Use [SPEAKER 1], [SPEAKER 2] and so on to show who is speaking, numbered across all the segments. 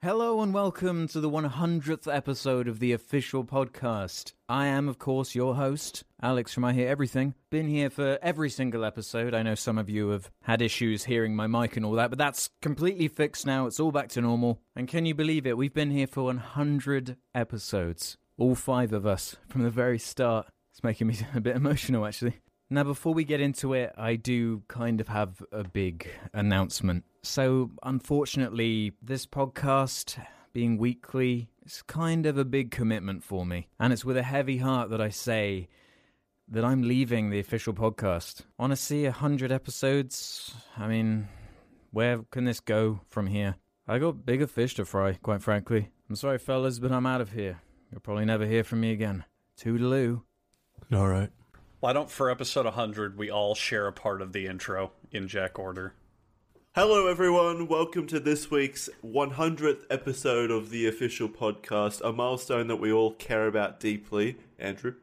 [SPEAKER 1] Hello and welcome to the 100th episode of the official podcast. I am, of course, your host, Alex from I Hear Everything. Been here for every single episode. I know some of you have had issues hearing my mic and all that, but that's completely fixed now. It's all back to normal. And can you believe it? We've been here for 100 episodes. All five of us from the very start. It's making me a bit emotional, actually. Now, before we get into it, I do kind of have a big announcement. So, unfortunately, this podcast being weekly is kind of a big commitment for me. And it's with a heavy heart that I say that I'm leaving the official podcast. Honestly, 100 episodes. I mean, where can this go from here? I got bigger fish to fry, quite frankly. I'm sorry, fellas, but I'm out of here. You'll probably never hear from me again. Toodaloo.
[SPEAKER 2] All right.
[SPEAKER 3] Why don't for episode 100 we all share a part of the intro in Jack order?
[SPEAKER 4] Hello, everyone. Welcome to this week's 100th episode of the official podcast, a milestone that we all care about deeply. Andrew?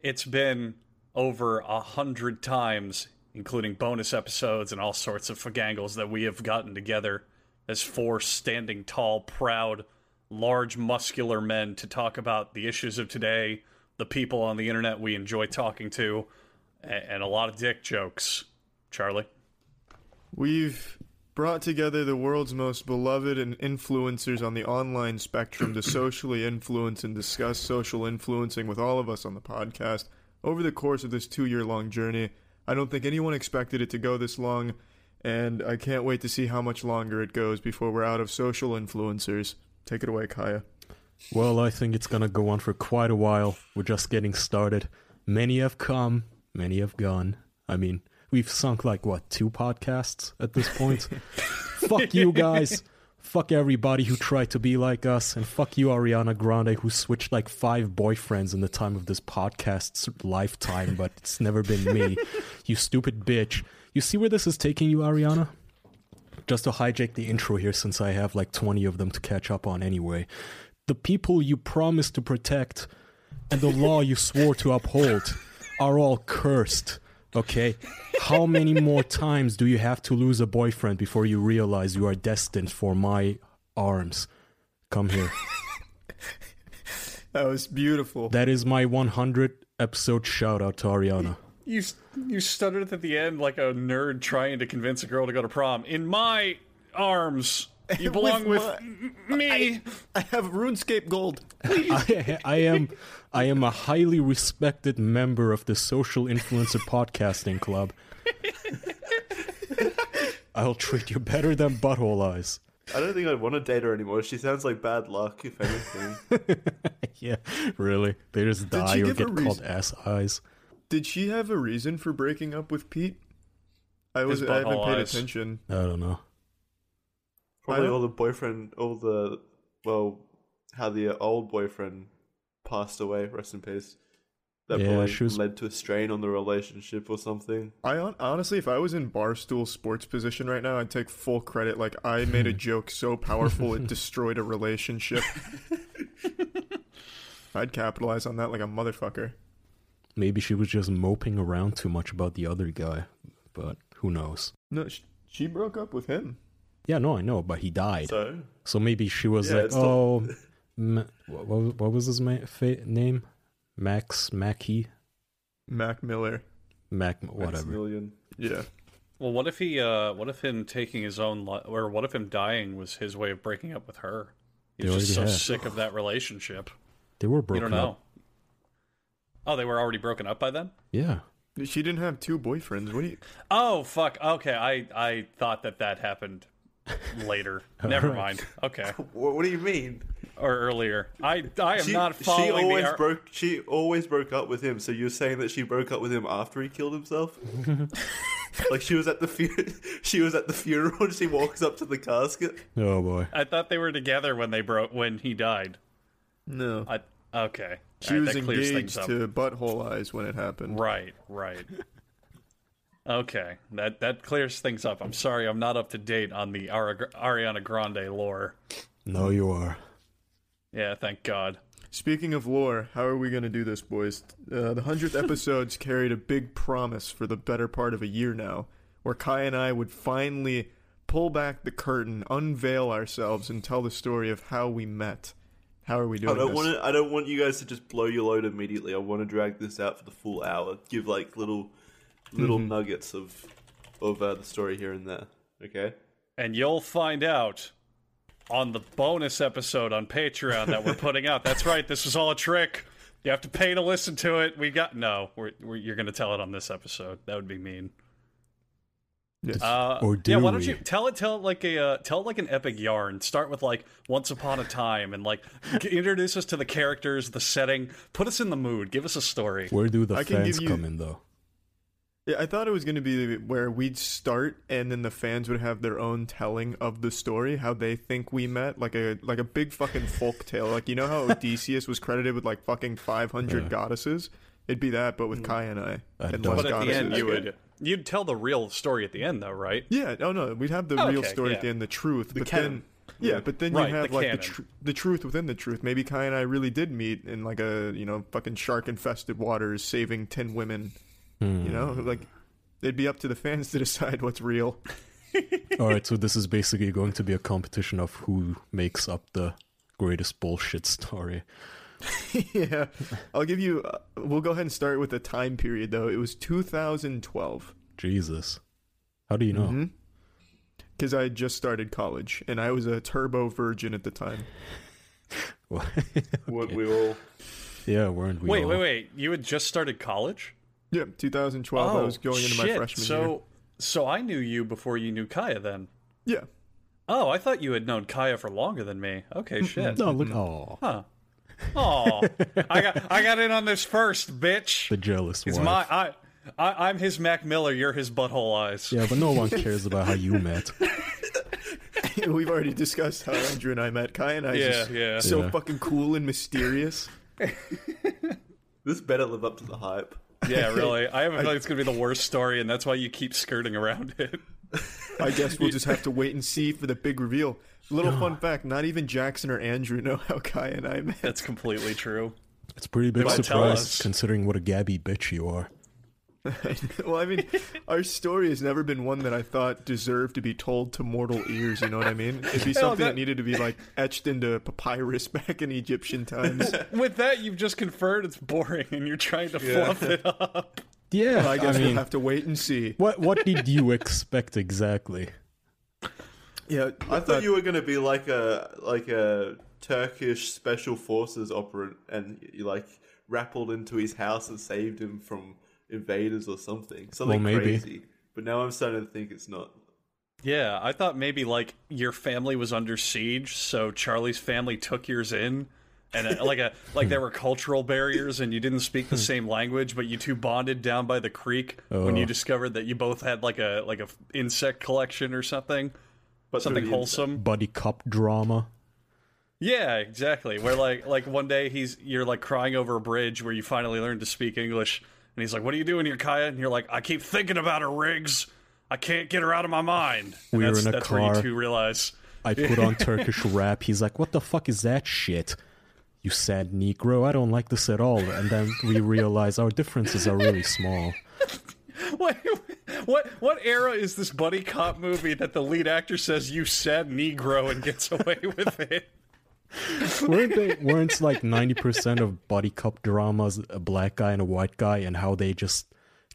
[SPEAKER 3] It's been over a hundred times, including bonus episodes and all sorts of fagangles that we have gotten together as four standing tall, proud, large, muscular men to talk about the issues of today, the people on the internet we enjoy talking to, a- and a lot of dick jokes. Charlie,
[SPEAKER 2] We've brought together the world's most beloved and influencers on the online spectrum to socially influence and discuss social influencing with all of us on the podcast. Over the course of this two year long journey, I don't think anyone expected it to go this long, and I can't wait to see how much longer it goes before we're out of social influencers. Take it away, Kaya.
[SPEAKER 5] Well, I think it's gonna go on for quite a while. We're just getting started. Many have come, many have gone. I mean, we've sunk like what, two podcasts at this point? fuck you guys. Fuck everybody who tried to be like us, and fuck you, Ariana Grande, who switched like five boyfriends in the time of this podcast's lifetime, but it's never been me. you stupid bitch. You see where this is taking you, Ariana? just to hijack the intro here since I have like 20 of them to catch up on anyway. The people you promised to protect and the law you swore to uphold are all cursed. Okay? How many more times do you have to lose a boyfriend before you realize you are destined for my arms? Come here.
[SPEAKER 2] That was beautiful.
[SPEAKER 5] That is my 100 episode shout out to Ariana.
[SPEAKER 3] you you stuttered at the end like a nerd trying to convince a girl to go to prom. In my arms, you belong with,
[SPEAKER 2] my-
[SPEAKER 3] m- me.
[SPEAKER 2] I have RuneScape Gold.
[SPEAKER 5] I, I am I am a highly respected member of the Social Influencer Podcasting Club. I'll treat you better than butthole eyes.
[SPEAKER 4] I don't think I'd want to date her anymore. She sounds like bad luck, if anything.
[SPEAKER 5] Yeah, really. They just die
[SPEAKER 2] she
[SPEAKER 5] or
[SPEAKER 2] give a
[SPEAKER 5] get called
[SPEAKER 2] reason?
[SPEAKER 5] ass eyes.
[SPEAKER 2] Did she have a reason for breaking up with Pete? I was I haven't
[SPEAKER 3] butthole
[SPEAKER 2] paid
[SPEAKER 3] eyes.
[SPEAKER 2] attention.
[SPEAKER 5] I don't know.
[SPEAKER 4] Probably
[SPEAKER 2] I-
[SPEAKER 4] all the boyfriend, all the, well, how the uh, old boyfriend passed away, rest in peace. That
[SPEAKER 5] Yeah,
[SPEAKER 4] probably
[SPEAKER 5] she was-
[SPEAKER 4] led to a strain on the relationship or something.
[SPEAKER 2] I hon- honestly, if I was in barstool sports position right now, I'd take full credit. Like I made a joke so powerful it destroyed a relationship. I'd capitalize on that like a motherfucker.
[SPEAKER 5] Maybe she was just moping around too much about the other guy, but who knows?
[SPEAKER 2] No, sh- she broke up with him.
[SPEAKER 5] Yeah, no, I know, but he died. So,
[SPEAKER 4] So,
[SPEAKER 5] maybe she was
[SPEAKER 4] Yeah,
[SPEAKER 5] like,
[SPEAKER 4] it's not-
[SPEAKER 5] "Oh, ma- what, what, what was his ma- fa- name? Max Mackey,
[SPEAKER 2] Mac Miller.
[SPEAKER 5] Mac, whatever."
[SPEAKER 4] Maximilian.
[SPEAKER 2] Yeah.
[SPEAKER 3] Well, what if he? Uh, what if him taking his own life, or what if him dying was his way of breaking up with her? He
[SPEAKER 5] They
[SPEAKER 3] was just so
[SPEAKER 5] already had.
[SPEAKER 3] sick of that relationship.
[SPEAKER 5] They were
[SPEAKER 3] You
[SPEAKER 5] broken
[SPEAKER 3] don't know.
[SPEAKER 5] up.
[SPEAKER 3] Oh, they were already broken up by then.
[SPEAKER 5] Yeah.
[SPEAKER 2] She didn't have two boyfriends. What do you?
[SPEAKER 3] Oh fuck. Okay, I I thought that that happened later. Never
[SPEAKER 5] Alright.
[SPEAKER 3] mind. Okay,
[SPEAKER 4] What, what do you mean?
[SPEAKER 3] or earlier. I I am
[SPEAKER 4] she,
[SPEAKER 3] not
[SPEAKER 4] she
[SPEAKER 3] following. the
[SPEAKER 4] always
[SPEAKER 3] ar-
[SPEAKER 4] broke she always broke up with him so you're saying that she broke up with him after he killed himself Like she was at the fu- she was at the funeral and she walks up to the casket.
[SPEAKER 5] Oh boy.
[SPEAKER 3] I thought they were together when they broke when he died.
[SPEAKER 2] No.
[SPEAKER 3] I okay.
[SPEAKER 2] She
[SPEAKER 3] All right,
[SPEAKER 2] was
[SPEAKER 3] that clears things
[SPEAKER 2] engaged
[SPEAKER 3] up.
[SPEAKER 2] to butthole eyes when it happened.
[SPEAKER 3] Right, right. okay, that that clears things up. I'm sorry, I'm not up to date on the Ari- Ariana Grande lore.
[SPEAKER 2] Um,
[SPEAKER 5] No, you are.
[SPEAKER 3] Yeah, thank God.
[SPEAKER 2] Speaking of lore, how are we going to do this, boys? Uh, the 100th episode's carried a big promise for the better part of a year now, where Kai and I would finally pull back the curtain, unveil ourselves, and tell the story of how we met. How are we doing
[SPEAKER 4] I don't
[SPEAKER 2] this?
[SPEAKER 4] want to. I don't want you guys to just blow your load immediately. I want to drag this out for the full hour. Give like little little nuggets of of uh, the story here and there. Okay.
[SPEAKER 3] And you'll find out on the bonus episode on Patreon that we're putting out. That's right. This was all a trick. You have to pay to listen to it. We got no. We're, we're, you're going to tell it on this episode. That would be mean.
[SPEAKER 2] Yes.
[SPEAKER 3] Uh,
[SPEAKER 5] Or do
[SPEAKER 3] yeah, why don't
[SPEAKER 5] we?
[SPEAKER 3] you tell it? Tell it like a uh, tell it like an epic yarn. Start with like once upon a time, and like g- introduce us to the characters, the setting, put us in the mood, give us a story.
[SPEAKER 5] Where do the
[SPEAKER 2] I can
[SPEAKER 5] fans
[SPEAKER 2] give you-
[SPEAKER 5] come in though?
[SPEAKER 2] Yeah, I thought it was going to be where we'd start, and then the fans would have their own telling of the story, how they think we met, like a like a big fucking folk tale. Like you know how Odysseus was credited with like fucking five hundred
[SPEAKER 5] Yeah.
[SPEAKER 2] goddesses. It'd be that, but
[SPEAKER 3] Mm.
[SPEAKER 2] with Kai and I,
[SPEAKER 5] I
[SPEAKER 2] and less
[SPEAKER 5] don't-
[SPEAKER 3] But at the
[SPEAKER 2] goddesses.
[SPEAKER 3] end, you would you'd tell the real story at the end, though, right?
[SPEAKER 2] Yeah, oh no, we'd have the
[SPEAKER 3] Oh,
[SPEAKER 2] real
[SPEAKER 3] okay,
[SPEAKER 2] story
[SPEAKER 3] yeah.
[SPEAKER 2] at the end, the truth. but
[SPEAKER 4] canon.
[SPEAKER 2] then, yeah, but then
[SPEAKER 3] Right,
[SPEAKER 2] you have
[SPEAKER 3] the
[SPEAKER 2] like the,
[SPEAKER 3] canon.
[SPEAKER 2] tr- the truth within the truth. Maybe Kai and I really did meet in like a you know fucking shark infested waters, saving ten women. You know,
[SPEAKER 5] Hmm.
[SPEAKER 2] like it'd be up to the fans to decide what's real.
[SPEAKER 5] All right, so this is basically going to be a competition of who makes up the greatest bullshit story.
[SPEAKER 2] yeah, I'll give you. Uh, we'll go ahead and start with the time period though. It was 2012
[SPEAKER 5] Jesus. How do you know?
[SPEAKER 2] Mm-hmm. because I had just started college and I was a turbo virgin at the time.
[SPEAKER 5] Well,
[SPEAKER 4] What we all.
[SPEAKER 5] yeah, weren't we?
[SPEAKER 3] wait,
[SPEAKER 5] all?
[SPEAKER 3] wait, wait. You had just started college.
[SPEAKER 2] Yeah, 2012. I was going into my
[SPEAKER 3] Oh, shit.
[SPEAKER 2] freshman
[SPEAKER 3] so,
[SPEAKER 2] year.
[SPEAKER 3] So I knew you before you knew Kaya. Then.
[SPEAKER 2] Yeah.
[SPEAKER 3] Oh, I thought you had known Kaya for longer than me. Okay, shit.
[SPEAKER 5] No, look. Oh,
[SPEAKER 3] Oh, I got I got in on this first, bitch.
[SPEAKER 5] the jealous
[SPEAKER 3] It's my
[SPEAKER 5] wife.
[SPEAKER 3] I, I I'm his Mac Miller. You're his butthole eyes.
[SPEAKER 5] Yeah, but no one cares about how you met.
[SPEAKER 2] We've already discussed how Andrew and I met. Kai and I
[SPEAKER 3] Yeah,
[SPEAKER 2] just
[SPEAKER 3] yeah.
[SPEAKER 2] so
[SPEAKER 5] Yeah.
[SPEAKER 2] fucking cool and mysterious.
[SPEAKER 4] This better live up to the hype.
[SPEAKER 3] Yeah, really. I have a feeling it's gonna be the worst story, and that's why you keep skirting around it.
[SPEAKER 2] I guess we'll just have to wait and see for the big reveal. Little fun fact: not even Jackson or Andrew know how Kai and I met.
[SPEAKER 3] That's completely true.
[SPEAKER 5] It's a pretty big
[SPEAKER 3] Well, tell
[SPEAKER 5] surprise
[SPEAKER 3] us.
[SPEAKER 5] considering what a gabby bitch you are.
[SPEAKER 2] well, I mean, our story has never been one that I thought deserved to be told to mortal ears. You know what I mean? It'd be something that...
[SPEAKER 3] that-
[SPEAKER 2] needed to be like etched into papyrus back in Egyptian times.
[SPEAKER 3] With that, you've just conferred it's boring, and you're trying to fluff it up.
[SPEAKER 5] Yeah,
[SPEAKER 2] I
[SPEAKER 5] I,
[SPEAKER 2] guess
[SPEAKER 5] mean,
[SPEAKER 2] we'll have to wait and see.
[SPEAKER 5] what what did you expect exactly?
[SPEAKER 2] Yeah,
[SPEAKER 4] I thought you were going to be like a like a Turkish special forces operant, and you like rappelled into his house and saved him from invaders or something. Something
[SPEAKER 5] Well, maybe.
[SPEAKER 4] crazy. But now I'm starting to think it's not.
[SPEAKER 3] Yeah, I thought maybe like your family was under siege, so Charlie's family took yours in. And uh, like a like there were cultural barriers, and you didn't speak the same language, but you two bonded down by the creek when you
[SPEAKER 5] Oh.
[SPEAKER 3] discovered that you both had like a like a f- insect collection or something,
[SPEAKER 4] But
[SPEAKER 3] something
[SPEAKER 4] through the
[SPEAKER 3] wholesome.
[SPEAKER 5] Buddy cop drama.
[SPEAKER 3] Yeah, exactly. Where like like one day he's you're like crying over a bridge where you finally learn to speak English, and he's like, "What are you doing here, Kaya?" And you're like, "I keep thinking about her, Riggs. I can't get her out of my mind." And
[SPEAKER 5] We were
[SPEAKER 3] that's,
[SPEAKER 5] in a
[SPEAKER 3] that's where you
[SPEAKER 5] car.
[SPEAKER 3] two realize.
[SPEAKER 5] I put on Turkish rap. He's like, "What the fuck is that shit?" You sad Negro. I don't like this at all. And then we realize our differences are really small.
[SPEAKER 3] What what what era is this buddy cop movie that the lead actor says you said Negro and gets away with it?
[SPEAKER 5] Weren't they? Weren't like ninety percent of buddy cop dramas a black guy and a white guy, and how they just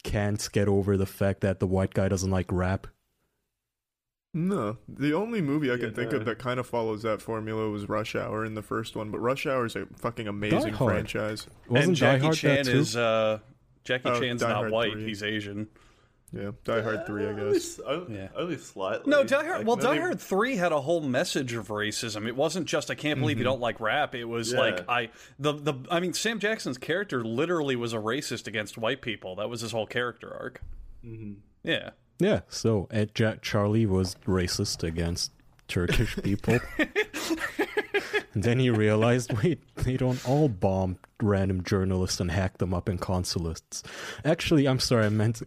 [SPEAKER 5] can't get over the fact that the white guy doesn't like rap.
[SPEAKER 2] No, the only movie I can think
[SPEAKER 4] no.
[SPEAKER 2] of that kind of follows that formula was Rush Hour in the first one, but Rush Hour is a fucking amazing
[SPEAKER 5] Hard.
[SPEAKER 2] franchise.
[SPEAKER 3] and
[SPEAKER 5] Wasn't Die
[SPEAKER 3] Jackie
[SPEAKER 5] Hard
[SPEAKER 3] Chan
[SPEAKER 5] that too?
[SPEAKER 3] is uh, Jackie
[SPEAKER 2] Oh,
[SPEAKER 3] Chan's
[SPEAKER 2] Die
[SPEAKER 3] not
[SPEAKER 2] Hard
[SPEAKER 3] white;
[SPEAKER 2] 3.
[SPEAKER 3] he's Asian.
[SPEAKER 2] Yeah, Die Hard Three, I
[SPEAKER 4] Only,
[SPEAKER 2] guess.
[SPEAKER 4] s- on-
[SPEAKER 3] Yeah.
[SPEAKER 4] only slightly.
[SPEAKER 3] No, Die Hard.
[SPEAKER 4] Like,
[SPEAKER 3] Well, Die
[SPEAKER 4] only-
[SPEAKER 3] Hard Three had a whole message of racism. It wasn't just I can't believe you don't like rap. It was
[SPEAKER 4] Mm-hmm. Yeah.
[SPEAKER 3] like I the the I mean Sam Jackson's character literally was a racist against white people. That was his whole character arc. Mm-hmm. Yeah,
[SPEAKER 5] Yeah, so Ed Jack Charlie was racist against Turkish people. and then he realized wait, they don't all bomb random journalists and hack them up in consulates. Actually, I'm sorry, I meant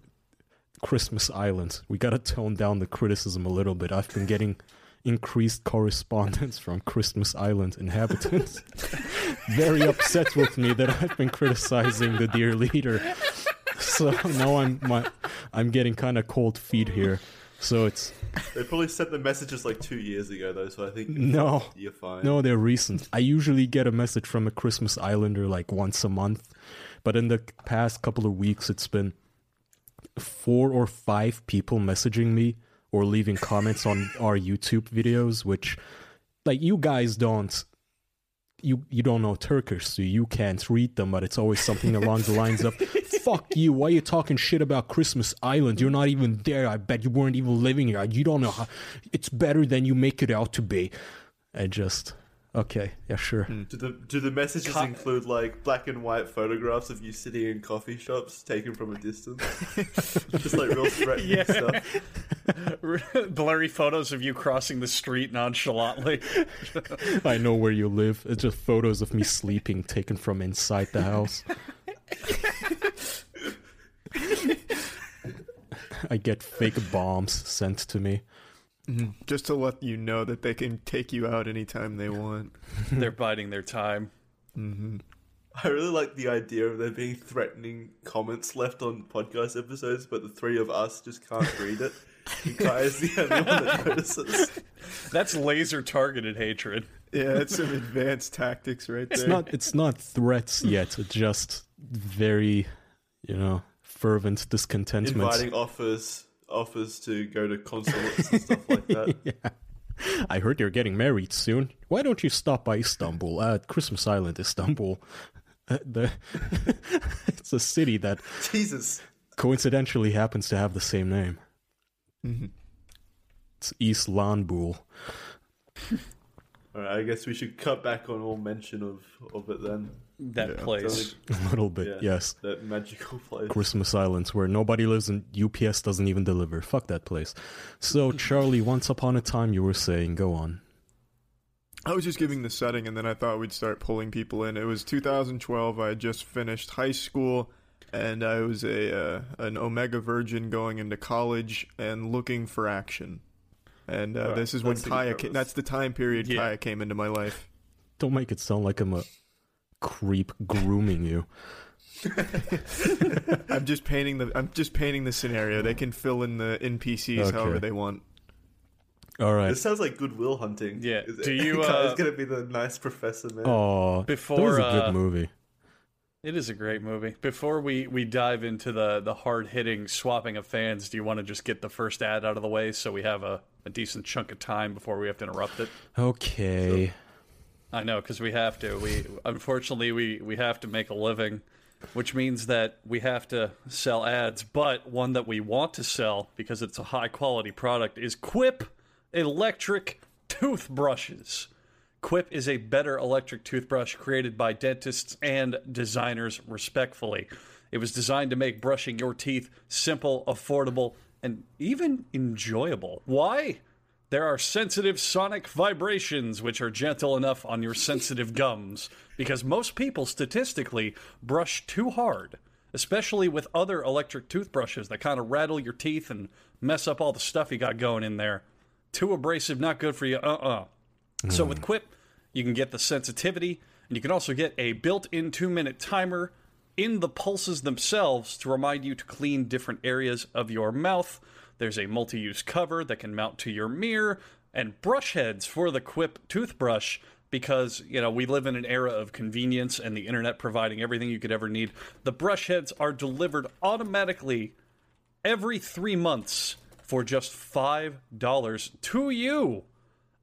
[SPEAKER 5] Christmas Island. We gotta tone down the criticism a little bit. I've been getting increased correspondence from Christmas Island inhabitants. Very upset with me that I've been criticizing the dear leader. So now I'm my, I'm getting kind of cold feet here. So it's
[SPEAKER 4] They probably sent the messages like two years ago though, so I think
[SPEAKER 5] no,
[SPEAKER 4] you're fine.
[SPEAKER 5] no, they're recent. I usually get a message from a Christmas Islander like once a month, but in the past couple of weeks, it's been four or five people messaging me or leaving comments on our YouTube videos, which like you guys don't you you don't know Turkish, so you can't read them, but it's always something along the lines of Fuck you, why are you talking shit about Christmas Island? You're not even there. I bet you weren't even living here. You don't know how it's better than you make it out to be. I just okay, yeah, sure.
[SPEAKER 4] Do the do the messages include like black and white photographs of you sitting in coffee shops taken from a distance? Just like real threatening stuff.
[SPEAKER 3] Blurry photos of you crossing the street nonchalantly.
[SPEAKER 5] I know where you live. It's just photos of me sleeping taken from inside the house. I get fake bombs sent to me.
[SPEAKER 3] um,
[SPEAKER 2] Just to let you know that they can take you out anytime they want. Mm-hmm.
[SPEAKER 3] They're biding their time.
[SPEAKER 4] I really like the idea of there being threatening comments left on podcast episodes, but the three of us just can't read it. And Kai is the only one that notices.
[SPEAKER 3] That's laser targeted hatred.
[SPEAKER 2] Yeah, that's some advanced tactics right there.
[SPEAKER 5] It's not it's not threats yet. It's just very, you know, fervent discontentment.
[SPEAKER 4] Inviting offers offers to go to consulates and stuff like that.
[SPEAKER 5] I heard you're getting married soon. Why don't you stop by Istanbul? Uh, Christmas Island, Istanbul. Uh, the it's a city that
[SPEAKER 4] Jesus.
[SPEAKER 5] coincidentally happens to have the same name. It's East Lanbul.
[SPEAKER 4] Alright, I guess we should cut back on all mention of, of it then.
[SPEAKER 3] That place.
[SPEAKER 5] A little bit,
[SPEAKER 4] Yeah.
[SPEAKER 5] yes.
[SPEAKER 4] That magical place.
[SPEAKER 5] Christmas Islands, where nobody lives and UPS doesn't even deliver. Fuck that place. So, Charlie, once upon a time, you were saying, go on.
[SPEAKER 2] I was just giving the setting, and then I thought we'd start pulling people in. It was 2012. I had just finished high school, and I was a uh, an Omega Virgin going into college and looking for action. And uh, this is when
[SPEAKER 4] that's the
[SPEAKER 2] Kaya.
[SPEAKER 4] premise.
[SPEAKER 2] Ca- that's the time period
[SPEAKER 3] Yeah.
[SPEAKER 2] Kaya came into my life.
[SPEAKER 5] Don't make it sound like I'm a creep grooming you.
[SPEAKER 2] I'm just painting the. I'm just painting the scenario. They can fill in the NPCs however
[SPEAKER 5] Okay.
[SPEAKER 2] they want.
[SPEAKER 5] All right.
[SPEAKER 4] This sounds like Goodwill Hunting.
[SPEAKER 3] Yeah,
[SPEAKER 4] Is-
[SPEAKER 3] do you,
[SPEAKER 4] Kai's
[SPEAKER 3] uh,
[SPEAKER 4] gonna be the nice professor man.
[SPEAKER 5] Oh,
[SPEAKER 3] Before,
[SPEAKER 5] that was a good
[SPEAKER 3] uh,
[SPEAKER 5] movie.
[SPEAKER 3] It is a great movie. Before we, we dive into the, the hard hitting swapping of fans, do you want to just get the first ad out of the way so we have a, a decent chunk of time before we have to interrupt it?
[SPEAKER 5] Okay.
[SPEAKER 3] I know, because we have to. We unfortunately we we have to make a living, which means that we have to sell ads. But one that we want to sell because it's a high quality product is Quip electric toothbrushes. Quip is a better electric toothbrush created by dentists and designers respectfully. It was designed to make brushing your teeth simple, affordable, and even enjoyable. Why? There are sensitive sonic vibrations which are gentle enough on your sensitive gums because most people statistically brush too hard, especially with other electric toothbrushes that kind of rattle your teeth and mess up all the stuff you got going in there. Too abrasive, not good for you. Uh uh So with Quip, you can get the sensitivity and you can also get a built in two minute timer in the pulses themselves to remind you to clean different areas of your mouth. There's a multi use cover that can mount to your mirror and brush heads for the Quip toothbrush because, you know, we live in an era of convenience and the internet providing everything you could ever need. The brush heads are delivered automatically every three months for just $5 to you.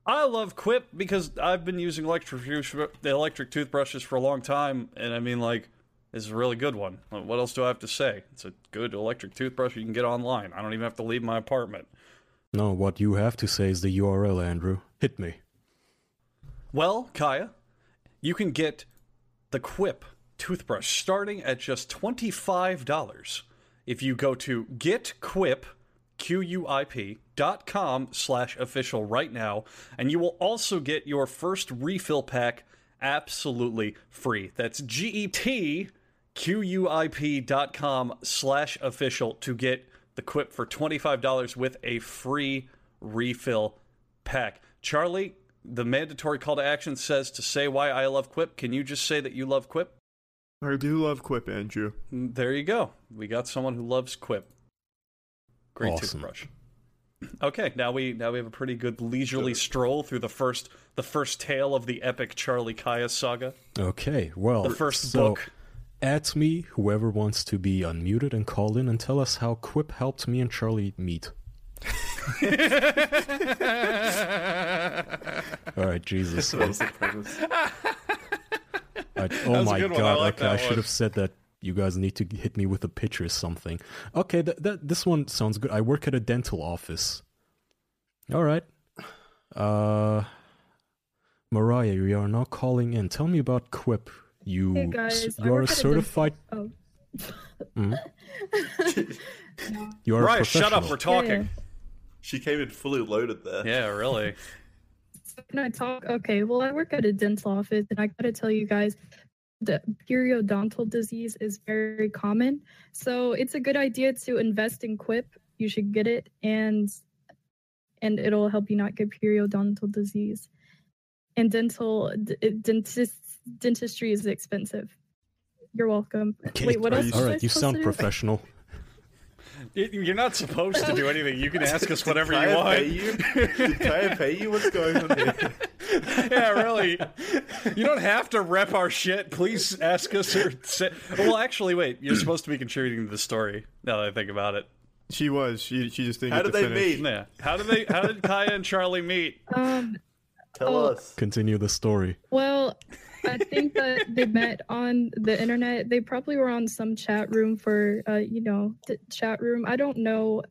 [SPEAKER 3] I love Quip because I've been using electric the electric toothbrushes for a long time, and I mean, like, it's a really good one. What else do I have to say? It's a good electric toothbrush you can get online. I don't even have to leave my apartment.
[SPEAKER 5] No, what you have to say is the URL, Andrew. Hit me.
[SPEAKER 3] Well, Kaya, you can get the Quip toothbrush starting at just $25 if you go to getquip, Q-U-I-P dot com slash official right now, and you will also get your first refill pack absolutely free. That's E G-E-T Q-U-I-P dot com slash official to get the quip for $25 with a free refill pack. Charlie, the mandatory call to action says to say why I love Quip. Can you just say that you love Quip?
[SPEAKER 2] I do love Quip, Andrew.
[SPEAKER 3] There you go. We got someone who loves Quip. Great
[SPEAKER 5] Awesome.
[SPEAKER 3] toothbrush. Okay, now we now we have a pretty good leisurely stroll through the first the first tale of the epic Charlie Caius saga.
[SPEAKER 5] Okay, well,
[SPEAKER 3] The first
[SPEAKER 5] so
[SPEAKER 3] book.
[SPEAKER 5] At me, whoever wants to be unmuted and call in and tell us how Quip helped me and Charlie meet. All right, Jesus.
[SPEAKER 4] That was the premise.
[SPEAKER 5] I, oh my
[SPEAKER 6] good
[SPEAKER 5] god!
[SPEAKER 6] one. I like
[SPEAKER 5] okay, I
[SPEAKER 6] that
[SPEAKER 5] should
[SPEAKER 6] one.
[SPEAKER 5] have said that. You guys need to hit me with a picture or something. Okay, that that this one sounds good. I work at a dental office. All right. Uh, Mariah, you are now calling in. Tell me about Quip. You
[SPEAKER 7] Hey, guys,
[SPEAKER 5] s-
[SPEAKER 7] I
[SPEAKER 5] you are
[SPEAKER 7] work
[SPEAKER 5] a
[SPEAKER 7] at a dental-
[SPEAKER 5] certified.
[SPEAKER 7] Oh.
[SPEAKER 5] Mhm. you are a
[SPEAKER 3] Right, shut up,
[SPEAKER 5] professional.
[SPEAKER 3] we're talking.
[SPEAKER 4] She came in fully loaded there.
[SPEAKER 3] Yeah, really.
[SPEAKER 7] Can I talk? Okay, well, I work at a dental office, and I gotta tell you guys, the periodontal disease is very common. So it's a good idea to invest in Quip. You should get it, and and it'll help you not get periodontal disease. And dental d- it- dentist dentistry is expensive. You're welcome.
[SPEAKER 5] Okay,
[SPEAKER 7] Wait, what
[SPEAKER 5] all
[SPEAKER 7] else?
[SPEAKER 5] right,
[SPEAKER 7] was I
[SPEAKER 5] All right, you
[SPEAKER 7] supposed
[SPEAKER 5] sound
[SPEAKER 7] to do?
[SPEAKER 5] professional.
[SPEAKER 3] You- You're not supposed to do anything. You can ask us whatever
[SPEAKER 4] Did
[SPEAKER 3] you
[SPEAKER 4] Kaya
[SPEAKER 3] want.
[SPEAKER 4] pay you? Did Kaya pay you? What's going on here?
[SPEAKER 3] yeah, really. You don't have to rep our shit. Please ask us or say. Well, actually, wait. You're supposed to be contributing to the story. Now that I think about it,
[SPEAKER 2] She was. She she just didn't.
[SPEAKER 4] How
[SPEAKER 2] get
[SPEAKER 4] did
[SPEAKER 2] to
[SPEAKER 4] they
[SPEAKER 2] finish.
[SPEAKER 4] meet?
[SPEAKER 3] yeah. How did they? How did Kaya and Charlie meet?
[SPEAKER 7] Um,
[SPEAKER 4] Tell
[SPEAKER 7] Oh.
[SPEAKER 4] us.
[SPEAKER 5] Continue the story.
[SPEAKER 7] Well, I think that they met on the internet. They probably were on some chat room for, uh, you know, th- chat room. I don't know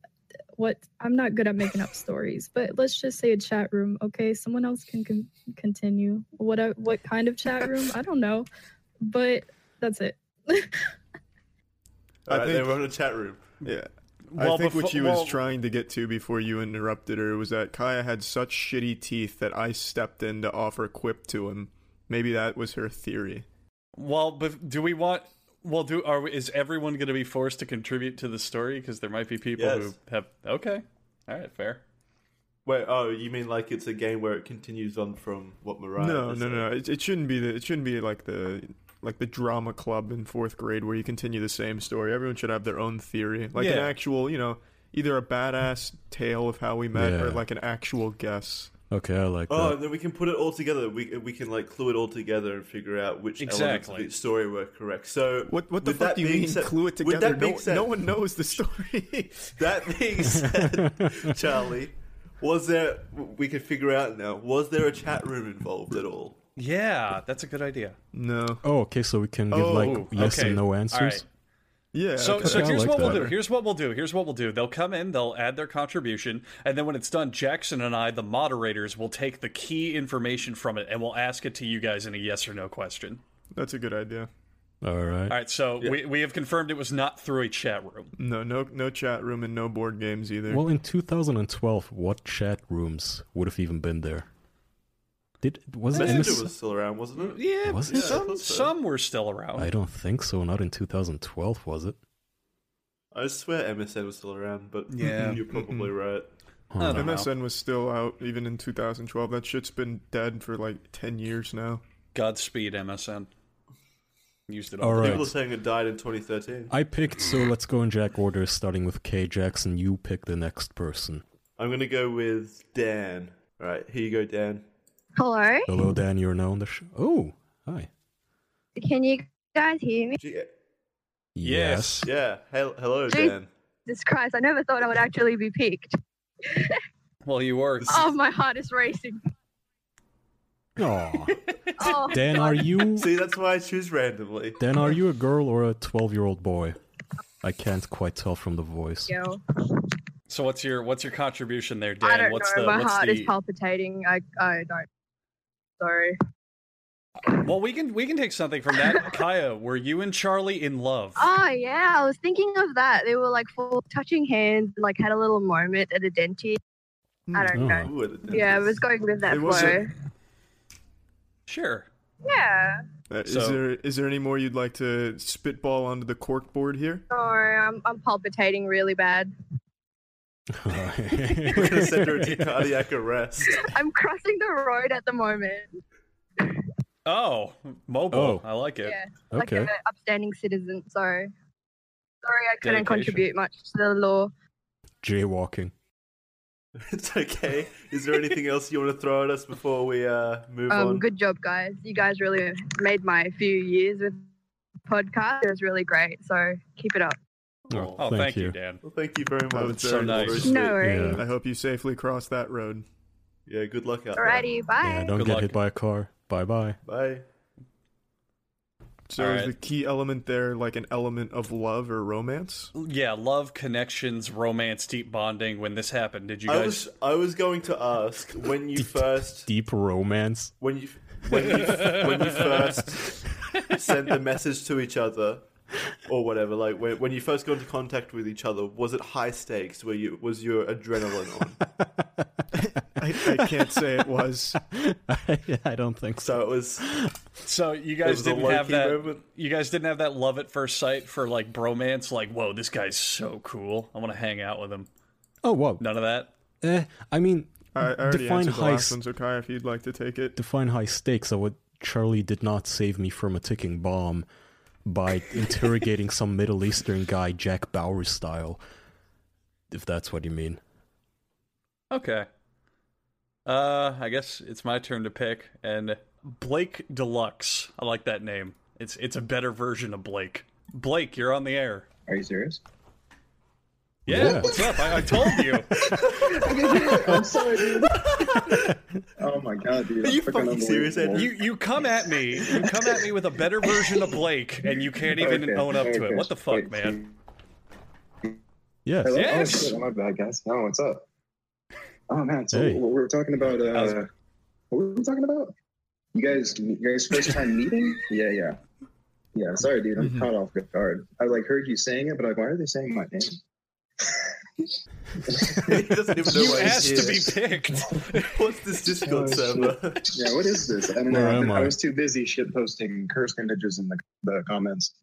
[SPEAKER 7] what. I'm not good at making up stories, but let's just say a chat room. Okay, someone else can con- continue. What I, what kind of chat room? I don't know, but that's it.
[SPEAKER 2] I
[SPEAKER 4] Alright,
[SPEAKER 2] think-
[SPEAKER 4] they were in a chat room.
[SPEAKER 2] Yeah.
[SPEAKER 3] Well,
[SPEAKER 2] I think
[SPEAKER 3] befo-
[SPEAKER 2] what she
[SPEAKER 3] well-
[SPEAKER 2] was trying to get to before you interrupted her was that Kaya had such shitty teeth that I stepped in to offer quip to him. Maybe that was her theory.
[SPEAKER 3] Well, bef- do we want? Well, do are we, is everyone going to be forced to contribute to the story? Because there might be people who
[SPEAKER 4] Yes.
[SPEAKER 3] have. Okay. All right. Fair.
[SPEAKER 4] Wait, oh, you mean like it's a game where it continues on from what Mariah?
[SPEAKER 2] no,
[SPEAKER 4] was
[SPEAKER 2] no,
[SPEAKER 4] saying?
[SPEAKER 2] no, It, it shouldn't be the. It shouldn't be like the like the drama club in fourth grade where you continue the same story. Everyone should have their own theory, like an
[SPEAKER 3] Yeah.
[SPEAKER 2] actual, you know, either a badass tale of how we met or
[SPEAKER 5] Yeah.
[SPEAKER 2] like an actual guess.
[SPEAKER 5] Okay, I like
[SPEAKER 4] Oh,
[SPEAKER 5] that.
[SPEAKER 4] and then we can put it all together. We we can like clue it all together and figure out which elements of
[SPEAKER 3] Exactly.
[SPEAKER 4] each story were correct. So
[SPEAKER 2] What what the
[SPEAKER 4] with
[SPEAKER 2] fuck
[SPEAKER 4] that
[SPEAKER 2] do you
[SPEAKER 4] being
[SPEAKER 2] mean?
[SPEAKER 4] said-
[SPEAKER 2] clue it
[SPEAKER 4] with
[SPEAKER 2] together.
[SPEAKER 4] that
[SPEAKER 2] No,
[SPEAKER 4] being said-
[SPEAKER 2] no one knows the story.
[SPEAKER 4] That being said, Charlie, was there? We can figure out now. Was there a chat room involved at all?
[SPEAKER 3] Yeah, that's a good idea.
[SPEAKER 2] no.
[SPEAKER 5] Oh, okay, so we can give
[SPEAKER 3] Ooh,
[SPEAKER 6] Oh,
[SPEAKER 5] like yes
[SPEAKER 3] okay.
[SPEAKER 5] and no
[SPEAKER 3] All
[SPEAKER 5] answers.
[SPEAKER 3] right.
[SPEAKER 2] Yeah.
[SPEAKER 3] So,
[SPEAKER 2] okay.
[SPEAKER 3] so
[SPEAKER 5] I
[SPEAKER 3] here's
[SPEAKER 5] like
[SPEAKER 3] what
[SPEAKER 5] that.
[SPEAKER 3] we'll do. Here's what we'll do. Here's what we'll do. They'll come in, they'll add their contribution, and then when it's done, Jackson and I, the moderators, will take the key information from it and we'll ask it to you guys in a yes or no question.
[SPEAKER 2] That's a good idea.
[SPEAKER 5] All right.
[SPEAKER 3] All right, so we, we have confirmed it was not through a chat room.
[SPEAKER 2] No, no, no chat room and no board games either.
[SPEAKER 5] Well, in 2012, what chat rooms would have even been there? Did was it
[SPEAKER 4] Messenger
[SPEAKER 5] MS?
[SPEAKER 4] was still around, wasn't it?
[SPEAKER 3] Yeah,
[SPEAKER 5] Was it?
[SPEAKER 3] some
[SPEAKER 4] Yeah, I thought so.
[SPEAKER 3] some were still around.
[SPEAKER 5] I don't think so. Not in 2012, was it?
[SPEAKER 4] I swear MSN was still around, but
[SPEAKER 3] Yeah.
[SPEAKER 4] you're probably right. Um,
[SPEAKER 3] I don't know.
[SPEAKER 2] MSN was still out even in 2012. That shit's been dead for like 10 years now.
[SPEAKER 3] Godspeed, MSN. Used it all.
[SPEAKER 5] All right.
[SPEAKER 4] People are saying it died in 2013.
[SPEAKER 5] I picked. So let's go in Jack order, starting with K. Jackson. You pick the next person.
[SPEAKER 4] I'm gonna go with Dan. All right, here you go, Dan.
[SPEAKER 8] Hello?
[SPEAKER 5] Hello, Dan. You're now on the show. Oh, hi.
[SPEAKER 8] Can you guys hear me?
[SPEAKER 4] Gee,
[SPEAKER 3] Yes.
[SPEAKER 4] Yeah. Hel- hello,
[SPEAKER 8] Gee.
[SPEAKER 4] Dan.
[SPEAKER 8] Jesus Christ, I never thought I would actually be picked.
[SPEAKER 3] Well, you were.
[SPEAKER 8] Oh, my heart is racing.
[SPEAKER 5] Aw.
[SPEAKER 8] Oh,
[SPEAKER 5] Dan, are you?
[SPEAKER 4] See, that's why I choose randomly.
[SPEAKER 5] Dan, are you a girl or a 12-year-old boy? I can't quite tell from the voice.
[SPEAKER 8] girl.
[SPEAKER 3] So what's your what's your contribution there, Dan?
[SPEAKER 8] I don't
[SPEAKER 3] what's
[SPEAKER 8] know.
[SPEAKER 3] the
[SPEAKER 8] my
[SPEAKER 3] what's
[SPEAKER 8] heart
[SPEAKER 3] the
[SPEAKER 8] is palpitating. I, I don't. Sorry.
[SPEAKER 3] Well, we can we can take something from that. Kaya, were you and Charlie in love?
[SPEAKER 8] Oh yeah, I was thinking of that. They were like full touching hands, and, like had a little moment at a dentist. I
[SPEAKER 2] Hmm.
[SPEAKER 8] don't
[SPEAKER 5] Uh-huh.
[SPEAKER 8] know.
[SPEAKER 3] Oh.
[SPEAKER 4] Ooh, at the
[SPEAKER 8] Yeah, I
[SPEAKER 4] dentist.
[SPEAKER 8] was going with that
[SPEAKER 2] It was
[SPEAKER 8] flow.
[SPEAKER 2] a-
[SPEAKER 3] Sure.
[SPEAKER 8] Yeah.
[SPEAKER 2] Uh, is
[SPEAKER 3] So-
[SPEAKER 2] there is there any more you'd like to spitball onto the cork board here?
[SPEAKER 8] Sorry, I'm I'm palpitating really bad.
[SPEAKER 4] We're gonna send her into cardiac arrest.
[SPEAKER 8] I'm crossing the road at the moment.
[SPEAKER 3] Oh, mobile.
[SPEAKER 5] Oh.
[SPEAKER 3] I like it.
[SPEAKER 8] Yeah, like
[SPEAKER 5] okay.
[SPEAKER 8] an upstanding citizen. So sorry, I couldn't
[SPEAKER 3] Dedication.
[SPEAKER 8] contribute much to the law.
[SPEAKER 5] Jaywalking.
[SPEAKER 4] it's okay. Is there anything else you want to throw at us before we uh, move
[SPEAKER 8] Um,
[SPEAKER 4] on?
[SPEAKER 8] good job, guys. You guys really made my few years with the podcast. It was really great. So keep it up.
[SPEAKER 5] Oh,
[SPEAKER 3] Oh, thank, you. Dan.
[SPEAKER 4] Well, thank you very much.
[SPEAKER 2] Oh, it's so
[SPEAKER 4] Very
[SPEAKER 3] nice.
[SPEAKER 4] sweet.
[SPEAKER 8] No worries.
[SPEAKER 2] I hope you safely cross that road.
[SPEAKER 4] Yeah, good luck out
[SPEAKER 8] Alrighty,
[SPEAKER 5] Yeah,
[SPEAKER 8] bye.
[SPEAKER 5] don't
[SPEAKER 3] Good
[SPEAKER 5] get
[SPEAKER 3] luck.
[SPEAKER 5] hit by a car. Bye bye.
[SPEAKER 4] there. Bye.
[SPEAKER 2] So
[SPEAKER 3] All
[SPEAKER 2] is
[SPEAKER 3] right.
[SPEAKER 2] the key element there like an element of love or romance?
[SPEAKER 3] Yeah, love, connections, romance, deep bonding. When this happened, did you
[SPEAKER 4] I
[SPEAKER 3] guys?
[SPEAKER 4] was I was going to ask when you first
[SPEAKER 5] Deep romance.
[SPEAKER 4] when you when you when you first sent the message to each other or whatever like when, when you first got into contact with each other was it high stakes where you was your adrenaline on
[SPEAKER 2] I, I can't say it was.
[SPEAKER 5] I, I don't think so.
[SPEAKER 4] so it was
[SPEAKER 3] So you
[SPEAKER 4] It
[SPEAKER 3] guys
[SPEAKER 4] was a
[SPEAKER 3] didn't
[SPEAKER 4] low-key
[SPEAKER 3] have that.
[SPEAKER 4] moment.
[SPEAKER 3] You guys didn't have that love at first sight for like bromance. Like, whoa, this guy's so cool. I want to hang out with him.
[SPEAKER 5] Oh whoa.
[SPEAKER 3] None of that.
[SPEAKER 5] Eh, I mean,
[SPEAKER 2] I, I already
[SPEAKER 5] define
[SPEAKER 2] answered the
[SPEAKER 5] high
[SPEAKER 2] last
[SPEAKER 5] s-
[SPEAKER 2] one, so Kai, if you'd like to take it.
[SPEAKER 5] define high stakes. I would. Charlie did not save me from a ticking bomb by interrogating some Middle Eastern guy, Jack Bauer style. If that's what you mean.
[SPEAKER 3] Okay. Uh, I guess it's my turn to pick. And Blake Deluxe. I like that name. It's it's a better version of Blake. Blake, you're on the air.
[SPEAKER 6] Are you serious?
[SPEAKER 3] Yeah, what's up? I, I told you.
[SPEAKER 6] I'm sorry, dude. oh my god, dude.
[SPEAKER 4] Are you fucking serious, Andrew?
[SPEAKER 3] You you come at me. You come at me with a better version of Blake, and you can't even own up to it. What the fuck, man?
[SPEAKER 5] Yes.
[SPEAKER 6] Hello?
[SPEAKER 3] Yes.
[SPEAKER 6] Oh, shit, my bad, guys. No, what's up? Oh man, so
[SPEAKER 5] Hey.
[SPEAKER 6] we were talking about.
[SPEAKER 3] How's-
[SPEAKER 6] Uh, what were we talking about? You guys, you guys, first time meeting? Yeah, yeah, yeah. Sorry, dude, I'm
[SPEAKER 4] Mm-hmm.
[SPEAKER 6] caught off guard. I like heard you saying it, but like, why are they saying my name?
[SPEAKER 4] he doesn't even know
[SPEAKER 3] You
[SPEAKER 4] where he
[SPEAKER 3] asked to be
[SPEAKER 4] is.
[SPEAKER 3] picked.
[SPEAKER 4] what's this discord
[SPEAKER 6] Oh, shit.
[SPEAKER 4] server
[SPEAKER 6] Yeah, what is this? I don't
[SPEAKER 5] Where
[SPEAKER 6] know. I've
[SPEAKER 5] am
[SPEAKER 6] been- I?
[SPEAKER 5] I?
[SPEAKER 6] was too busy shit posting curse ninjas in the, the comments.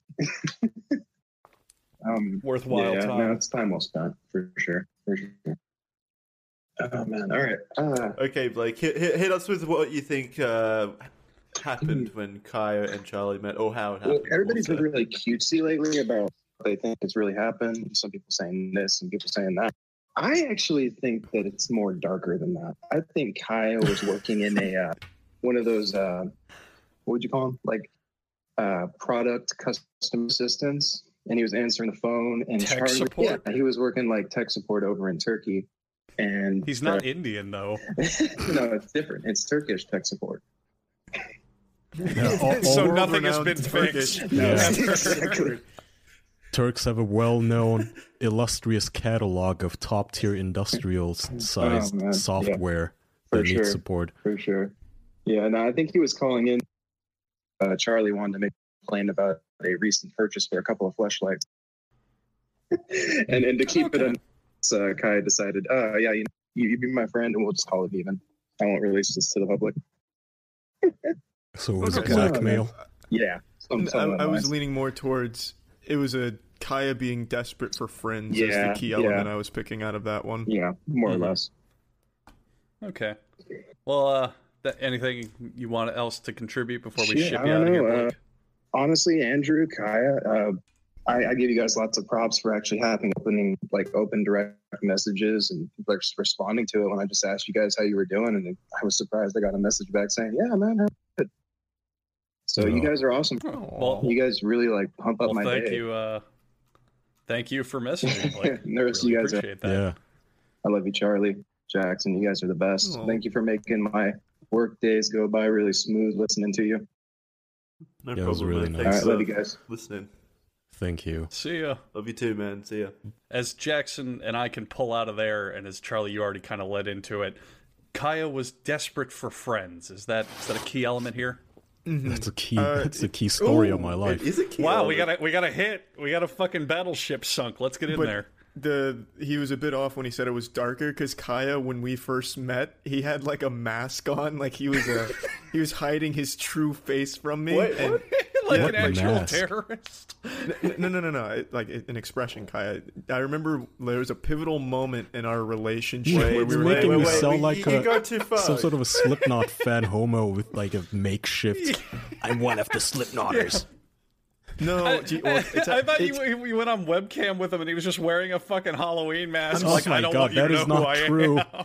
[SPEAKER 6] um,
[SPEAKER 3] Worthwhile
[SPEAKER 6] yeah,
[SPEAKER 3] time.
[SPEAKER 6] No, it's time well spent for sure. For sure. Oh man! All right. Uh,
[SPEAKER 4] okay blake hit, hit, hit us with what you think uh happened when kaya and charlie met or how it happened
[SPEAKER 6] Hmm. well, everybody's been
[SPEAKER 4] also.
[SPEAKER 6] really cutesy lately about what they think it's really happened. Some people saying this, some people saying that. I actually think that it's more darker than that. I think Kaya was working in a uh, one of those uh, what would you call them? Like uh, product custom assistance, and he was answering the phone and
[SPEAKER 3] Tech
[SPEAKER 6] Charlie-
[SPEAKER 3] support?
[SPEAKER 6] Yeah, he was working like tech support over in Turkey, and
[SPEAKER 3] He's
[SPEAKER 6] uh,
[SPEAKER 3] not Indian though.
[SPEAKER 6] no, it's different. It's Turkish tech support.
[SPEAKER 5] Yeah, all- all
[SPEAKER 3] so nothing has been
[SPEAKER 2] world-renowned
[SPEAKER 3] fixed.
[SPEAKER 2] Turkish.
[SPEAKER 5] Yeah.
[SPEAKER 6] exactly.
[SPEAKER 5] Turks have a well-known, illustrious catalog of top-tier industrial-sized
[SPEAKER 6] Oh, man. Yeah.
[SPEAKER 5] software
[SPEAKER 6] For
[SPEAKER 5] that
[SPEAKER 6] sure.
[SPEAKER 5] needs support.
[SPEAKER 6] for sure. Yeah, no, I think he was calling in. Uh, Charlie wanted to make a complaint about a recent purchase for a couple of flashlights, and and to keep it, un- so Kai decided, uh, yeah, you, you you be my friend, and we'll just call it even. I won't release this to the public.
[SPEAKER 5] So it was
[SPEAKER 2] Okay.
[SPEAKER 5] blackmail.
[SPEAKER 6] Yeah, some,
[SPEAKER 2] I,
[SPEAKER 6] some
[SPEAKER 2] I was leaning more towards it was a Kaya being desperate for friends
[SPEAKER 6] Yeah,
[SPEAKER 2] as the key
[SPEAKER 6] yeah.
[SPEAKER 2] element I was picking out of that one.
[SPEAKER 6] yeah, more
[SPEAKER 4] Mm-hmm.
[SPEAKER 3] Mhm.
[SPEAKER 6] or less.
[SPEAKER 3] Okay. Well, uh, th- anything you want else to contribute before we
[SPEAKER 6] Yeah,
[SPEAKER 3] ship
[SPEAKER 6] I
[SPEAKER 3] you
[SPEAKER 6] don't
[SPEAKER 3] out of here,
[SPEAKER 6] know, uh,
[SPEAKER 3] Blake?
[SPEAKER 6] honestly, Andrew, Kaya, uh, I, I give you guys lots of props for actually having opening like open direct messages and like just responding to it when I just asked you guys how you were doing, and I was surprised I got a message back saying, "Yeah, man, how good." So you
[SPEAKER 2] Oh.
[SPEAKER 5] Yeah.
[SPEAKER 6] guys are awesome.
[SPEAKER 3] well,
[SPEAKER 6] You guys really like pump up
[SPEAKER 3] well,
[SPEAKER 6] my
[SPEAKER 3] thank
[SPEAKER 6] day.
[SPEAKER 3] you. Uh, thank you for messaging. Blake.
[SPEAKER 6] Nervous
[SPEAKER 3] Really
[SPEAKER 6] you guys are.
[SPEAKER 3] appreciate that.
[SPEAKER 5] Yeah.
[SPEAKER 6] I love you, Charlie, Jackson. You guys are the best.
[SPEAKER 2] Aw.
[SPEAKER 6] Thank you for making my work days go by really smooth listening to you.
[SPEAKER 4] no
[SPEAKER 5] Yeah, it was
[SPEAKER 4] problem
[SPEAKER 5] really
[SPEAKER 4] man.
[SPEAKER 5] nice.
[SPEAKER 6] All
[SPEAKER 4] thanks
[SPEAKER 6] right, love
[SPEAKER 4] for
[SPEAKER 6] you guys.
[SPEAKER 4] listening
[SPEAKER 5] Thank you.
[SPEAKER 3] See ya.
[SPEAKER 4] love you too man see ya
[SPEAKER 3] As Jackson and I can pull out of there, and as Charlie, you already kind of led into it. Kaya was desperate for friends. Is that is that a key element here?
[SPEAKER 2] Mhm.
[SPEAKER 5] That's a key.
[SPEAKER 2] Uh,
[SPEAKER 5] that's a key story of
[SPEAKER 4] Ooh,
[SPEAKER 5] my life.
[SPEAKER 4] It is a key
[SPEAKER 3] Wow, we
[SPEAKER 4] element.
[SPEAKER 3] got a we got a hit. We got a fucking battleship sunk. Let's get in
[SPEAKER 2] But-
[SPEAKER 3] there.
[SPEAKER 2] the he was a bit off when he said it was darker because Kaya, when we first met, he had like a mask on, like he was a he was hiding his true face from me.
[SPEAKER 4] Wait,
[SPEAKER 2] and-
[SPEAKER 4] what?
[SPEAKER 3] like
[SPEAKER 2] Yeah,
[SPEAKER 3] an
[SPEAKER 2] like
[SPEAKER 3] actual
[SPEAKER 5] mask.
[SPEAKER 3] terrorist.
[SPEAKER 2] No, no, no, no. It, like it- an expression, Kaya. I remember there was a pivotal moment in our relationship
[SPEAKER 5] Wait,
[SPEAKER 2] where
[SPEAKER 5] it's
[SPEAKER 2] we were
[SPEAKER 5] making
[SPEAKER 2] both-
[SPEAKER 5] me
[SPEAKER 4] wait, wait,
[SPEAKER 5] sound
[SPEAKER 4] you-
[SPEAKER 5] like
[SPEAKER 4] you
[SPEAKER 5] a,
[SPEAKER 4] go too far.
[SPEAKER 5] some sort of a Slipknot fan homo with like a makeshift. I'm one of the Slipknotters. Oh,
[SPEAKER 2] no. gee, well, it's a-
[SPEAKER 3] I thought
[SPEAKER 2] it's-
[SPEAKER 3] you, you went on webcam with him and he was just wearing a fucking Halloween mask.
[SPEAKER 5] Oh
[SPEAKER 3] like,
[SPEAKER 5] my
[SPEAKER 3] I don't
[SPEAKER 5] God,
[SPEAKER 3] want you
[SPEAKER 5] that
[SPEAKER 3] to know
[SPEAKER 5] is
[SPEAKER 3] who
[SPEAKER 5] not
[SPEAKER 3] I am.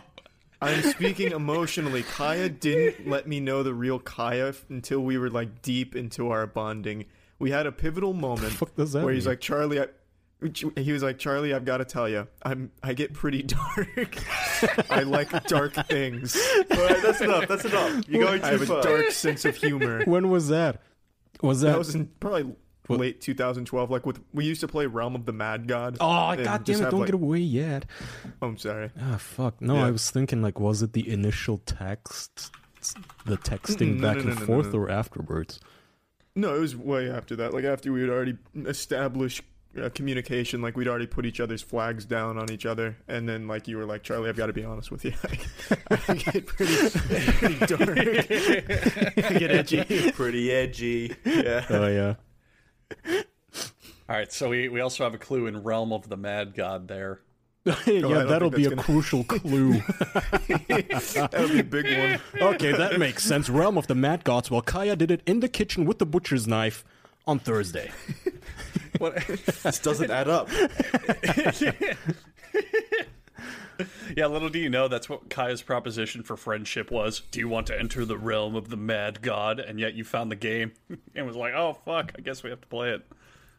[SPEAKER 5] true.
[SPEAKER 2] I'm speaking emotionally. Kaya didn't let me know the real Kaya f- until we were like deep into our bonding. We had a pivotal moment
[SPEAKER 5] fuck does that
[SPEAKER 2] where he's
[SPEAKER 5] mean?
[SPEAKER 2] like, Charlie, I, which- he was like, Charlie, I've got to tell you, I'm I get pretty dark. I like dark things.
[SPEAKER 4] All right, that's enough. That's enough. You're going
[SPEAKER 2] I
[SPEAKER 4] too
[SPEAKER 2] have a
[SPEAKER 4] far.
[SPEAKER 2] dark sense of humor.
[SPEAKER 5] When was that? Was that?
[SPEAKER 2] That was in probably late 2012. Like with we used to play Realm of the Mad God.
[SPEAKER 5] oh
[SPEAKER 2] and just
[SPEAKER 5] god damn it!
[SPEAKER 2] have,
[SPEAKER 5] Don't
[SPEAKER 2] like-
[SPEAKER 5] get away yet.
[SPEAKER 2] Oh, I'm sorry.
[SPEAKER 5] Ah fuck. No,
[SPEAKER 2] Yeah.
[SPEAKER 5] I was thinking like, was it the initial text, the texting
[SPEAKER 2] Mm-mm, no,
[SPEAKER 5] back
[SPEAKER 2] no,
[SPEAKER 5] and
[SPEAKER 2] no, no,
[SPEAKER 5] forth,
[SPEAKER 2] no.
[SPEAKER 5] or afterwards?
[SPEAKER 2] No, it was way after that. Like after we had already established uh, communication, like we'd already put each other's flags down on each other, and then like you were like, Charlie, I've got to be honest with you. I get pretty, pretty dark. I get edgy.
[SPEAKER 4] Pretty edgy. Yeah.
[SPEAKER 5] Oh yeah.
[SPEAKER 3] All right, so we, we also have a clue in Realm of the Mad God there.
[SPEAKER 2] I
[SPEAKER 5] yeah,
[SPEAKER 2] don't
[SPEAKER 5] that'll
[SPEAKER 2] think
[SPEAKER 5] be a
[SPEAKER 2] that's gonna-
[SPEAKER 5] crucial clue.
[SPEAKER 2] That would be a big one.
[SPEAKER 5] okay, that makes sense. Realm of the Mad Gods. Well, Kaya did it in the kitchen with the butcher's knife on Thursday.
[SPEAKER 3] What?
[SPEAKER 4] This doesn't add up.
[SPEAKER 3] yeah, little do you know, that's what Kaya's proposition for friendship was. Do you want to enter the realm of the Mad God? And yet you found the game and was like, oh, fuck, I guess we have to play it.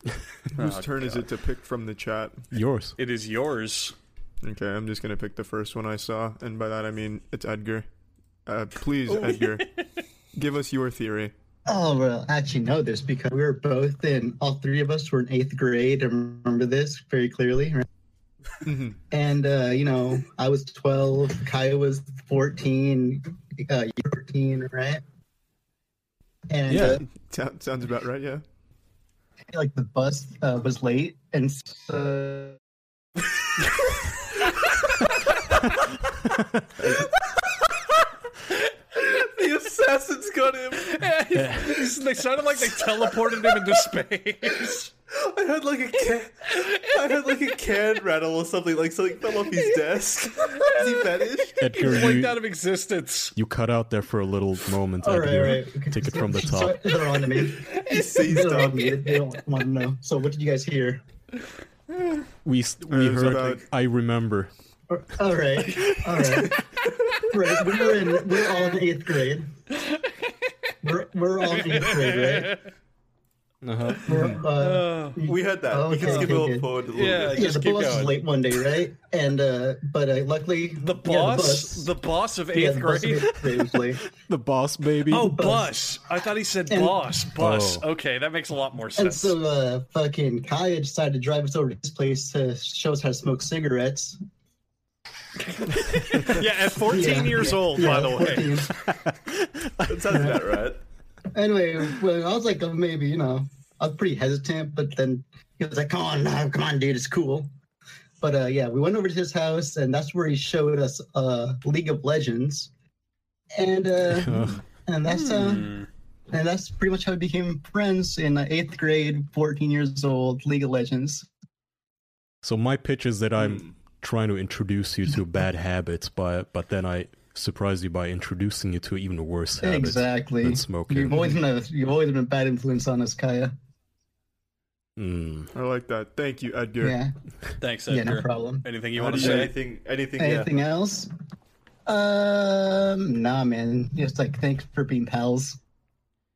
[SPEAKER 2] Whose turn is it to pick from the chat?
[SPEAKER 5] Yours.
[SPEAKER 3] Oh, It is yours.
[SPEAKER 2] Okay, I'm just gonna pick the first one I saw, and by that I mean it's Edgar. Uh, please,
[SPEAKER 3] Oh.
[SPEAKER 2] Edgar, give us your theory.
[SPEAKER 9] Oh, well, actually, no, this because we were both in, all three of us were in eighth grade. I remember this very clearly. Right?
[SPEAKER 2] Mhm.
[SPEAKER 9] And, uh, you know, I was 12, Kaya was 14, uh, you were 14, right? And uh,
[SPEAKER 2] Sou- sounds about right, yeah.
[SPEAKER 9] like the bus uh, was late, and so
[SPEAKER 4] the assassins got him.
[SPEAKER 3] they sounded like they teleported him into space.
[SPEAKER 4] I heard like a can. I heard like a can rattle or something. Like something fell off his desk. Has he vanished?
[SPEAKER 5] Edgar,
[SPEAKER 3] Blinked out
[SPEAKER 5] you,
[SPEAKER 3] of existence.
[SPEAKER 5] you cut out there for a little moment.
[SPEAKER 9] all right,
[SPEAKER 5] Edgar.
[SPEAKER 9] all right. okay.
[SPEAKER 5] Take it from the
[SPEAKER 9] So-
[SPEAKER 5] top.
[SPEAKER 9] So they're on to me.
[SPEAKER 4] He seized
[SPEAKER 9] They're on
[SPEAKER 4] up.
[SPEAKER 9] me. They don't want to know. So what did you guys hear?
[SPEAKER 5] We s- we
[SPEAKER 2] It was
[SPEAKER 5] heard.
[SPEAKER 2] about-
[SPEAKER 5] I remember.
[SPEAKER 9] All right, all right. Right, we were in. We're all in eighth grade. We're we're all in eighth grade, right?
[SPEAKER 5] Uh-huh.
[SPEAKER 9] We're, uh,
[SPEAKER 4] We heard that. we can
[SPEAKER 9] Okay,
[SPEAKER 4] skip
[SPEAKER 9] okay,
[SPEAKER 4] it all
[SPEAKER 9] good.
[SPEAKER 4] forward a little
[SPEAKER 3] Yeah.
[SPEAKER 4] bit.
[SPEAKER 9] yeah,
[SPEAKER 3] just
[SPEAKER 9] the
[SPEAKER 3] keep
[SPEAKER 9] bus
[SPEAKER 3] going.
[SPEAKER 9] was late one day, right? And uh, but uh, luckily
[SPEAKER 3] The boss? the, boss of eighth
[SPEAKER 9] yeah, the bus
[SPEAKER 3] grade?
[SPEAKER 9] of eighth grade was late.
[SPEAKER 5] The boss baby.
[SPEAKER 3] Oh, bus. I thought he said
[SPEAKER 9] And-
[SPEAKER 3] boss. Bus.
[SPEAKER 5] Oh.
[SPEAKER 3] Okay, that makes a lot more
[SPEAKER 9] And
[SPEAKER 3] sense.
[SPEAKER 9] so uh, fucking Kaya decided to drive us over to his place to show us how to smoke cigarettes.
[SPEAKER 3] yeah, at 14
[SPEAKER 9] Yeah,
[SPEAKER 3] years old,
[SPEAKER 9] yeah,
[SPEAKER 3] by the way.
[SPEAKER 9] 14.
[SPEAKER 4] That sounds about right.
[SPEAKER 9] anyway, well, I was like, oh, maybe, you know, I was pretty hesitant, but then he was like, come on, now, come on, dude, it's cool. But uh, yeah, we went over to his house, and that's where he showed us uh, League of Legends, and uh, and that's
[SPEAKER 4] Hmm.
[SPEAKER 9] uh, and that's pretty much how we became friends in uh, eighth grade, fourteen years old, League of Legends.
[SPEAKER 5] So my pitch is that I'm trying to introduce you to bad habits, but but then I surprise you by introducing you to even worse habits.
[SPEAKER 9] exactly.
[SPEAKER 5] than smoking.
[SPEAKER 9] You've always been a you've always been a bad influence on us, Kaya.
[SPEAKER 5] Mm.
[SPEAKER 2] I like that. Thank you, Edgar.
[SPEAKER 9] Yeah,
[SPEAKER 3] Thanks,
[SPEAKER 9] yeah,
[SPEAKER 3] Edgar.
[SPEAKER 9] no problem.
[SPEAKER 3] Anything you
[SPEAKER 4] How
[SPEAKER 3] want
[SPEAKER 4] do
[SPEAKER 3] to
[SPEAKER 4] you-
[SPEAKER 3] say?
[SPEAKER 4] anything? Anything? Yeah.
[SPEAKER 9] Anything else? Um, nah, man. Just like thanks for being pals.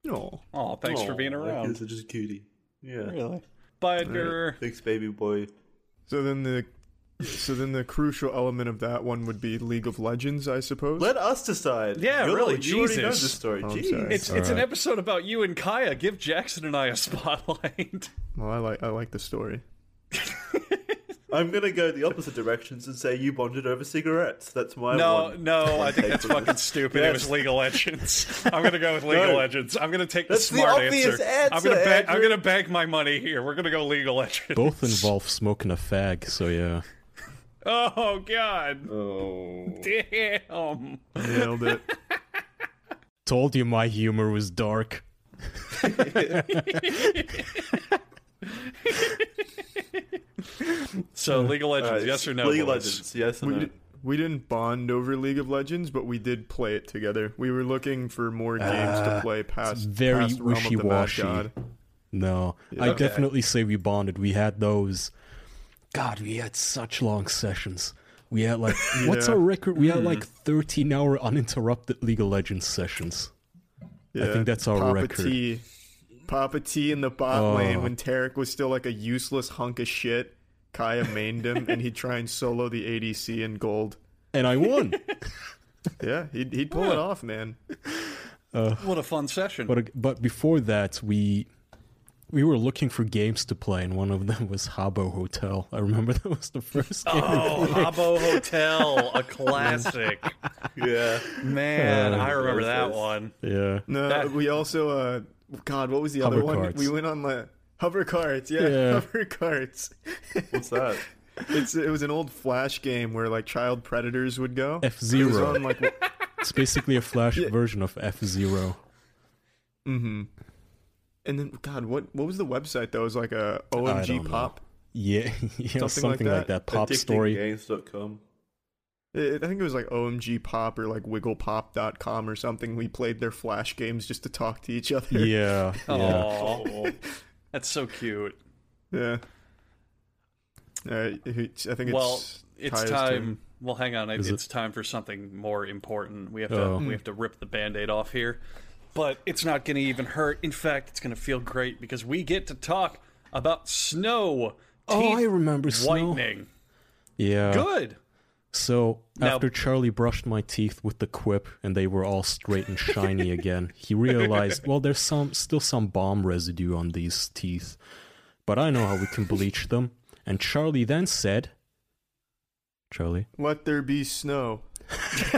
[SPEAKER 2] No.
[SPEAKER 3] Oh, thanks for
[SPEAKER 4] Aw,
[SPEAKER 3] being
[SPEAKER 4] that
[SPEAKER 3] around.
[SPEAKER 4] kid's just cutie. Yeah.
[SPEAKER 3] Really? Bye, Edgar.
[SPEAKER 4] Thanks, baby boy.
[SPEAKER 2] So then the so then the crucial element of that one would be League of Legends, I suppose.
[SPEAKER 4] Let us decide.
[SPEAKER 3] Yeah,
[SPEAKER 4] You're the-
[SPEAKER 3] really,
[SPEAKER 4] You already know
[SPEAKER 3] Jesus.
[SPEAKER 4] this story.
[SPEAKER 2] I'm
[SPEAKER 4] Jeez.
[SPEAKER 2] sorry.
[SPEAKER 3] It's it's an episode about you and Kaya. Give Jackson and I a spotlight.
[SPEAKER 2] well, I like I like the story.
[SPEAKER 4] I'm gonna go the opposite directions and say you bonded over cigarettes. That's my
[SPEAKER 3] No,
[SPEAKER 4] one-
[SPEAKER 3] no,
[SPEAKER 4] one
[SPEAKER 3] I think
[SPEAKER 4] take
[SPEAKER 3] that's
[SPEAKER 4] from
[SPEAKER 3] fucking
[SPEAKER 4] this.
[SPEAKER 3] stupid. It
[SPEAKER 4] Yes.
[SPEAKER 3] was League of Legends. I'm gonna go with League
[SPEAKER 4] No.
[SPEAKER 3] of Legends. I'm gonna take the
[SPEAKER 4] That's the
[SPEAKER 3] smart
[SPEAKER 4] obvious
[SPEAKER 3] I'm
[SPEAKER 4] answer,
[SPEAKER 3] gonna bank, I'm
[SPEAKER 4] Andrew.
[SPEAKER 3] gonna bank my money here. We're gonna go League of Legends.
[SPEAKER 5] Both involve smoking a fag, so yeah.
[SPEAKER 3] Oh God!
[SPEAKER 4] Oh.
[SPEAKER 3] Damn.
[SPEAKER 2] Nailed it.
[SPEAKER 5] Told you my humor was dark.
[SPEAKER 3] So League of
[SPEAKER 2] Uh,
[SPEAKER 3] Legends,
[SPEAKER 4] Alright,
[SPEAKER 3] yes or no?
[SPEAKER 4] League of
[SPEAKER 3] boys?
[SPEAKER 4] Legends, yes or
[SPEAKER 2] We,
[SPEAKER 4] no?
[SPEAKER 2] di- we didn't bond over League of Legends, but we did play it together. We were looking for more games
[SPEAKER 3] Ah,
[SPEAKER 2] to play past
[SPEAKER 5] very
[SPEAKER 2] past Realm of the Mad
[SPEAKER 5] wishy-washy.
[SPEAKER 2] God.
[SPEAKER 5] No, I
[SPEAKER 2] Okay.
[SPEAKER 5] definitely say we bonded. We had those. God, we had such long sessions. We had like what's
[SPEAKER 2] Yeah. Hmm.
[SPEAKER 5] our record? We had like thirteen hour uninterrupted League of Legends sessions.
[SPEAKER 2] Yeah.
[SPEAKER 5] think that's our
[SPEAKER 2] Papa
[SPEAKER 5] record.
[SPEAKER 2] T. Papa T in the bot
[SPEAKER 5] Oh.
[SPEAKER 2] lane when Tarek was still like a useless hunk of shit. Kaya mained him, and he'd try and solo the ADC in gold.
[SPEAKER 5] And I won.
[SPEAKER 2] Yeah, he'd, he'd pull it off, man.
[SPEAKER 5] Uh.
[SPEAKER 3] What a fun session.
[SPEAKER 5] but but before that we we were looking for games to play and one of them was Habbo Hotel. I remember that was the first game.
[SPEAKER 3] Oh, Habbo Hotel, a classic.
[SPEAKER 4] Yeah.
[SPEAKER 3] Man, I remember
[SPEAKER 4] Yes,
[SPEAKER 3] that
[SPEAKER 4] yes.
[SPEAKER 3] one.
[SPEAKER 5] Uh, Yeah.
[SPEAKER 2] No,
[SPEAKER 3] That-
[SPEAKER 2] we also, uh, God, what was the other
[SPEAKER 5] Hover
[SPEAKER 2] one?
[SPEAKER 5] carts.
[SPEAKER 2] We went on the hover carts. Yeah,
[SPEAKER 5] Yeah.
[SPEAKER 2] hover carts.
[SPEAKER 4] What's that?
[SPEAKER 2] It's it was an old flash game where like child predators would go.
[SPEAKER 5] F
[SPEAKER 2] It was on
[SPEAKER 5] Zero.
[SPEAKER 2] like
[SPEAKER 5] It's basically a flash version of F Zero.
[SPEAKER 2] Mm-hmm. And then, God, what what was the website though? It was like a
[SPEAKER 5] don't
[SPEAKER 2] OMG
[SPEAKER 5] know.
[SPEAKER 2] Pop.
[SPEAKER 5] Yeah, yeah, something,
[SPEAKER 2] like that.
[SPEAKER 5] like, that. Pop story.
[SPEAKER 4] Addictinggames.com.
[SPEAKER 2] I I think it was like OMG Pop or like WigglePop.com or something. We played their flash games just to talk to each other.
[SPEAKER 5] Yeah, yeah.
[SPEAKER 3] Oh, that's so cute.
[SPEAKER 2] Yeah. All right. it's- I think it's
[SPEAKER 3] well, it's
[SPEAKER 2] Kaya's
[SPEAKER 3] time. Well, hang on. It,
[SPEAKER 5] Is it-
[SPEAKER 3] it's time for something more important. We have to.
[SPEAKER 5] Oh.
[SPEAKER 3] We have to rip the band-aid off here, but it's not going to even hurt. In fact, it's going to feel great because we get to talk about snow.
[SPEAKER 5] Oh,
[SPEAKER 3] teeth
[SPEAKER 5] I remember Snow.
[SPEAKER 3] whitening.
[SPEAKER 5] Yeah.
[SPEAKER 3] Good.
[SPEAKER 5] So
[SPEAKER 3] Now-
[SPEAKER 5] after Charlie brushed my teeth with the quip and they were all straight and shiny again, he realized, well, there's some still some bomb residue on these teeth, but I know how we can bleach them. And Charlie then said, "Charlie,
[SPEAKER 2] turn. Let there be snow.
[SPEAKER 3] he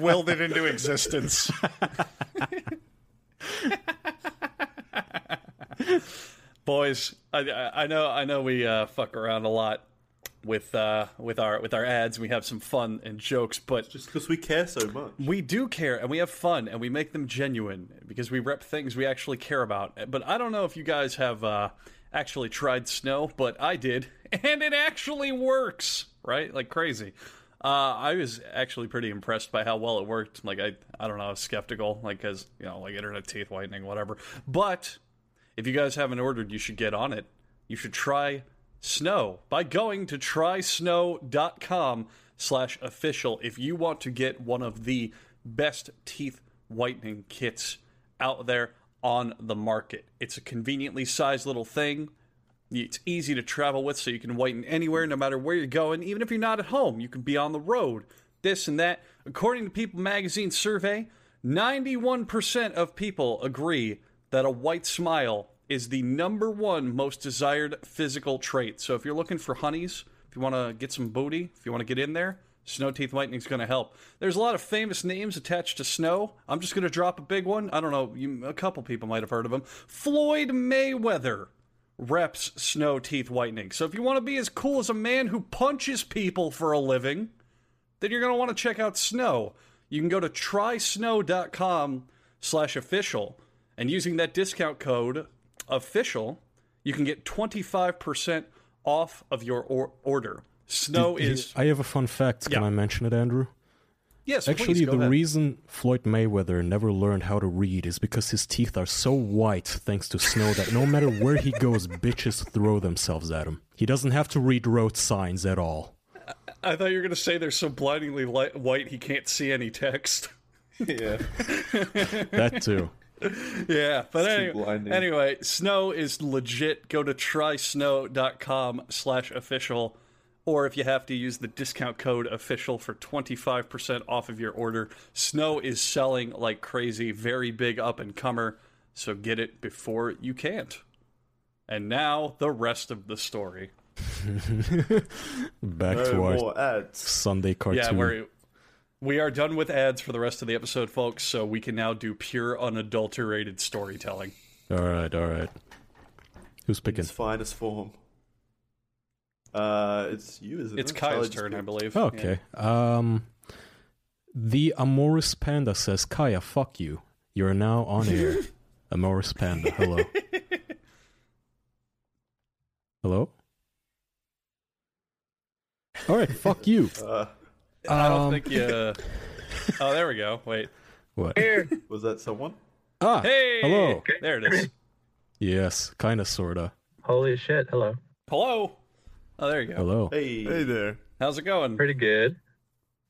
[SPEAKER 3] willed it into existence. Boys, I, I I know I know we uh, fuck around a lot with uh, with our with our ads. We have some fun and jokes, but
[SPEAKER 4] Just because we care so much.
[SPEAKER 3] we do care and we have fun and we make them genuine because we rep things we actually care about. But I don't know if you guys have uh, actually tried snow, but I did, and it actually works, right? Like crazy. Uh, I was actually pretty impressed by how well it worked. Like I, I don't know, I was skeptical, like because you know, like internet teeth whitening, whatever. But if you guys haven't ordered, you should get on it. You should try Snow by going to trysnow.com slash official if you want to get one of the best teeth whitening kits out there on the market. It's a conveniently sized little thing. It's easy to travel with, so you can whiten anywhere, no matter where you're going. Even if you're not at home, you can be on the road. This and that. According to People Magazine survey, 91% of people agree that a white smile is the number one most desired physical trait. So if you're looking for honeys, if you want to get some booty, if you want to get in there, Snow Teeth Whitening's going to help. There's a lot of famous names attached to Snow. I'm just going to drop a big one. I don't know, you, a couple people might have heard of him. Floyd Mayweather reps snow teeth whitening. So if you want to be as cool as a man who punches people for a living, then you're going to want to check out Snow. You can go to trysnow.com slash official, and using that discount code official, you can get 25% off of your or- order. Snow is...
[SPEAKER 5] I have a fun fact. Can
[SPEAKER 3] Yeah.
[SPEAKER 5] I mention it, Andrew?
[SPEAKER 3] Yes,
[SPEAKER 5] Actually,
[SPEAKER 3] please, go
[SPEAKER 5] the
[SPEAKER 3] ahead.
[SPEAKER 5] reason Floyd Mayweather never learned how to read is because his teeth are so white thanks to snow that no matter where he goes, bitches throw themselves at him. He doesn't have to read road signs at all.
[SPEAKER 3] I thought you were going to say they're so blindingly light- white he can't see any text.
[SPEAKER 4] Yeah.
[SPEAKER 5] That too.
[SPEAKER 3] Yeah, but
[SPEAKER 4] too
[SPEAKER 3] anyway,
[SPEAKER 4] blinding.
[SPEAKER 3] anyway, snow is legit. Go to trysnow.com slash official, or if you have to, use the discount code official for 25% off of your order. Snow is selling like crazy, very big up and comer, so get it before you can't. And now the rest of the story.
[SPEAKER 5] Back
[SPEAKER 3] No
[SPEAKER 5] to
[SPEAKER 3] more
[SPEAKER 5] our
[SPEAKER 3] ads.
[SPEAKER 5] Sunday cartoon.
[SPEAKER 3] Yeah, we're, we are done with ads for the rest of the episode, folks, so we can now do pure unadulterated storytelling.
[SPEAKER 5] All right, all right. Who's picking?
[SPEAKER 4] Its finest form. Uh, it's you, isn't
[SPEAKER 3] It's
[SPEAKER 4] it?
[SPEAKER 3] Kai's
[SPEAKER 4] Charlie just
[SPEAKER 3] turn, I
[SPEAKER 4] picked-
[SPEAKER 3] believe.
[SPEAKER 5] Oh, Okay. Um, the amorous panda says, "Kaya, fuck you. You are now on air." amorous panda, hello. hello. All right, fuck you.
[SPEAKER 4] Uh,
[SPEAKER 3] I don't
[SPEAKER 5] Um,
[SPEAKER 3] think you. Oh, there we go. Wait.
[SPEAKER 5] What?
[SPEAKER 4] was that someone?
[SPEAKER 5] Ah,
[SPEAKER 3] Hey!
[SPEAKER 5] hello.
[SPEAKER 3] There it is.
[SPEAKER 5] Yes, kind of, sorta.
[SPEAKER 10] Holy shit! Hello.
[SPEAKER 3] Hello. Oh, there you go.
[SPEAKER 5] Hello.
[SPEAKER 4] Hey,
[SPEAKER 2] Hey there.
[SPEAKER 3] How's it going?
[SPEAKER 10] Pretty good.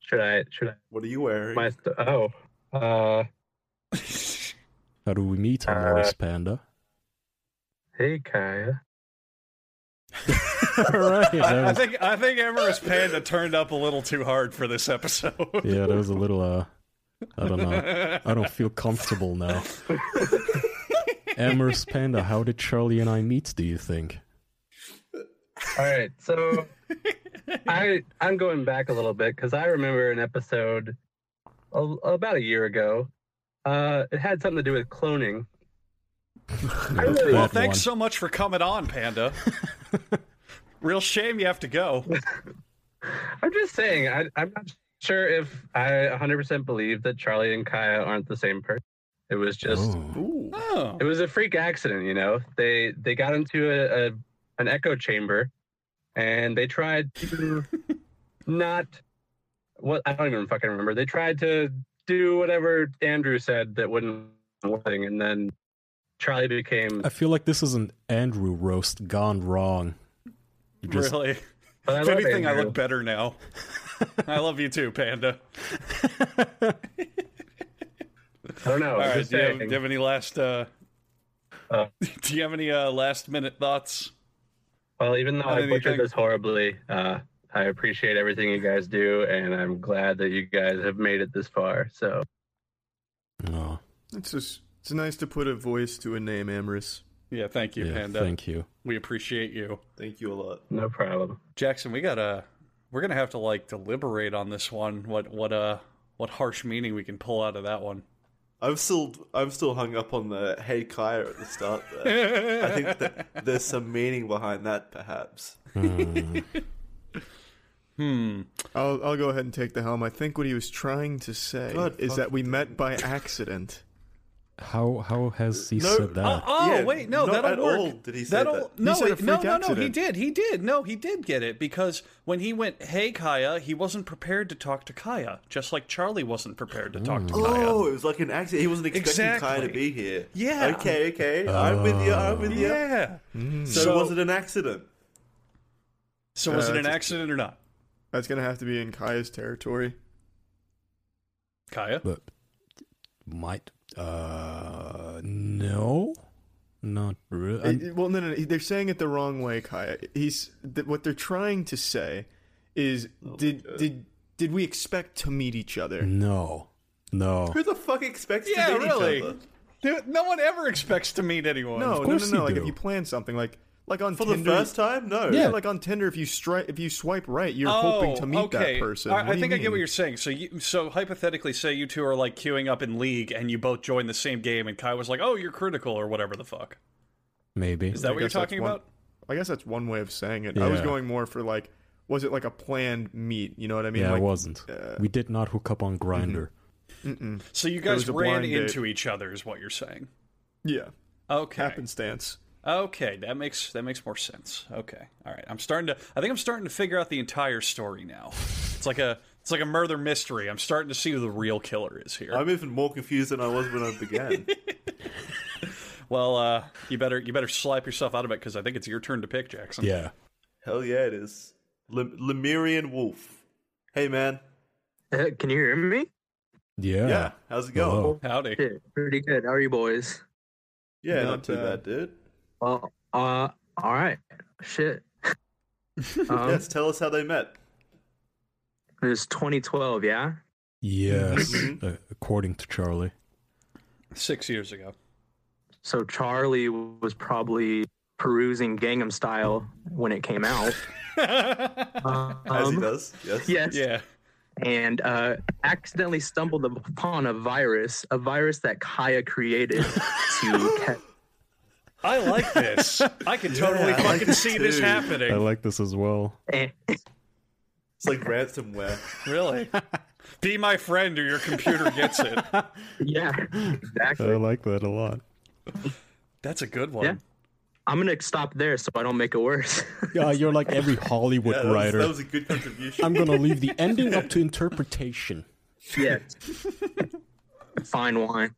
[SPEAKER 10] Should I? Should I?
[SPEAKER 4] what are you wearing?
[SPEAKER 10] My st- oh. Uh.
[SPEAKER 5] How do we meet, amorous
[SPEAKER 3] Uh,
[SPEAKER 5] panda?
[SPEAKER 10] Hey, Kaya.
[SPEAKER 5] all right. that
[SPEAKER 3] I, I
[SPEAKER 5] was-
[SPEAKER 3] think I think Amorous Panda turned up a little too hard for this episode.
[SPEAKER 5] yeah, that was a little. Uh, I don't know. I don't feel comfortable now. Amorous panda, how did Charlie and I meet? Do you think?
[SPEAKER 10] All right, so I I'm going back a little bit because I remember an episode a, about a year ago. Uh, it had something to do with cloning. I really,
[SPEAKER 3] well,
[SPEAKER 5] That
[SPEAKER 3] thanks
[SPEAKER 5] one.
[SPEAKER 3] so much for coming on, Panda. Real shame you have to go.
[SPEAKER 10] I'm just saying, I, I'm not sure if I 100% believe that Charlie and Kaya aren't the same person. It was just
[SPEAKER 5] Oh,
[SPEAKER 3] Oh,
[SPEAKER 10] it was a freak accident, you know. They they got into a, a an echo chamber, and they tried to not what I don't even fucking remember. They tried to do whatever Andrew said that wouldn't work, and then Charlie became.
[SPEAKER 5] I feel like this is an Andrew roast gone wrong. You just-
[SPEAKER 3] really.
[SPEAKER 10] But I
[SPEAKER 3] If
[SPEAKER 10] love
[SPEAKER 3] anything, I
[SPEAKER 10] Andrew.
[SPEAKER 3] look better now. I love you too, Panda.
[SPEAKER 10] I don't know.
[SPEAKER 3] All
[SPEAKER 10] I'm
[SPEAKER 3] right,
[SPEAKER 10] just
[SPEAKER 3] do you, have, do
[SPEAKER 10] saying.
[SPEAKER 3] you have any last? Uh,
[SPEAKER 10] Uh.
[SPEAKER 3] do you have any uh, last minute thoughts?
[SPEAKER 10] well, even though
[SPEAKER 3] I
[SPEAKER 10] I
[SPEAKER 3] don't think-
[SPEAKER 10] butchered this horribly, uh, I appreciate everything you guys do, and I'm glad that you guys have made it this far. So
[SPEAKER 5] Oh,
[SPEAKER 2] It's just it's nice to put a voice to a name, Amorous.
[SPEAKER 3] Yeah, thank you,
[SPEAKER 5] yeah,
[SPEAKER 3] Panda.
[SPEAKER 5] thank you.
[SPEAKER 3] We appreciate you,
[SPEAKER 4] Thank you a lot.
[SPEAKER 10] no problem.
[SPEAKER 3] Jackson. We gotta. We're gonna have to like deliberate on this one. What what uh what harsh meaning we can pull out of that one.
[SPEAKER 4] I'm still I'm still hung up on the hey Kaya at the start there. I
[SPEAKER 3] I
[SPEAKER 4] think that there's some meaning behind that, perhaps.
[SPEAKER 3] Hmm.
[SPEAKER 2] I'll I'll go ahead and take the helm. I think what he was trying to say
[SPEAKER 4] God
[SPEAKER 2] is that we met by accident.
[SPEAKER 5] How how has he
[SPEAKER 4] No,
[SPEAKER 5] said that?
[SPEAKER 3] Oh, oh,
[SPEAKER 4] Yeah,
[SPEAKER 3] wait, no,
[SPEAKER 4] not
[SPEAKER 3] that'll
[SPEAKER 4] at
[SPEAKER 3] work.
[SPEAKER 4] all did he say
[SPEAKER 3] that'll
[SPEAKER 4] that.
[SPEAKER 3] no,
[SPEAKER 2] He said a
[SPEAKER 3] wait, no,
[SPEAKER 2] freak
[SPEAKER 3] no, no. He
[SPEAKER 2] accident.
[SPEAKER 3] did, he did. No, he did get it because when he went, "Hey Kaya," he wasn't prepared to talk to Kaya, just like Charlie wasn't prepared to talk
[SPEAKER 2] Mm.
[SPEAKER 3] to Kaya.
[SPEAKER 4] Oh, it was like an accident. He wasn't expecting Kaya
[SPEAKER 3] Exactly.
[SPEAKER 4] to be here.
[SPEAKER 3] Yeah.
[SPEAKER 4] Okay, okay. I'm with you. I'm with you.
[SPEAKER 3] Yeah.
[SPEAKER 4] So, was it an accident?
[SPEAKER 3] So was
[SPEAKER 2] Uh,
[SPEAKER 3] it an
[SPEAKER 2] that's-
[SPEAKER 3] accident or not,
[SPEAKER 2] That's gonna have to be in Kaya's territory.
[SPEAKER 3] Kaya?
[SPEAKER 5] but might uh no, not really.
[SPEAKER 2] It- well, no, no, no, they're saying it the wrong way, Kaya. He's th- what they're trying to say is
[SPEAKER 3] Oh
[SPEAKER 2] did did did we expect to meet each other?
[SPEAKER 5] No, no.
[SPEAKER 4] Who the fuck expects
[SPEAKER 3] Yeah,
[SPEAKER 4] to meet
[SPEAKER 3] really.
[SPEAKER 4] each other?
[SPEAKER 3] Dude, no one ever expects to meet anyone.
[SPEAKER 2] No, no, no,
[SPEAKER 5] course
[SPEAKER 2] no.
[SPEAKER 5] you
[SPEAKER 2] Like
[SPEAKER 5] do.
[SPEAKER 2] if you plan something, like like on
[SPEAKER 4] For
[SPEAKER 2] Tinder,
[SPEAKER 4] the first time? No.
[SPEAKER 2] yeah, like on Tinder, if you stri- if you swipe right, you're hoping to meet
[SPEAKER 3] Oh, okay.
[SPEAKER 2] that person.
[SPEAKER 3] I,
[SPEAKER 2] What
[SPEAKER 3] I
[SPEAKER 2] do you
[SPEAKER 3] think I get what
[SPEAKER 2] mean?
[SPEAKER 3] you're saying. So, you, so hypothetically, say you two are like queuing up in league, and you both join the same game, and Kai was like, "Oh, you're critical" or whatever the fuck.
[SPEAKER 5] Maybe.
[SPEAKER 3] Is that what you're
[SPEAKER 2] guess that's
[SPEAKER 3] talking
[SPEAKER 2] one-
[SPEAKER 3] about?
[SPEAKER 2] I guess that's one way of saying it. I was
[SPEAKER 5] Yeah.
[SPEAKER 2] going more for like, was it like a planned meet? You know what I mean?
[SPEAKER 5] yeah,
[SPEAKER 2] like, Mm-hmm.
[SPEAKER 5] it wasn't. we did not hook up on Grinder.
[SPEAKER 3] So you
[SPEAKER 2] was
[SPEAKER 3] guys
[SPEAKER 2] a
[SPEAKER 3] ran
[SPEAKER 2] blind date.
[SPEAKER 3] into each other, is what you're saying?
[SPEAKER 2] Yeah,
[SPEAKER 3] Okay.
[SPEAKER 2] happenstance.
[SPEAKER 3] Okay, that makes that makes more sense. Okay, all right. I'm starting to. I think I'm starting to figure out the entire story now. It's like a it's like a murder mystery. I'm starting to see who the real killer is here.
[SPEAKER 4] I'm even more confused than I was when I began.
[SPEAKER 3] well, uh, you better you better slap yourself out of it because I think it's your turn to pick, Jackson.
[SPEAKER 5] Yeah.
[SPEAKER 4] Hell yeah, it is. Lem- Lemurian wolf. Hey man.
[SPEAKER 10] Uh, Can you hear me?
[SPEAKER 5] Yeah.
[SPEAKER 4] Yeah. How's it going?
[SPEAKER 5] Hello.
[SPEAKER 3] Howdy.
[SPEAKER 10] Yeah, pretty good. How are you boys?
[SPEAKER 2] Not
[SPEAKER 4] Yeah, not, too
[SPEAKER 2] bad.
[SPEAKER 4] bad, dude.
[SPEAKER 10] Well, uh, all right. Shit. um,
[SPEAKER 4] yes, tell us how they met.
[SPEAKER 10] It was 2012, yeah?
[SPEAKER 5] Yes,
[SPEAKER 2] Mm-hmm.
[SPEAKER 5] uh, according to Charlie.
[SPEAKER 3] Six years ago.
[SPEAKER 10] So Charlie was probably
[SPEAKER 11] perusing Gangnam Style when it came out.
[SPEAKER 4] As he
[SPEAKER 11] Um,
[SPEAKER 4] does. Yes.
[SPEAKER 11] Yes. And uh, accidentally stumbled upon a virus, a virus that Kaya created to catch
[SPEAKER 3] I like this. I can totally
[SPEAKER 4] Yeah, I like
[SPEAKER 3] fucking
[SPEAKER 4] this
[SPEAKER 3] see this
[SPEAKER 4] too.
[SPEAKER 5] I
[SPEAKER 3] happening.
[SPEAKER 5] like this as well.
[SPEAKER 4] It's like ransomware.
[SPEAKER 3] Really? Be my friend or your computer gets it.
[SPEAKER 11] Yeah, exactly.
[SPEAKER 5] I like that a lot.
[SPEAKER 3] That's a good one.
[SPEAKER 11] Yeah. I'm gonna stop there so I don't make it worse.
[SPEAKER 5] Yeah, you're like every Hollywood writer.
[SPEAKER 4] a good contribution.
[SPEAKER 5] I'm gonna leave the ending up to interpretation.
[SPEAKER 11] Yes. Fine wine.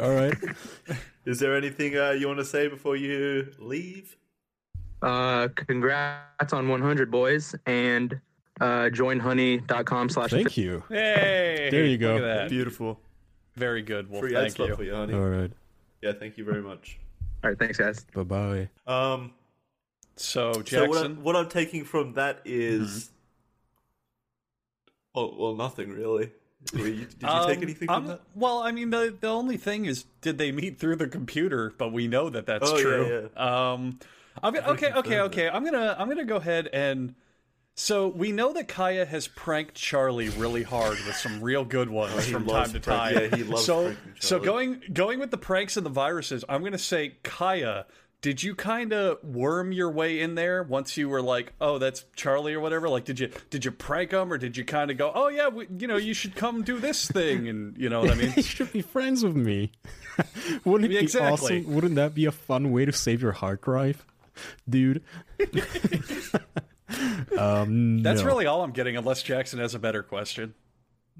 [SPEAKER 5] All right.
[SPEAKER 4] Is there anything uh, you want to say before you leave?
[SPEAKER 11] Uh, congrats on 100, boys, and uh, joinhoney.com slash.
[SPEAKER 5] Thank you.
[SPEAKER 3] Hey,
[SPEAKER 5] There you
[SPEAKER 3] look
[SPEAKER 5] go.
[SPEAKER 3] at that.
[SPEAKER 2] Beautiful.
[SPEAKER 3] Very good. Well,
[SPEAKER 4] Free ad
[SPEAKER 3] thank
[SPEAKER 4] slot
[SPEAKER 3] you.
[SPEAKER 4] for you, honey.
[SPEAKER 5] All right.
[SPEAKER 4] Yeah, thank you very much.
[SPEAKER 11] All right, thanks, guys.
[SPEAKER 5] Bye bye.
[SPEAKER 4] Um,
[SPEAKER 3] So
[SPEAKER 4] so
[SPEAKER 3] Jackson,
[SPEAKER 4] what, I'm, what I'm taking from that
[SPEAKER 5] Mm-hmm.
[SPEAKER 4] is- oh well, nothing really. Were you- Did you take
[SPEAKER 3] Um,
[SPEAKER 4] anything
[SPEAKER 3] I'm-
[SPEAKER 4] from that?
[SPEAKER 3] Well, I mean, the the only thing is, did they meet through the computer? But we know that that's
[SPEAKER 4] Oh, yeah,
[SPEAKER 3] true. Um, I'm gonna, okay, okay, okay. I'm gonna I'm gonna go ahead and so we know that Kaya has pranked Charlie really hard with some real good ones
[SPEAKER 4] Oh, he
[SPEAKER 3] from
[SPEAKER 4] loves
[SPEAKER 3] time to time.
[SPEAKER 4] prank- yeah, he loves
[SPEAKER 3] so
[SPEAKER 4] pranking
[SPEAKER 3] so
[SPEAKER 4] Charlie.
[SPEAKER 3] going going with the pranks and the viruses. I'm gonna say Kaya. Did you kind of worm your way in there once you were like, "Oh, that's Charlie" or whatever? Like, did you did you prank him, or did you kind of go, "Oh yeah, we, you know, you should come do this thing," and you know what I mean?
[SPEAKER 5] you should be friends with me. Wouldn't it
[SPEAKER 3] Exactly.
[SPEAKER 5] be awesome? Wouldn't that be a fun way to save your hard drive, dude? um,
[SPEAKER 3] That's
[SPEAKER 5] no.
[SPEAKER 3] really all I'm getting, unless Jackson has a better question.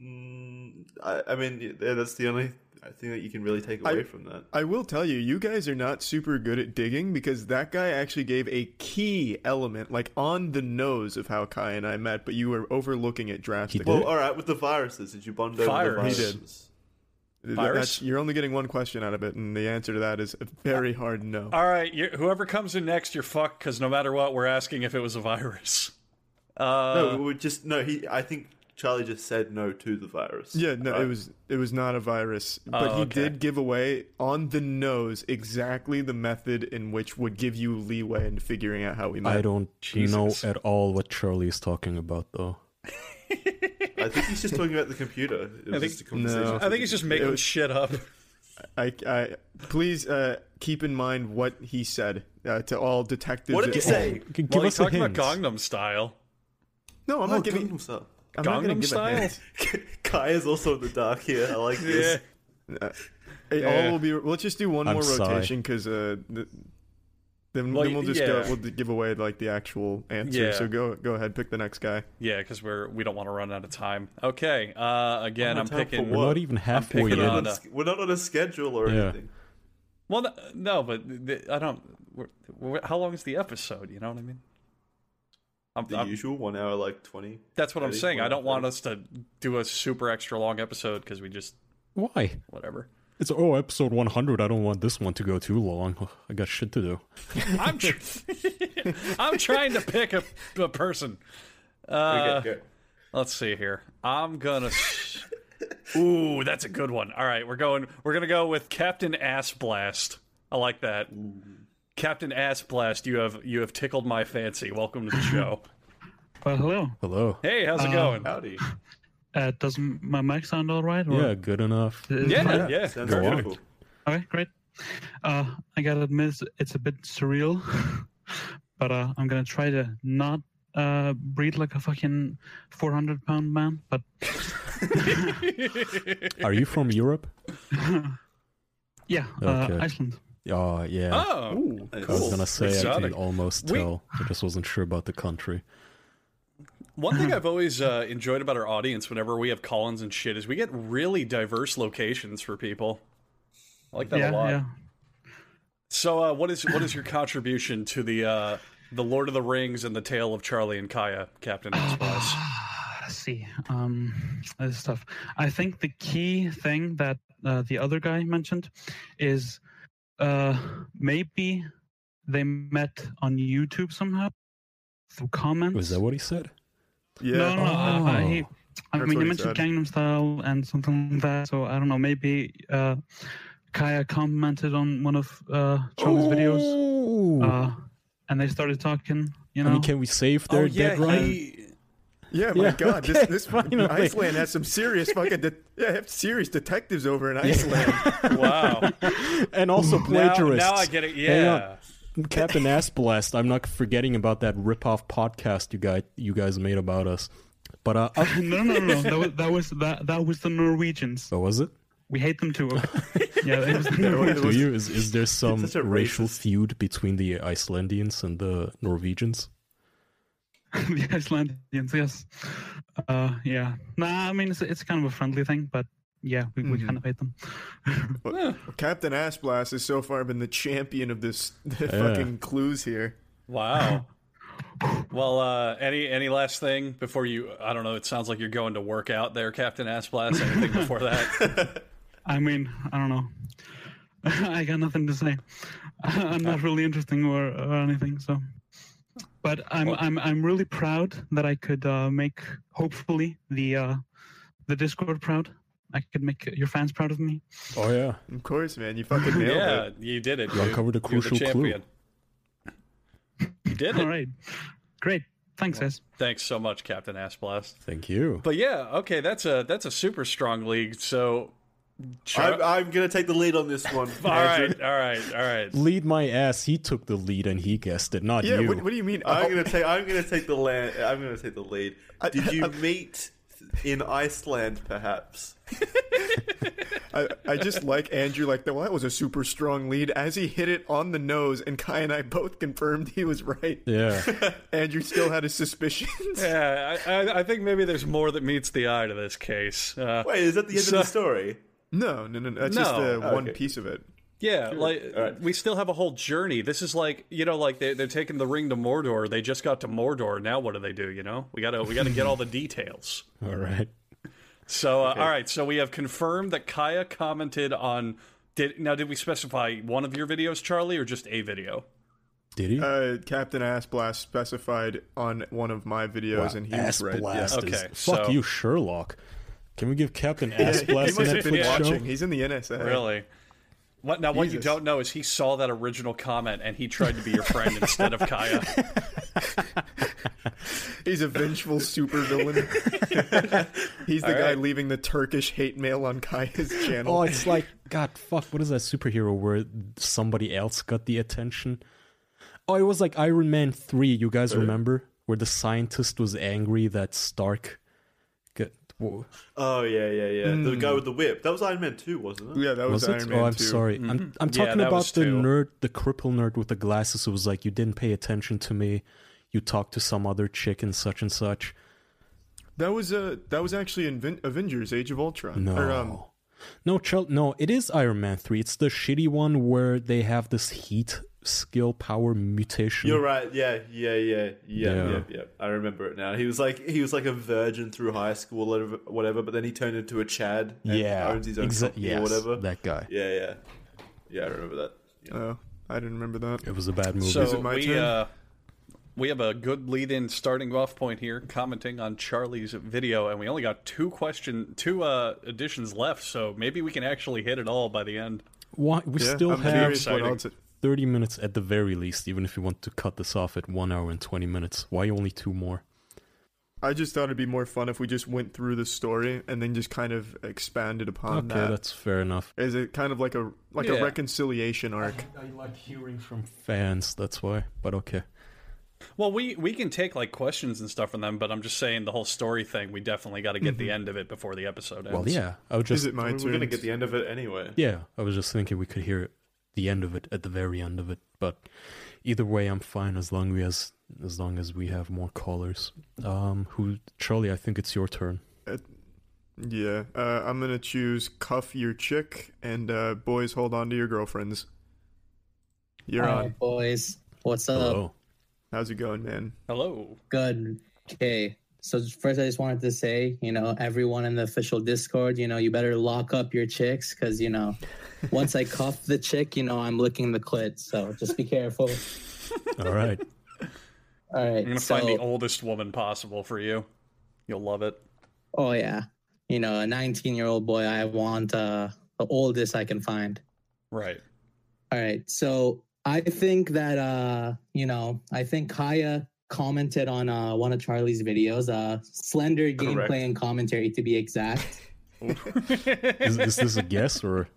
[SPEAKER 4] Mm, I, I mean, yeah, that's the only thing that you can really take
[SPEAKER 2] I-
[SPEAKER 4] away from that.
[SPEAKER 2] I will tell you, you guys are not super good at digging because that guy actually gave a key element, like on the nose of how Kai and I met, but you were overlooking it drastically.
[SPEAKER 4] Well, all right, with the viruses, did you bond over the
[SPEAKER 3] Virus. He
[SPEAKER 4] viruses?
[SPEAKER 3] did.
[SPEAKER 2] Th-
[SPEAKER 3] virus?
[SPEAKER 2] that's- you're only getting one question out of it, and the answer to that is a very hard no.
[SPEAKER 3] All right, you, whoever comes in next, you're fucked, because no matter what, we're asking if it was a virus. Uh,
[SPEAKER 4] No, we were just no. He, I think Charlie just said no to the virus.
[SPEAKER 2] Yeah, no,
[SPEAKER 4] Right.
[SPEAKER 2] it was it was not a virus, but
[SPEAKER 3] Oh,
[SPEAKER 2] he
[SPEAKER 3] okay.
[SPEAKER 2] did give away on the nose exactly the method in which would give you leeway in figuring out how we met.
[SPEAKER 5] I don't
[SPEAKER 3] Jesus.
[SPEAKER 5] know at all what Charlie is talking about, though.
[SPEAKER 4] I think he's just talking about the computer. It was
[SPEAKER 3] think-
[SPEAKER 4] just a conversation.
[SPEAKER 2] No.
[SPEAKER 3] I think he's just making
[SPEAKER 2] was-
[SPEAKER 3] shit up.
[SPEAKER 2] I, I please uh, keep in mind what he said uh, to all detectives.
[SPEAKER 3] What did he
[SPEAKER 2] at
[SPEAKER 3] say?
[SPEAKER 2] home.
[SPEAKER 5] G- give
[SPEAKER 3] well,
[SPEAKER 5] us
[SPEAKER 3] he's
[SPEAKER 5] a
[SPEAKER 3] talking about
[SPEAKER 5] hint.
[SPEAKER 3] Gangnam Style.
[SPEAKER 2] No, I'm
[SPEAKER 4] Oh,
[SPEAKER 2] not giving.
[SPEAKER 4] Gangnam Style.
[SPEAKER 2] I'm not gonna
[SPEAKER 3] Gangnam
[SPEAKER 2] give a
[SPEAKER 3] Style?
[SPEAKER 2] hint.
[SPEAKER 4] Kai is also in the dark here. I like this.
[SPEAKER 2] Uh, It
[SPEAKER 3] Yeah.
[SPEAKER 2] all will be. Let's just do one
[SPEAKER 5] I'm
[SPEAKER 2] more
[SPEAKER 5] sorry.
[SPEAKER 2] rotation because uh, th- then,
[SPEAKER 3] Well,
[SPEAKER 2] then we'll just go.
[SPEAKER 3] yeah.
[SPEAKER 2] We'll give away like the actual answer.
[SPEAKER 3] Yeah.
[SPEAKER 2] So go go ahead, pick the next guy.
[SPEAKER 3] Yeah, because we're we don't want to run out of time. Okay, uh,
[SPEAKER 4] Run
[SPEAKER 3] again,
[SPEAKER 4] out
[SPEAKER 3] I'm
[SPEAKER 4] of time for
[SPEAKER 3] picking.
[SPEAKER 5] We're
[SPEAKER 4] What?
[SPEAKER 5] not even halfway
[SPEAKER 3] picking
[SPEAKER 5] in.
[SPEAKER 3] on-
[SPEAKER 4] We're not- We're not on a schedule or
[SPEAKER 5] Yeah.
[SPEAKER 4] anything.
[SPEAKER 3] Well, no, no but th- th- I don't. We're, we're, how long is the episode? You know what I mean? I'm,
[SPEAKER 4] The
[SPEAKER 3] I'm-
[SPEAKER 4] usual one hour, like twenty.
[SPEAKER 3] that's what I'm
[SPEAKER 4] 30,
[SPEAKER 3] saying. I don't want
[SPEAKER 4] 40.
[SPEAKER 3] us to do a super extra long episode because we just
[SPEAKER 5] Why?
[SPEAKER 3] whatever.
[SPEAKER 5] It's oh episode 100. I don't want this one to go too long. I got shit to do.
[SPEAKER 3] I'm tr- I'm trying to pick a, a person. Uh,
[SPEAKER 4] Okay, go.
[SPEAKER 3] Let's see here. I'm gonna. s- Ooh, that's a good one. All right, we're going. We're gonna go with Captain Ass Blast. I like that. Captain Ass Blast, you have you have tickled my fancy. Welcome to the show.
[SPEAKER 12] Well, hello.
[SPEAKER 5] Hello.
[SPEAKER 3] hey, how's it
[SPEAKER 12] Uh,
[SPEAKER 3] going?
[SPEAKER 4] Howdy.
[SPEAKER 12] Uh, does m- my mic sound all right?
[SPEAKER 5] Yeah, good enough.
[SPEAKER 12] Is it fine?
[SPEAKER 3] Yeah, yeah.
[SPEAKER 4] Sounds
[SPEAKER 5] Go on.
[SPEAKER 4] beautiful.
[SPEAKER 12] Okay, great. Uh, I gotta admit, it's- it's a bit surreal, but uh, I'm gonna try to not uh, breathe like a fucking 400 pound man. But
[SPEAKER 5] Are you from Europe?
[SPEAKER 12] yeah,
[SPEAKER 5] Okay.
[SPEAKER 12] uh, Iceland.
[SPEAKER 5] Oh, yeah.
[SPEAKER 3] Oh,
[SPEAKER 5] I was gonna say I
[SPEAKER 3] Exotic.
[SPEAKER 5] could almost
[SPEAKER 3] We-
[SPEAKER 5] tell. I just wasn't sure about the country.
[SPEAKER 3] One thing I've always uh, enjoyed about our audience whenever we have Collins and shit is we get really diverse locations for people. I like that
[SPEAKER 12] Yeah,
[SPEAKER 3] a lot.
[SPEAKER 12] yeah.
[SPEAKER 3] So uh, what is what is your contribution to the uh, the Lord of the Rings and the Tale of Charlie and Kaya, Captain Xbox?
[SPEAKER 12] Let's see. Um, this is tough. I think the key thing that uh, the other guy mentioned is uh, maybe they met on YouTube somehow through comments.
[SPEAKER 5] Was that what he said? Oh.
[SPEAKER 2] Yeah.
[SPEAKER 12] No, no, no. uh, uh, he, I mean,
[SPEAKER 2] That's what
[SPEAKER 12] you
[SPEAKER 2] he
[SPEAKER 12] mentioned
[SPEAKER 2] said.
[SPEAKER 12] Gangnam Style and something like that. So I don't know. Maybe uh, Kaya commented on one of uh, Chong's videos, uh, and they started talking. You know,
[SPEAKER 5] I mean, can we save
[SPEAKER 2] Oh,
[SPEAKER 5] their dead run?
[SPEAKER 2] Yeah, my
[SPEAKER 5] Yeah,
[SPEAKER 2] God,
[SPEAKER 5] okay,
[SPEAKER 2] this this
[SPEAKER 5] finally.
[SPEAKER 2] Iceland has some serious fucking de- yeah, have serious detectives over in Iceland.
[SPEAKER 3] wow,
[SPEAKER 5] and also plagiarists.
[SPEAKER 3] Now, now I get it.
[SPEAKER 5] Hang on.
[SPEAKER 3] Yeah.
[SPEAKER 5] Captain Assblast, I'm not forgetting about that ripoff podcast you guys you guys made about us. But uh, I'll-
[SPEAKER 12] no, no, no, no. That was that was that, that was the Norwegians.
[SPEAKER 5] So Oh, was it?
[SPEAKER 12] We hate them too. Okay. Yeah, it was the
[SPEAKER 5] Do
[SPEAKER 12] Norwegians.
[SPEAKER 5] you, is, is there some
[SPEAKER 12] such a
[SPEAKER 5] racial feud between the Icelandians and the Norwegians?
[SPEAKER 12] the Icelandians, yes. Uh, yeah. Nah, I mean it's it's kind of a friendly thing, but yeah, we, we
[SPEAKER 5] Mm-hmm.
[SPEAKER 12] kind of hate them.
[SPEAKER 2] Well, Captain Assblast has so far been the champion of this the fucking clues here.
[SPEAKER 3] Wow. well, uh, any any last thing before you? I don't know. It sounds like you're going to work out there, Captain Assblast. Anything before that?
[SPEAKER 12] I mean, I don't know. I got nothing to say. I'm not really interesting or, or anything. So, but I'm I'm I'm really proud that I could uh, make hopefully the uh, the Discord proud. I could make your fans proud of me.
[SPEAKER 5] Oh yeah,
[SPEAKER 2] of course, man. You fucking nailed
[SPEAKER 3] yeah,
[SPEAKER 2] it.
[SPEAKER 3] you did it.
[SPEAKER 5] You
[SPEAKER 3] dude.
[SPEAKER 5] uncovered a
[SPEAKER 3] You're the
[SPEAKER 5] crucial clue.
[SPEAKER 3] champion. You did it.
[SPEAKER 12] All right, great. Thanks, guys.
[SPEAKER 3] Thanks so much, Captain Assblast.
[SPEAKER 5] Thank you.
[SPEAKER 3] But yeah, okay, that's a that's a super strong league. So,
[SPEAKER 4] I'm, I'm gonna take the lead on this one.
[SPEAKER 3] all right, all right, all right.
[SPEAKER 5] Lead my ass. He took the lead and he guessed it, not you.
[SPEAKER 2] do you mean?
[SPEAKER 4] I'm gonna take. I'm gonna take the land. I'm gonna take the lead. Did you meet in Iceland, perhaps?
[SPEAKER 2] I, I just like Andrew like that. Well, that was a super strong lead as he hit it on the nose, and Kai and I both confirmed he was right.
[SPEAKER 5] Yeah.
[SPEAKER 2] Andrew still had his suspicions.
[SPEAKER 3] Yeah, I, I, I think maybe there's more that meets the eye to this case. Uh,
[SPEAKER 4] Wait, is that the end
[SPEAKER 3] so-
[SPEAKER 4] of the story?
[SPEAKER 2] No, no, no. no. That's just
[SPEAKER 3] No.
[SPEAKER 2] the
[SPEAKER 3] Oh,
[SPEAKER 2] one
[SPEAKER 3] okay.
[SPEAKER 2] piece of it.
[SPEAKER 3] Yeah, like we still have a whole journey. This is like you know, like they, they're taking the ring to Mordor. They just got to Mordor. Now what do they do? You know, we gotta we gotta get all the details.
[SPEAKER 5] All right.
[SPEAKER 3] So uh, all right, so we have confirmed that Kaya commented on. Did now did we specify one of your videos, Charlie, or just a video?
[SPEAKER 5] Did he?
[SPEAKER 2] Uh, Captain Assblast specified on one of my videos, and he was right.
[SPEAKER 5] Assblast
[SPEAKER 2] yeah.
[SPEAKER 5] is- fuck you, Sherlock. Can we give Captain
[SPEAKER 2] Yeah, he
[SPEAKER 5] Assblast
[SPEAKER 2] must
[SPEAKER 5] a
[SPEAKER 2] have been
[SPEAKER 5] Netflix show?
[SPEAKER 2] watching. He's in the NSA.
[SPEAKER 3] Really? What now? What you
[SPEAKER 2] Jesus.
[SPEAKER 3] don't know is he saw that original comment and he tried to be your friend instead of Kaya.
[SPEAKER 2] He's a vengeful supervillain. He's the
[SPEAKER 3] All
[SPEAKER 2] guy
[SPEAKER 3] right.
[SPEAKER 2] leaving the Turkish hate mail on Kaya's channel.
[SPEAKER 5] Oh, it's like God, fuck. What is that superhero where somebody else got the attention? Oh, it was like Iron Man three. You guys
[SPEAKER 4] Uh.
[SPEAKER 5] remember where the scientist was angry that Stark? Got, whoa,
[SPEAKER 4] Oh yeah, yeah, yeah. The guy with the whip. That was Iron Man 2, wasn't it? Mm-hmm.
[SPEAKER 2] Yeah, that
[SPEAKER 5] was, it? oh, I'm sorry.
[SPEAKER 3] Mm-hmm.
[SPEAKER 5] I'm I'm talking about the nerd, the cripple nerd with the glasses who was like, "You didn't pay attention to me. You talked to some other chick and such and such."
[SPEAKER 2] That was uh, that was actually Inven- Avengers: Age of Ultron.
[SPEAKER 5] No.
[SPEAKER 2] Or, um,
[SPEAKER 5] No, Chel- no, it is Iron Man 3. It's the shitty one where they have this heat skill power mutation.
[SPEAKER 4] You're right. Yeah, yeah, yeah, yeah,
[SPEAKER 5] Yeah.
[SPEAKER 4] yeah, yeah, I remember it now. He was like he was like a virgin through high school or whatever, but then he turned into a Chad. And
[SPEAKER 5] Yeah,
[SPEAKER 4] owns his own
[SPEAKER 5] exa-
[SPEAKER 4] company
[SPEAKER 5] yes,
[SPEAKER 4] or whatever.
[SPEAKER 5] that guy.
[SPEAKER 4] Yeah, yeah, yeah. I remember that.
[SPEAKER 2] Oh, I didn't remember that.
[SPEAKER 5] It was a bad movie.
[SPEAKER 3] So we Uh, we have a good lead-in starting off point here, commenting on Charlie's video, and we only got two question, two uh, additions left. So maybe we can actually hit it all by the end.
[SPEAKER 5] Why we
[SPEAKER 3] Yeah,
[SPEAKER 5] still
[SPEAKER 3] I'm
[SPEAKER 5] have
[SPEAKER 3] curious what else it-
[SPEAKER 5] 30 minutes at the very least, even if you want to cut this off at 1 hour and 20 minutes. Why only two more?
[SPEAKER 2] I just thought it'd be more fun if we just went through the story and then just kind of expanded upon
[SPEAKER 5] okay,
[SPEAKER 2] that.
[SPEAKER 5] that's fair enough.
[SPEAKER 2] Is it kind of like a like
[SPEAKER 5] Yeah.
[SPEAKER 2] a reconciliation arc?
[SPEAKER 5] I like hearing from Fans, that's why. But okay.
[SPEAKER 3] Well, we we can take like questions and stuff from them, but I'm just saying the whole story thing. We definitely got to get the
[SPEAKER 4] Mhm.
[SPEAKER 3] end of it before the episode ends.
[SPEAKER 5] Mm-hmm. Well, yeah. I would just
[SPEAKER 4] I mean, We're gonna get the end of it anyway.
[SPEAKER 5] Yeah, I was just thinking we could hear the end of it at the very end of it, but either way, I'm fine as long we as as long as we have more callers. Um, who Charlie? I think it's your turn.
[SPEAKER 2] Yeah, uh, I'm gonna choose cuff your chick and uh, boys hold on to your girlfriends. You're
[SPEAKER 13] Hi,
[SPEAKER 2] on.
[SPEAKER 13] boys. Uh, What's up?
[SPEAKER 2] Hello. How's it going, man?
[SPEAKER 3] Hello.
[SPEAKER 13] Good. Okay. So first, I just wanted to say, you know, everyone in the official Discord, you know, you better lock up your chicks because, you know, once I cuff the chick, you know, I'm licking the clit. So just be careful.
[SPEAKER 5] All right.
[SPEAKER 13] All
[SPEAKER 3] I'm gonna
[SPEAKER 13] right.
[SPEAKER 3] find the
[SPEAKER 13] So,
[SPEAKER 3] oldest woman possible for you. You'll love it.
[SPEAKER 13] oh yeah, you know, a 19 year old boy, I want uh, the oldest I can find.
[SPEAKER 3] Right.
[SPEAKER 13] All right. So I think that uh, you know, I think Kaya commented on uh one of Charlie's videos, uh slender
[SPEAKER 5] Correct.
[SPEAKER 13] gameplay and commentary to be exact.
[SPEAKER 5] Is, is this a guess or?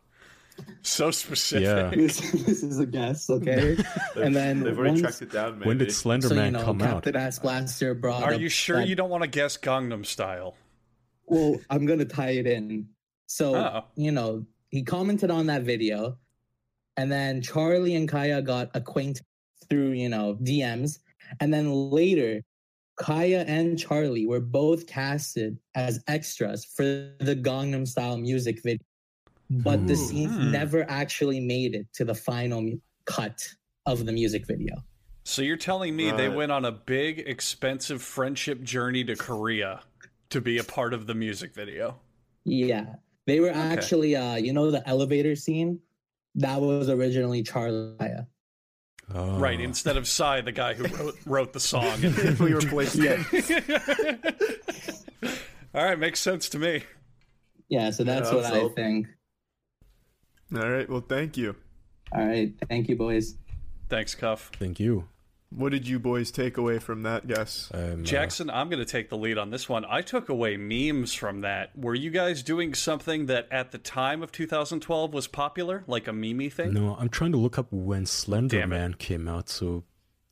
[SPEAKER 3] So
[SPEAKER 5] Yeah.
[SPEAKER 13] this, this is a guess, okay? and then
[SPEAKER 4] They've already
[SPEAKER 13] once-
[SPEAKER 4] tracked it down, man.
[SPEAKER 5] When did
[SPEAKER 13] So, you
[SPEAKER 5] Slender Man
[SPEAKER 13] know,
[SPEAKER 5] come out?
[SPEAKER 13] Captain Ass Blaster brought
[SPEAKER 3] Are
[SPEAKER 13] up
[SPEAKER 3] you sure
[SPEAKER 13] that-
[SPEAKER 3] you don't want to guess Gangnam Style?
[SPEAKER 13] Well, I'm gonna tie it in. So
[SPEAKER 3] Oh.
[SPEAKER 13] you know, he commented on that video, and then Charlie and Kaya got acquainted through you know DMs, and then later, Kaya and Charlie were both casted as extras for the Gangnam Style music video, but the
[SPEAKER 14] Ooh.
[SPEAKER 13] scenes
[SPEAKER 3] Hmm.
[SPEAKER 13] never actually made it to the final mu- cut of the music video.
[SPEAKER 3] So you're telling me they
[SPEAKER 4] Uh,
[SPEAKER 13] Right.
[SPEAKER 3] went on a big, expensive friendship journey to Korea to be a part of the music video?
[SPEAKER 13] Yeah. They were
[SPEAKER 3] Okay.
[SPEAKER 13] actually uh you know the elevator scene? That was originally Charlie.
[SPEAKER 3] Right. Instead of Psy, the guy who wrote, wrote the song, and
[SPEAKER 2] we replaced
[SPEAKER 3] yeah. All right, makes sense to me.
[SPEAKER 13] Yeah, so that's
[SPEAKER 2] Yeah,
[SPEAKER 13] what
[SPEAKER 2] that's
[SPEAKER 13] I
[SPEAKER 2] all.
[SPEAKER 13] think.
[SPEAKER 2] All right. Well, thank you.
[SPEAKER 13] All right. Thank you, boys.
[SPEAKER 3] Thanks, Cuff.
[SPEAKER 5] Thank you.
[SPEAKER 2] What did you boys take away from that guess?
[SPEAKER 3] Jackson, I'm going to take the lead on this one. I took away memes from that. Were you guys doing something that at the time of 2012 was popular, like a meme thing?
[SPEAKER 5] No, I'm trying to look up when Slender Man came out. So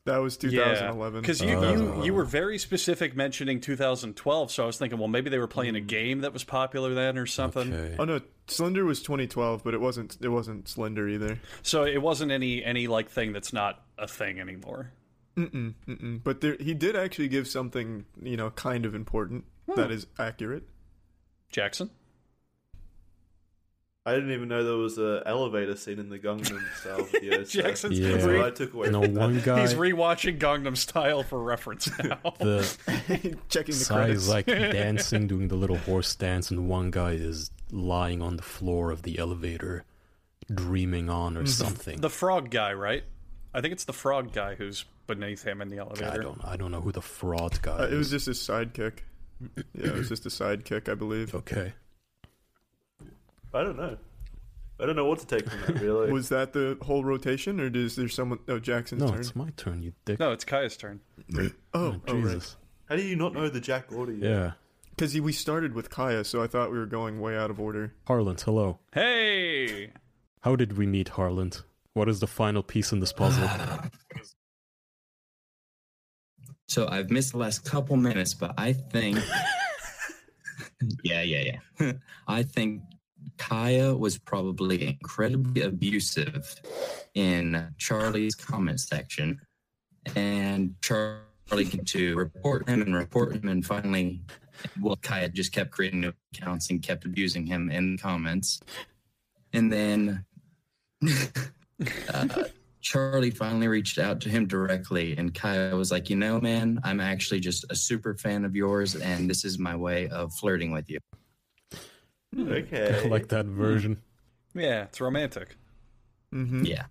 [SPEAKER 2] that was
[SPEAKER 3] Because you, you, you
[SPEAKER 5] Oh.
[SPEAKER 3] were very specific mentioning 2012, so I was thinking, well, maybe they were playing
[SPEAKER 2] Mm.
[SPEAKER 3] a game that was popular then or something.
[SPEAKER 2] Oh no, Slender was 2012, but it wasn't. It wasn't Slender either.
[SPEAKER 3] So it wasn't any any like thing that's not a thing anymore.
[SPEAKER 2] Mm-mm, mm-mm. But there, he did actually give something, you know, kind of important that
[SPEAKER 3] Hmm.
[SPEAKER 2] is accurate.
[SPEAKER 3] Jackson?
[SPEAKER 4] I didn't even know there was an elevator scene in the Gangnam Style video. So
[SPEAKER 3] Jackson's
[SPEAKER 5] Yeah.
[SPEAKER 4] that's what I took away.
[SPEAKER 5] No
[SPEAKER 4] from that.
[SPEAKER 5] one guy-
[SPEAKER 3] He's rewatching Gangnam Style for reference now.
[SPEAKER 5] the
[SPEAKER 2] Checking the
[SPEAKER 5] Psy
[SPEAKER 2] credits.
[SPEAKER 5] is like dancing, doing the little horse dance, and one guy is lying on the floor of the elevator, dreaming on or
[SPEAKER 2] Mhm.
[SPEAKER 5] something.
[SPEAKER 3] The frog guy, right? I think it's the frog guy who's beneath him in the elevator.
[SPEAKER 5] I don't. I don't know who the fraud guy.
[SPEAKER 2] Uh, it was just
[SPEAKER 5] is.
[SPEAKER 2] his sidekick. Yeah, it was just a sidekick, I believe.
[SPEAKER 5] Okay.
[SPEAKER 4] I don't know. I don't know what to take from that. Really,
[SPEAKER 2] Was that the whole rotation, or is there someone? Oh, Jackson's
[SPEAKER 5] No,
[SPEAKER 2] turn.
[SPEAKER 5] it's my turn. You dick.
[SPEAKER 3] No, it's Kaya's turn.
[SPEAKER 2] Oh,
[SPEAKER 5] Oh,
[SPEAKER 2] oh, right.
[SPEAKER 5] Jesus.
[SPEAKER 4] How do you not know the Jack order? yet?
[SPEAKER 5] Yeah.
[SPEAKER 2] Because we started with Kaya, so I thought we were going way out of order.
[SPEAKER 5] Harland, hello.
[SPEAKER 3] Hey!
[SPEAKER 5] How did we meet, Harland? What is the final piece in this puzzle?
[SPEAKER 14] So I've missed the last couple minutes, but I think. yeah, yeah, yeah. I think Kaya was probably incredibly abusive in Charlie's comment section. And Charlie continued to report him and report him. And finally, well, Kaya just kept creating new accounts and kept abusing him in the comments. And then uh, Charlie finally reached out to him directly, and Kaya was like, "You know, man, I'm actually just a super fan of yours, and this is my way of flirting with you."
[SPEAKER 4] Okay.
[SPEAKER 5] I like that version.
[SPEAKER 3] Yeah, it's romantic.
[SPEAKER 2] Mm-hmm.
[SPEAKER 14] Yeah.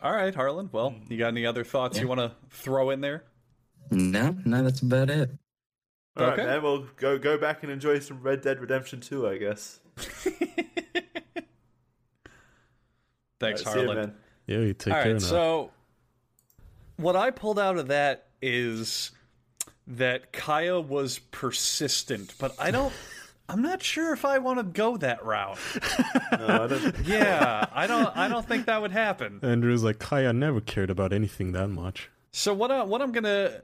[SPEAKER 3] All right, Harlan. Well,
[SPEAKER 2] Hmm.
[SPEAKER 3] you got any other thoughts you want to throw in there?
[SPEAKER 14] No, no, that's about it.
[SPEAKER 4] All right,
[SPEAKER 3] Okay.
[SPEAKER 4] man. Well, go go back and enjoy some Red Dead Redemption 2, I guess.
[SPEAKER 3] Thanks,
[SPEAKER 4] All right, see ya,
[SPEAKER 3] Harlan.
[SPEAKER 4] man.
[SPEAKER 5] Yeah, you take
[SPEAKER 3] All right,
[SPEAKER 5] care now.
[SPEAKER 3] so what I pulled out of that is that Kaya was persistent, but I don't. I'm not sure if I want to go that route.
[SPEAKER 4] No, I don't.
[SPEAKER 3] Yeah, I don't. I don't think that would happen.
[SPEAKER 5] Andrew's like, Kaya never cared about anything that much.
[SPEAKER 3] So what I what I'm gonna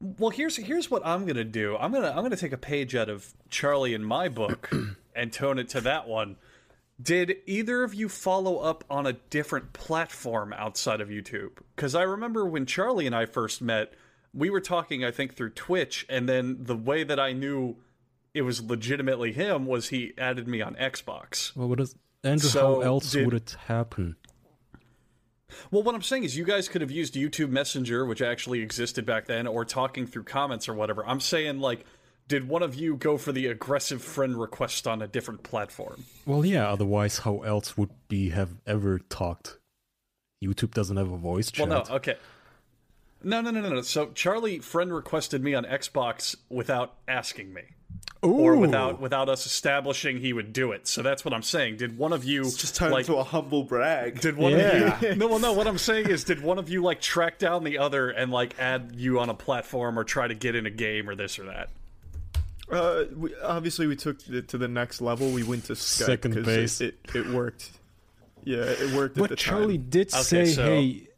[SPEAKER 3] well here's here's what I'm gonna do. I'm gonna I'm gonna take a page out of Charlie in my book and tone it to that one. Did either of you follow up on a different platform outside of YouTube? Because I remember when Charlie and I first met, we were talking I think through Twitch, and then the way that I knew it was legitimately him was he added me on Xbox.
[SPEAKER 5] Well, what is Andrew?
[SPEAKER 3] So,
[SPEAKER 5] how else
[SPEAKER 3] did-
[SPEAKER 5] would it happen?
[SPEAKER 3] Well, what I'm saying is, you guys could have used YouTube Messenger, which actually existed back then, or talking through comments or whatever. I'm saying, like, did one of you go for the aggressive friend request on a different platform?
[SPEAKER 5] Well, yeah. Otherwise, how else would we have ever talked? YouTube doesn't have a voice chat.
[SPEAKER 3] Well, no, okay. No, no, no, no, no. So Charlie friend requested me on Xbox without asking me. or
[SPEAKER 5] Ooh.
[SPEAKER 3] without without us establishing he would do it. So that's what I'm saying. Did one of you just
[SPEAKER 4] turn
[SPEAKER 3] like,
[SPEAKER 4] into a humble brag?
[SPEAKER 3] Did one
[SPEAKER 4] Yeah.
[SPEAKER 3] of you? No, well, no. What I'm saying is, did one of you like track down the other and like add you on a platform or try to get in a game or this or that?
[SPEAKER 2] Uh, we, obviously, we took it to the next level. We went to Skype
[SPEAKER 5] Second
[SPEAKER 2] 'cause
[SPEAKER 5] base.
[SPEAKER 2] It, it, it worked. Yeah, it worked. at
[SPEAKER 5] But
[SPEAKER 2] the
[SPEAKER 5] Charlie
[SPEAKER 2] time.
[SPEAKER 5] did say, "Hey,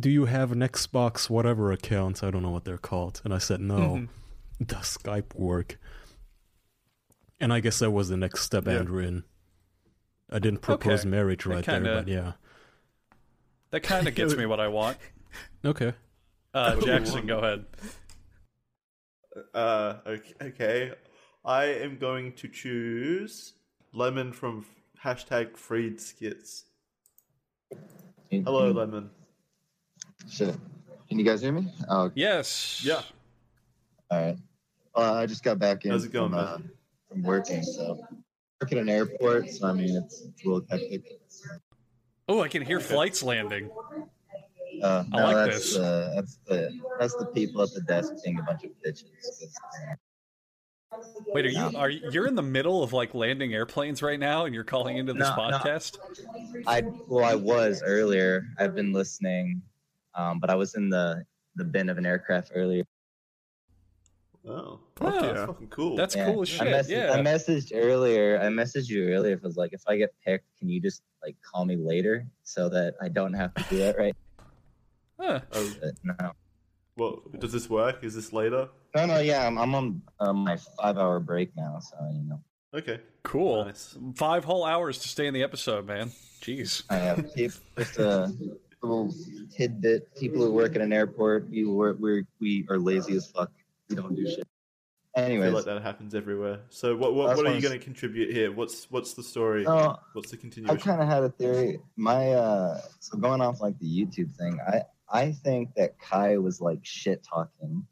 [SPEAKER 5] do you have an Xbox whatever account? I don't know what they're called." And I said, "No."
[SPEAKER 2] Mhm.
[SPEAKER 3] Mm-hmm.
[SPEAKER 5] Does Skype work? And I guess that was the next step,
[SPEAKER 3] Yeah.
[SPEAKER 5] Andrew. In. I didn't propose
[SPEAKER 3] Okay.
[SPEAKER 5] marriage
[SPEAKER 3] It
[SPEAKER 5] right
[SPEAKER 3] kinda-
[SPEAKER 5] there, but yeah.
[SPEAKER 3] That kind of gets me what I want.
[SPEAKER 5] Okay.
[SPEAKER 3] Uh, Jackson, go ahead.
[SPEAKER 4] Uh, okay, okay. I am going to choose Lemon from hashtag Freed Skits. Hello, Lemon.
[SPEAKER 15] Shit. Can you guys hear me? Oh,
[SPEAKER 3] yes. Yeah.
[SPEAKER 15] All right. Well, Uh, I just got back in.
[SPEAKER 4] How's it going,
[SPEAKER 15] from, uh, from working, so working at an airport. So I mean, it's, it's a little hectic.
[SPEAKER 3] Oh, I can hear flights landing.
[SPEAKER 15] Uh,
[SPEAKER 3] I
[SPEAKER 15] no,
[SPEAKER 3] like
[SPEAKER 15] that's,
[SPEAKER 3] this.
[SPEAKER 15] Uh, that's the that's the people at the desk being a bunch of bitches.
[SPEAKER 3] Wait, are you are you, you're in the middle of like landing airplanes right now, and you're calling into this
[SPEAKER 15] No, no.
[SPEAKER 3] podcast?
[SPEAKER 15] I well, I was earlier. I've been listening, um, but I was in the the bin of an aircraft earlier.
[SPEAKER 4] Oh,
[SPEAKER 3] Fuck
[SPEAKER 4] that's
[SPEAKER 3] yeah.
[SPEAKER 4] fucking cool.
[SPEAKER 3] That's cool as
[SPEAKER 15] I
[SPEAKER 3] shit,
[SPEAKER 15] messaged,
[SPEAKER 3] yeah.
[SPEAKER 15] I messaged earlier. I messaged you earlier. If I was like, if I get picked, can you just like call me later so that I don't have to do that right?
[SPEAKER 4] Oh,
[SPEAKER 15] But no,
[SPEAKER 4] well, does this work? Is this later?
[SPEAKER 15] no, no. Yeah, I'm, I'm on uh, my five hour break now, so you know.
[SPEAKER 4] Okay.
[SPEAKER 3] Cool. Five whole hours to stay in the episode, man. Jeez.
[SPEAKER 15] I have peop- just a little tidbit. People who work at an airport, we work, we're, we are lazy as fuck. We don't do shit.
[SPEAKER 4] I feel
[SPEAKER 15] Anyways,
[SPEAKER 4] like that happens everywhere. So, what
[SPEAKER 15] That's
[SPEAKER 4] what, what
[SPEAKER 15] what
[SPEAKER 4] are
[SPEAKER 15] I'm
[SPEAKER 4] you
[SPEAKER 15] s-
[SPEAKER 4] going to contribute here? What's what's the story?
[SPEAKER 15] No,
[SPEAKER 4] what's
[SPEAKER 15] Uh,
[SPEAKER 4] the
[SPEAKER 15] I
[SPEAKER 4] continuation?
[SPEAKER 15] kind of had a theory. My uh, so going off like the YouTube thing, I I think that Kai was like shit talking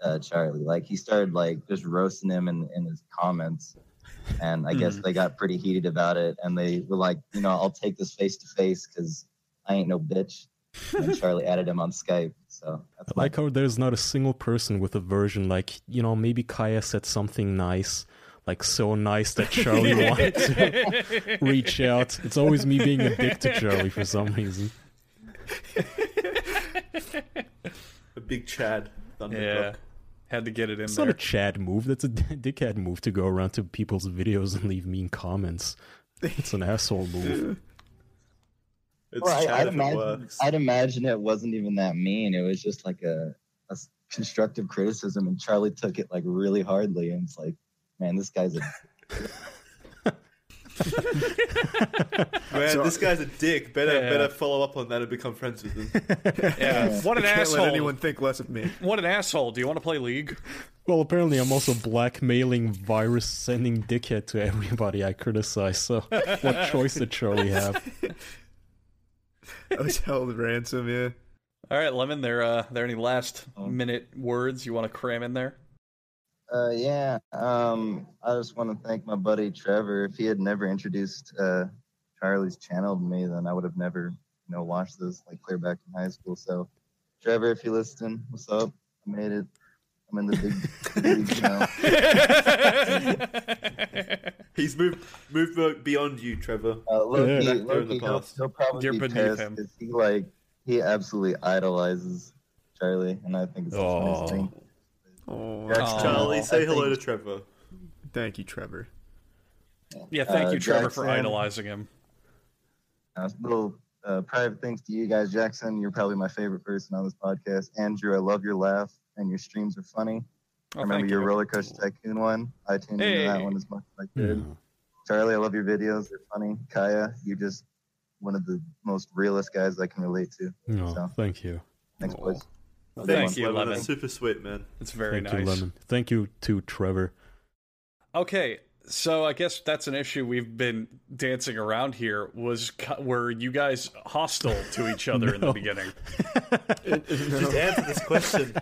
[SPEAKER 15] uh, Charlie. Like he started like just roasting him in, in his comments, and I guess
[SPEAKER 4] Mhm.
[SPEAKER 15] they got pretty heated about it. And they were like, you know, I'll take this face to face because I ain't no bitch. And Charlie added him on Skype, so
[SPEAKER 5] I like how there's not a single person with a version like, you know, maybe Kaya said something nice, like so nice that Charlie wanted to reach out. It's always me being a dick to Charlie for some reason.
[SPEAKER 4] A big Chad.
[SPEAKER 3] Yeah. Had to get it in
[SPEAKER 5] It's not a
[SPEAKER 3] there.
[SPEAKER 5] Chad move. That's a d- dickhead move to go around to people's videos and leave mean comments. It's an asshole move.
[SPEAKER 4] It's
[SPEAKER 15] Well, I,
[SPEAKER 4] Chad
[SPEAKER 15] I'd
[SPEAKER 4] if it
[SPEAKER 15] imagine,
[SPEAKER 4] works.
[SPEAKER 15] I'd imagine it wasn't even that mean. It was just like a, a s- constructive criticism, and Charlie took it like really hardly, and it's like, man, this guy's a.
[SPEAKER 4] Man,
[SPEAKER 15] So-
[SPEAKER 4] this guy's a dick. Better
[SPEAKER 3] Yeah.
[SPEAKER 4] better follow up on that and become friends with him.
[SPEAKER 3] Yeah. What an
[SPEAKER 2] I can't
[SPEAKER 3] asshole.
[SPEAKER 2] let anyone think less of me.
[SPEAKER 3] What an asshole. Do you want to play League?
[SPEAKER 5] Well, apparently I'm also blackmailing, virus sending dickhead to everybody I criticize. So, what choice did Charlie have?
[SPEAKER 2] I was held ransom. Yeah.
[SPEAKER 3] All right, Lemon. There, uh, there any last
[SPEAKER 15] Um.
[SPEAKER 3] minute words you want to cram in there?
[SPEAKER 15] Uh, yeah, um, I just want to thank my buddy Trevor. If he had never introduced uh, Charlie's channel to me, then I would have never, you know, watched this like clear back in high school. So, Trevor, if you listen, what's up? I made it. I'm in the big, leagues now.
[SPEAKER 4] He's moved moved beyond you, Trevor.
[SPEAKER 15] Uh, Loki,
[SPEAKER 4] Back there in
[SPEAKER 15] Loki
[SPEAKER 4] the
[SPEAKER 15] he'll,
[SPEAKER 4] past.
[SPEAKER 15] he'll probably
[SPEAKER 4] You're
[SPEAKER 15] be
[SPEAKER 4] beneath
[SPEAKER 15] pissed
[SPEAKER 4] him.
[SPEAKER 15] 'cause he like he absolutely idolizes Charlie, and I think it's the funniest thing.
[SPEAKER 2] Oh,
[SPEAKER 15] That's Aw. Charlie. Say hello
[SPEAKER 4] to Trevor.
[SPEAKER 2] Thank you, Trevor.
[SPEAKER 3] Yeah, thank
[SPEAKER 15] Uh,
[SPEAKER 3] you, Trevor, for
[SPEAKER 15] Jackson.
[SPEAKER 3] idolizing him.
[SPEAKER 15] Uh, little uh, private thanks to you guys, Jackson. You're probably my favorite person on this podcast. Andrew, I love your laugh and your streams are funny.
[SPEAKER 3] Oh,
[SPEAKER 15] I remember
[SPEAKER 3] thank
[SPEAKER 15] your
[SPEAKER 3] you.
[SPEAKER 15] roller coaster tycoon one. I tuned into
[SPEAKER 3] Hey.
[SPEAKER 15] that one as much as I could. Charlie, I love your videos. They're funny. Kaya, you're just one of the most realest guys I can relate to.
[SPEAKER 5] No,
[SPEAKER 15] So
[SPEAKER 5] thank you.
[SPEAKER 15] thanks, boys.
[SPEAKER 3] Thank you,
[SPEAKER 4] Lemon.
[SPEAKER 3] Lemon.
[SPEAKER 4] That's super sweet, man.
[SPEAKER 3] It's very
[SPEAKER 5] Thank you,
[SPEAKER 3] nice.
[SPEAKER 5] Lemon. Thank you to Trevor.
[SPEAKER 3] Okay, so I guess that's an issue we've been dancing around here. Was co- were you guys hostile to each other in the
[SPEAKER 5] No.
[SPEAKER 3] beginning?
[SPEAKER 4] Just answer this question.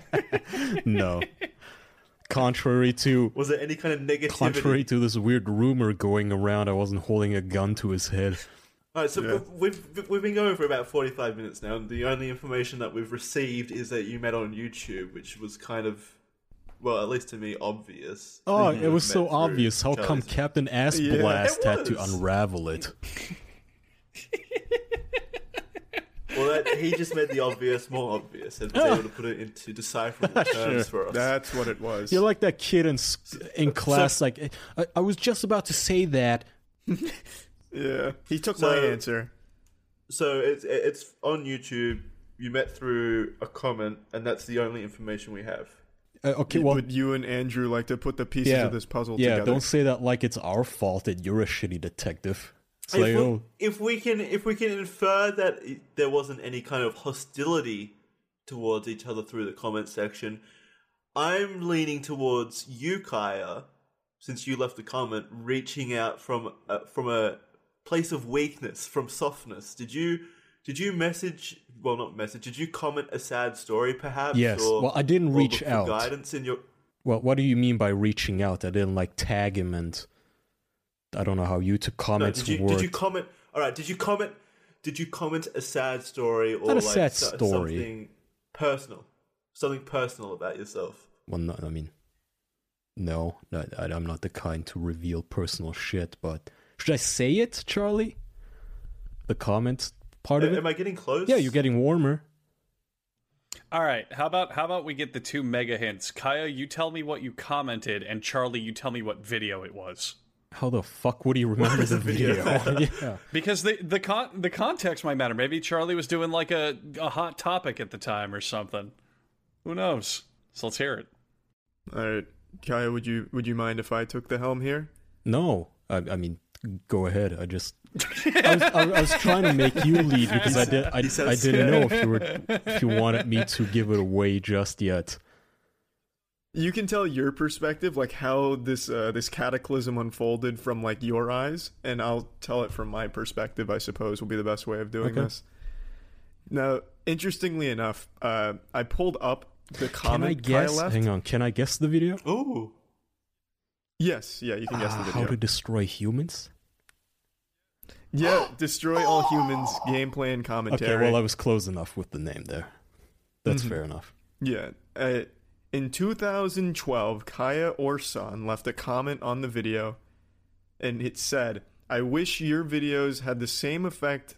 [SPEAKER 5] No. Contrary to
[SPEAKER 4] Was there any kind of negativity?
[SPEAKER 5] contrary to this weird rumor going around, I wasn't holding a gun to his head.
[SPEAKER 4] All right, so we've we've- we've been going for about forty five minutes now, and the only information that we've received is that you met on YouTube, which was kind of well, at least to me, obvious.
[SPEAKER 5] Oh,
[SPEAKER 4] that you
[SPEAKER 5] it was
[SPEAKER 4] met
[SPEAKER 5] so
[SPEAKER 4] through
[SPEAKER 5] obvious. How come
[SPEAKER 4] Charlie's-
[SPEAKER 5] Captain Ass
[SPEAKER 4] Yeah.
[SPEAKER 5] Blast
[SPEAKER 4] It
[SPEAKER 5] had to
[SPEAKER 4] was.
[SPEAKER 5] unravel it?
[SPEAKER 4] Well, that, he just made the obvious more obvious and was able to put it into decipherable terms
[SPEAKER 5] Sure.
[SPEAKER 4] for us.
[SPEAKER 2] That's what it was.
[SPEAKER 5] You're like that kid in s- in class. like eh, I, I was just about to say that.
[SPEAKER 2] Yeah, he took
[SPEAKER 4] So-
[SPEAKER 2] my answer.
[SPEAKER 4] So it's it's on YouTube. You met through a comment, and that's the only information we have.
[SPEAKER 5] Uh, okay, well,
[SPEAKER 2] Would you and Andrew like to put the pieces
[SPEAKER 5] yeah,
[SPEAKER 2] of this puzzle
[SPEAKER 5] yeah.
[SPEAKER 2] together?
[SPEAKER 5] Don't say that like it's our fault that you're a shitty detective. It's like,
[SPEAKER 4] if, we,
[SPEAKER 5] oh,
[SPEAKER 4] if we can, if we can infer that i- there wasn't any kind of hostility towards each other through the comment section, I'm leaning towards you, Kaya, since you left the comment, reaching out from uh, from a place of weakness, from softness. Did you? Did you message? Well, not message. Did you comment a sad story, perhaps?
[SPEAKER 5] Yes.
[SPEAKER 4] Or,
[SPEAKER 5] Well, I didn't
[SPEAKER 4] or
[SPEAKER 5] reach
[SPEAKER 4] look for
[SPEAKER 5] out.
[SPEAKER 4] Guidance in your
[SPEAKER 5] well, what do you mean by reaching out? I didn't like tag him, and I don't know how YouTube
[SPEAKER 4] No,
[SPEAKER 5] comments
[SPEAKER 4] did you
[SPEAKER 5] work.
[SPEAKER 4] did you comment? All right, did you comment? Did you comment a sad story or
[SPEAKER 5] Not a
[SPEAKER 4] like
[SPEAKER 5] sad
[SPEAKER 4] so-
[SPEAKER 5] story.
[SPEAKER 4] something personal? Something personal about yourself.
[SPEAKER 5] Well, no, I mean, no, no, I, I'm not the kind to reveal personal shit. But should I say it, Charlie? The comment part of
[SPEAKER 4] Am-
[SPEAKER 5] it.
[SPEAKER 4] am I getting close?
[SPEAKER 5] Yeah, you're getting warmer.
[SPEAKER 3] All right, how about how about we get the two mega hints? Kaya, you tell me what you commented, and Charlie, you tell me what video it was.
[SPEAKER 5] How the fuck would he remember the video? yeah.
[SPEAKER 3] Because the the con- the context might matter. Maybe Charlie was doing like a a hot topic at the time or something. Who knows? So let's hear it.
[SPEAKER 2] All right, Kaya, would you would you mind if I took the helm here?
[SPEAKER 5] No, I, I mean, go ahead. I just, I was, I, I was trying to make you lead because I did, I,
[SPEAKER 2] He sounds
[SPEAKER 5] I didn't know if you were,
[SPEAKER 2] scared.
[SPEAKER 5] if you wanted me to give it away just yet.
[SPEAKER 2] You can tell your perspective, like how this uh, this cataclysm unfolded from like your eyes, and I'll tell it from my perspective. I suppose will be the best way of doing
[SPEAKER 5] Okay.
[SPEAKER 2] this. Now, interestingly enough, uh, I pulled up the
[SPEAKER 5] Can I
[SPEAKER 2] comment Kaya
[SPEAKER 5] guess?
[SPEAKER 2] left.
[SPEAKER 5] Hang on. Can I guess the video? Ah,
[SPEAKER 4] Ooh.
[SPEAKER 2] Yes, yeah, you can guess the video.
[SPEAKER 5] How to destroy humans?
[SPEAKER 2] Yeah, destroy all humans. Game plan commentary.
[SPEAKER 5] Okay, well, I was close enough with the name there. That's
[SPEAKER 4] Mm-hmm.
[SPEAKER 2] Mhm.
[SPEAKER 5] fair enough.
[SPEAKER 2] Yeah. Uh, in 2012, Kaya Orson left a comment on the video, and it said, I wish your videos had the same effect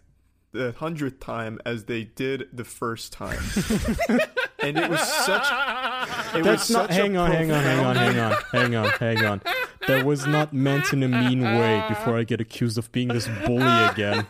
[SPEAKER 2] the hundredth time as they did the first time. and it was such. It
[SPEAKER 5] That's
[SPEAKER 2] was
[SPEAKER 5] not.
[SPEAKER 2] such
[SPEAKER 5] Hang
[SPEAKER 2] a
[SPEAKER 5] on, hang on, hang on,
[SPEAKER 2] profound-
[SPEAKER 5] hang on, hang on, hang on. That was not meant in a mean way. Before I get accused of being this bully again.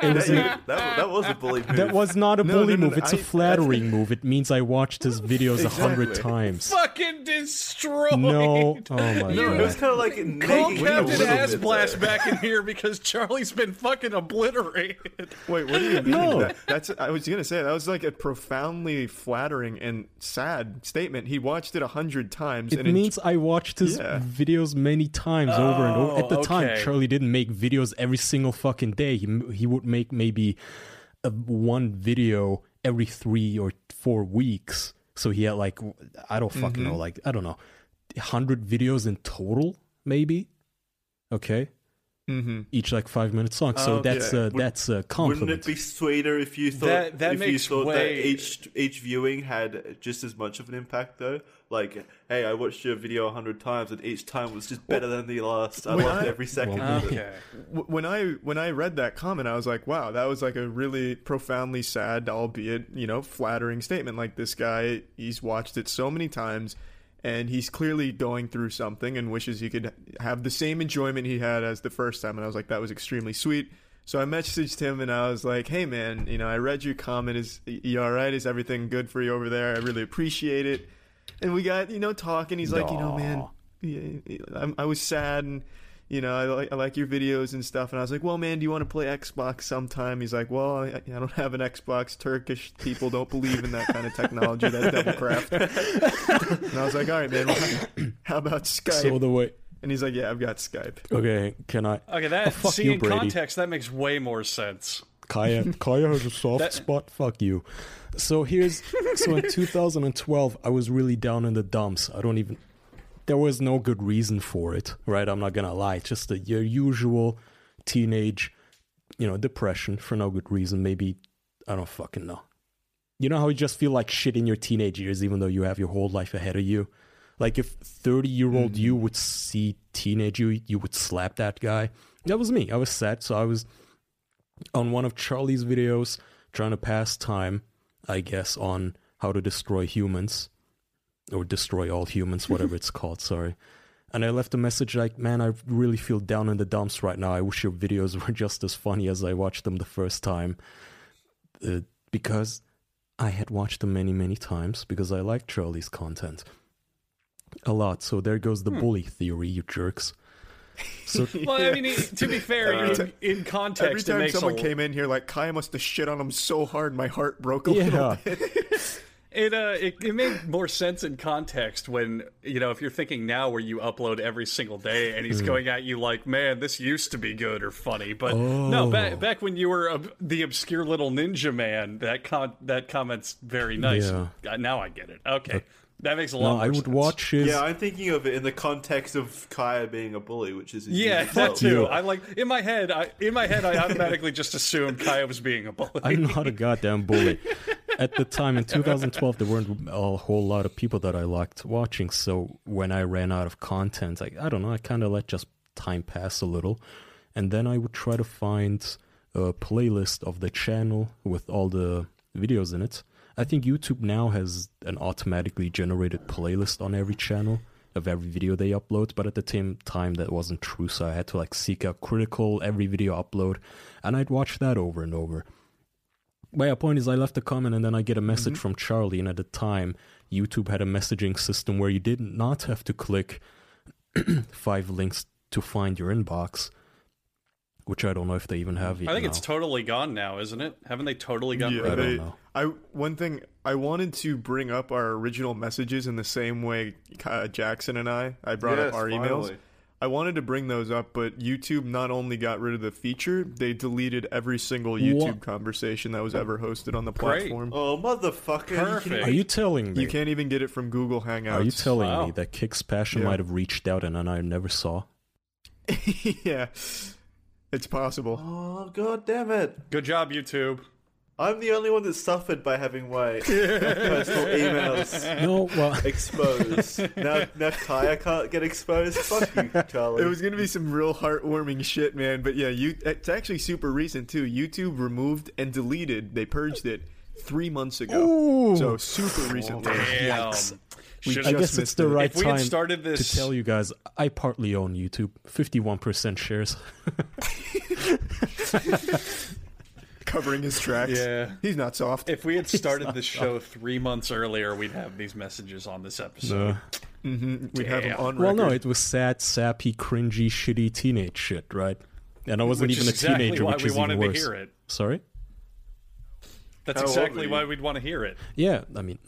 [SPEAKER 5] It was
[SPEAKER 4] that,
[SPEAKER 5] a-
[SPEAKER 4] that, that was a bully move.
[SPEAKER 5] That was not a
[SPEAKER 4] No,
[SPEAKER 5] bully
[SPEAKER 4] no, no,
[SPEAKER 5] move.
[SPEAKER 4] no,
[SPEAKER 5] It's a
[SPEAKER 4] I-
[SPEAKER 5] flattering move. It means I watched his videos a hundred
[SPEAKER 4] Exactly.
[SPEAKER 5] times.
[SPEAKER 3] Fucking destroyed.
[SPEAKER 5] No, oh my
[SPEAKER 4] No, it
[SPEAKER 5] god.
[SPEAKER 4] was kind of like
[SPEAKER 3] Call
[SPEAKER 4] nagging a
[SPEAKER 3] Captain
[SPEAKER 4] little
[SPEAKER 3] Ass
[SPEAKER 4] bit
[SPEAKER 3] Blast
[SPEAKER 4] there.
[SPEAKER 3] back in here because Charlie's been fucking obliterated.
[SPEAKER 2] Wait, what do you mean?
[SPEAKER 3] No.
[SPEAKER 2] That, that's I was gonna say that was like a profoundly flattering and sad statement. He watched it a hundred times,
[SPEAKER 5] It
[SPEAKER 2] and en-
[SPEAKER 5] means I watched his
[SPEAKER 2] Yeah.
[SPEAKER 5] videos many times over and over. At the
[SPEAKER 2] Oh,
[SPEAKER 5] time,
[SPEAKER 2] okay.
[SPEAKER 5] Charlie didn't make videos every single fucking day. He m- he would make maybe a, one video every three or four weeks. So he had like w- I don't fucking know,
[SPEAKER 2] Mhm.
[SPEAKER 5] like I don't know, hundred videos in total, maybe. Okay.
[SPEAKER 2] Mhm.
[SPEAKER 5] Each like five minutes long, so
[SPEAKER 4] Oh,
[SPEAKER 5] that's
[SPEAKER 4] yeah.
[SPEAKER 5] uh,
[SPEAKER 4] Would-
[SPEAKER 5] that's a compliment.
[SPEAKER 4] Wouldn't it be sweeter if you thought
[SPEAKER 3] That- that
[SPEAKER 4] if
[SPEAKER 3] makes
[SPEAKER 4] you thought
[SPEAKER 3] way-
[SPEAKER 4] that each each viewing had just as much of an impact though? Like, hey, I watched your video a hundred times, and each time was just better than the last. I
[SPEAKER 2] When
[SPEAKER 4] loved
[SPEAKER 2] I-
[SPEAKER 4] every second.
[SPEAKER 2] Well,
[SPEAKER 4] of it.
[SPEAKER 2] W- when I when I read that comment, I was like, wow, that was like a really profoundly sad, albeit you know, flattering statement. Like this guy, he's watched it so many times, and he's clearly going through something and wishes he could have the same enjoyment he had as the first time. And I was like, that was extremely sweet. So I messaged him and I was like, "Hey man, you know, I read your comment. Is you all right? Is everything good for you over there? I really appreciate it." And we got you know talking. He's like, "You know, man, yeah, I'm- I was sad and you know I like I like your videos and stuff." And I was like, "Well, man, do you want to play Xbox sometime?" He's like, "Well, I, I don't have an Xbox. Turkish people don't believe in that kind of technology, that devil craft." and I was like, "All right, man, well, how about Skype?"
[SPEAKER 5] So the way.
[SPEAKER 2] And he's like, "Yeah, I've got Skype."
[SPEAKER 5] Okay, can I?
[SPEAKER 3] Okay,
[SPEAKER 5] Oh,
[SPEAKER 3] that
[SPEAKER 5] fuck
[SPEAKER 3] see
[SPEAKER 5] you,
[SPEAKER 3] in
[SPEAKER 5] Brady.
[SPEAKER 3] context that makes way more sense.
[SPEAKER 5] Kaya, Kaya has a soft
[SPEAKER 3] That-
[SPEAKER 5] spot. Fuck you. So here's so in 2012, I was really down in the dumps. I don't even. There was no good reason for it, right? I'm not gonna lie. It's just the, your usual teenage, you know, depression for no good reason. Maybe I don't fucking know. You know how you just feel like shit in your teenage years, even though you have your whole life ahead of you? Like if 30 year old you would see teenage you, you would slap that guy. That was me. I was sad. So I was on one of Charlie's videos trying to pass time, I guess, on how to destroy humans or destroy all humans, whatever it's called. Sorry. And I left a message like, man, I really feel down in the dumps right now. I wish your videos were just as funny as I watched them the first time. Uh, because I had watched them many, many times because I liked Charlie's content a lot. So there goes the
[SPEAKER 3] Hmm.
[SPEAKER 5] bully theory, you jerks. So
[SPEAKER 3] Well, I mean, it- to be fair,
[SPEAKER 2] Every
[SPEAKER 3] in,
[SPEAKER 2] ti-
[SPEAKER 3] in context,
[SPEAKER 2] Every
[SPEAKER 3] it
[SPEAKER 2] time
[SPEAKER 3] makes
[SPEAKER 2] someone
[SPEAKER 3] a,
[SPEAKER 2] came in here, like Kaya must have shit on him so hard, my heart broke a
[SPEAKER 5] Yeah.
[SPEAKER 2] little bit.
[SPEAKER 3] It, uh, it it made more sense in context when you know if you're thinking now where you upload every single day and
[SPEAKER 2] Mm.
[SPEAKER 3] he's
[SPEAKER 5] Hmm.
[SPEAKER 3] going at you like, man, this used to be good or funny, but no,
[SPEAKER 5] Oh.
[SPEAKER 3] back back when you were ob- the obscure little ninja man, that con- that comment's very nice.
[SPEAKER 5] Yeah.
[SPEAKER 3] Uh, Now I get it.
[SPEAKER 2] Uh,
[SPEAKER 3] Okay, that makes a
[SPEAKER 5] No,
[SPEAKER 3] lot.
[SPEAKER 5] I
[SPEAKER 3] more
[SPEAKER 5] would
[SPEAKER 3] sense.
[SPEAKER 5] watch his.
[SPEAKER 4] Yeah, I'm thinking of it in the context of Kaya being a bully, which is his
[SPEAKER 3] Yeah,
[SPEAKER 4] unique
[SPEAKER 3] that
[SPEAKER 4] role.
[SPEAKER 3] too. I like in my head. I in my head, I automatically just assumed Kaya was being a bully.
[SPEAKER 5] I'm not a goddamn bully. At the time in 2012, there weren't a whole lot of people that I liked watching. So when I ran out of content, I, I don't know, I kind of let just time pass a little. And then I would try to find a playlist of the channel with all the videos in it. I think YouTube now has an automatically generated playlist on every channel of every video they upload, but at the same time that wasn't true, so I had to like seek out critical every video upload, and I'd watch that over and over. But yeah, point is, I left a comment and then I get a message
[SPEAKER 2] Mm-hmm.
[SPEAKER 5] from Charlie. And at the time, YouTube had a messaging system where you did not have to click five links to find your inbox, which I don't know if they even have yet.
[SPEAKER 3] I think it's
[SPEAKER 5] now.
[SPEAKER 3] totally gone now, isn't it? Haven't they totally gotten
[SPEAKER 5] Yeah,
[SPEAKER 3] rid of
[SPEAKER 5] they-
[SPEAKER 3] it?
[SPEAKER 5] know.
[SPEAKER 2] I one thing I wanted to bring up our original messages in the same way Ka- Jackson and I I brought
[SPEAKER 4] Yes,
[SPEAKER 2] up our
[SPEAKER 4] finally.
[SPEAKER 2] emails. I wanted to bring those up, but YouTube not only got rid of the feature, they deleted every single YouTube
[SPEAKER 5] What?
[SPEAKER 2] conversation that was ever hosted on the
[SPEAKER 4] Great.
[SPEAKER 2] platform.
[SPEAKER 4] Oh, motherfucker!
[SPEAKER 2] Perfect.
[SPEAKER 5] Are you telling me?
[SPEAKER 2] You can't even get it from Google Hangouts.
[SPEAKER 5] Are you telling me that Kick's Passion
[SPEAKER 2] Yeah.
[SPEAKER 5] might have reached out and, and I never saw?
[SPEAKER 2] yeah, it's possible.
[SPEAKER 4] Oh god damn it!
[SPEAKER 3] Good job, YouTube.
[SPEAKER 4] I'm the only one that suffered by having my personal emails
[SPEAKER 5] No, well,
[SPEAKER 4] exposed. Now, now Kaya can't get exposed. Fuck you, Charlie.
[SPEAKER 2] It was gonna be some real heartwarming shit, man. But yeah, you it's actually super recent too. YouTube removed and deleted, they purged it three months ago.
[SPEAKER 5] Ooh.
[SPEAKER 2] So super recent.
[SPEAKER 3] Damn.
[SPEAKER 2] We
[SPEAKER 3] Should've
[SPEAKER 5] I
[SPEAKER 2] just
[SPEAKER 5] guess it's
[SPEAKER 2] missed
[SPEAKER 5] the
[SPEAKER 2] it.
[SPEAKER 5] right
[SPEAKER 3] If we
[SPEAKER 5] time
[SPEAKER 3] had started this-
[SPEAKER 5] to tell you guys I partly own YouTube, 51% shares.
[SPEAKER 2] Covering his tracks.
[SPEAKER 3] Yeah.
[SPEAKER 2] He's not soft.
[SPEAKER 3] If we had started
[SPEAKER 2] not
[SPEAKER 3] the show three months earlier, we'd have these messages on this episode.
[SPEAKER 5] No.
[SPEAKER 2] hmm We'd have him
[SPEAKER 3] Damn.
[SPEAKER 2] on
[SPEAKER 5] Well, no,
[SPEAKER 2] record.
[SPEAKER 5] it was sad, sappy, cringy, shitty teenage shit, right? And I wasn't
[SPEAKER 3] Which
[SPEAKER 5] even
[SPEAKER 3] is
[SPEAKER 5] a
[SPEAKER 3] exactly
[SPEAKER 5] teenager,
[SPEAKER 3] why
[SPEAKER 5] which
[SPEAKER 3] we
[SPEAKER 5] is
[SPEAKER 3] wanted
[SPEAKER 5] even
[SPEAKER 3] to
[SPEAKER 5] worse.
[SPEAKER 3] hear it.
[SPEAKER 5] Sorry?
[SPEAKER 3] That's
[SPEAKER 4] How old
[SPEAKER 3] exactly
[SPEAKER 4] were
[SPEAKER 3] why we'd want to hear it.
[SPEAKER 5] Yeah, I mean,